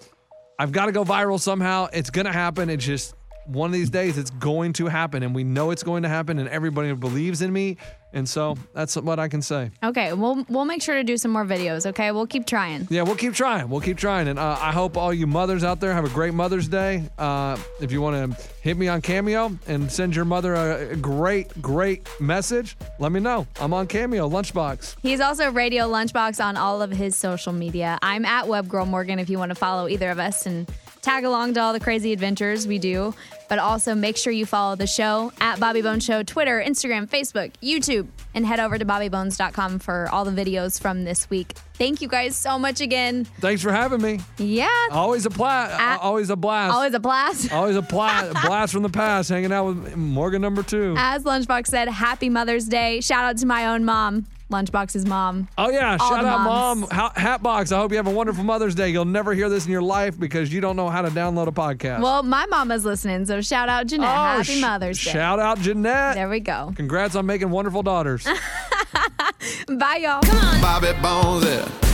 S3: I've got to go viral somehow. It's going to happen. It's just one of these days it's going to happen and we know it's going to happen and everybody believes in me. And so that's what I can say.
S2: Okay, we'll we'll make sure to do some more videos. Okay, we'll keep trying.
S3: Yeah, we'll keep trying. We'll keep trying. And uh, I hope all you mothers out there have a great Mother's Day. Uh, if you want to hit me on Cameo and send your mother a a great, great message, let me know. I'm on Cameo, Lunchbox.
S2: He's also Radio Lunchbox on all of his social media. I'm at WebGirl Morgan if you want to follow either of us and tag along to all the crazy adventures we do. But also make sure you follow the show at Bobby Bones Show, Twitter, Instagram, Facebook, YouTube, and head over to BobbyBones.com for all the videos from this week. Thank you guys so much again.
S3: Thanks for having me.
S2: Yeah.
S3: Always a blast.
S2: At-
S3: always a blast.
S2: Always a blast.
S3: [LAUGHS] Always a pla- blast from the past. Hanging out with Morgan number two.
S2: As Lunchbox said, happy Mother's Day. Shout out to my own mom, Lunchbox's mom.
S3: Oh yeah!
S2: All
S3: Shout
S2: the
S3: out,
S2: moms.
S3: mom. Ha- Hatbox. I hope you have a wonderful Mother's Day. You'll never hear this in your life because you don't know how to download a podcast.
S2: Well, my mama's listening, so shout out Jeanette.
S3: Oh,
S2: happy
S3: sh-
S2: Mother's Day.
S3: Shout out, Jeanette.
S2: There we go.
S3: Congrats on making wonderful daughters.
S2: Bye, y'all.
S17: Bobby Bones, yeah.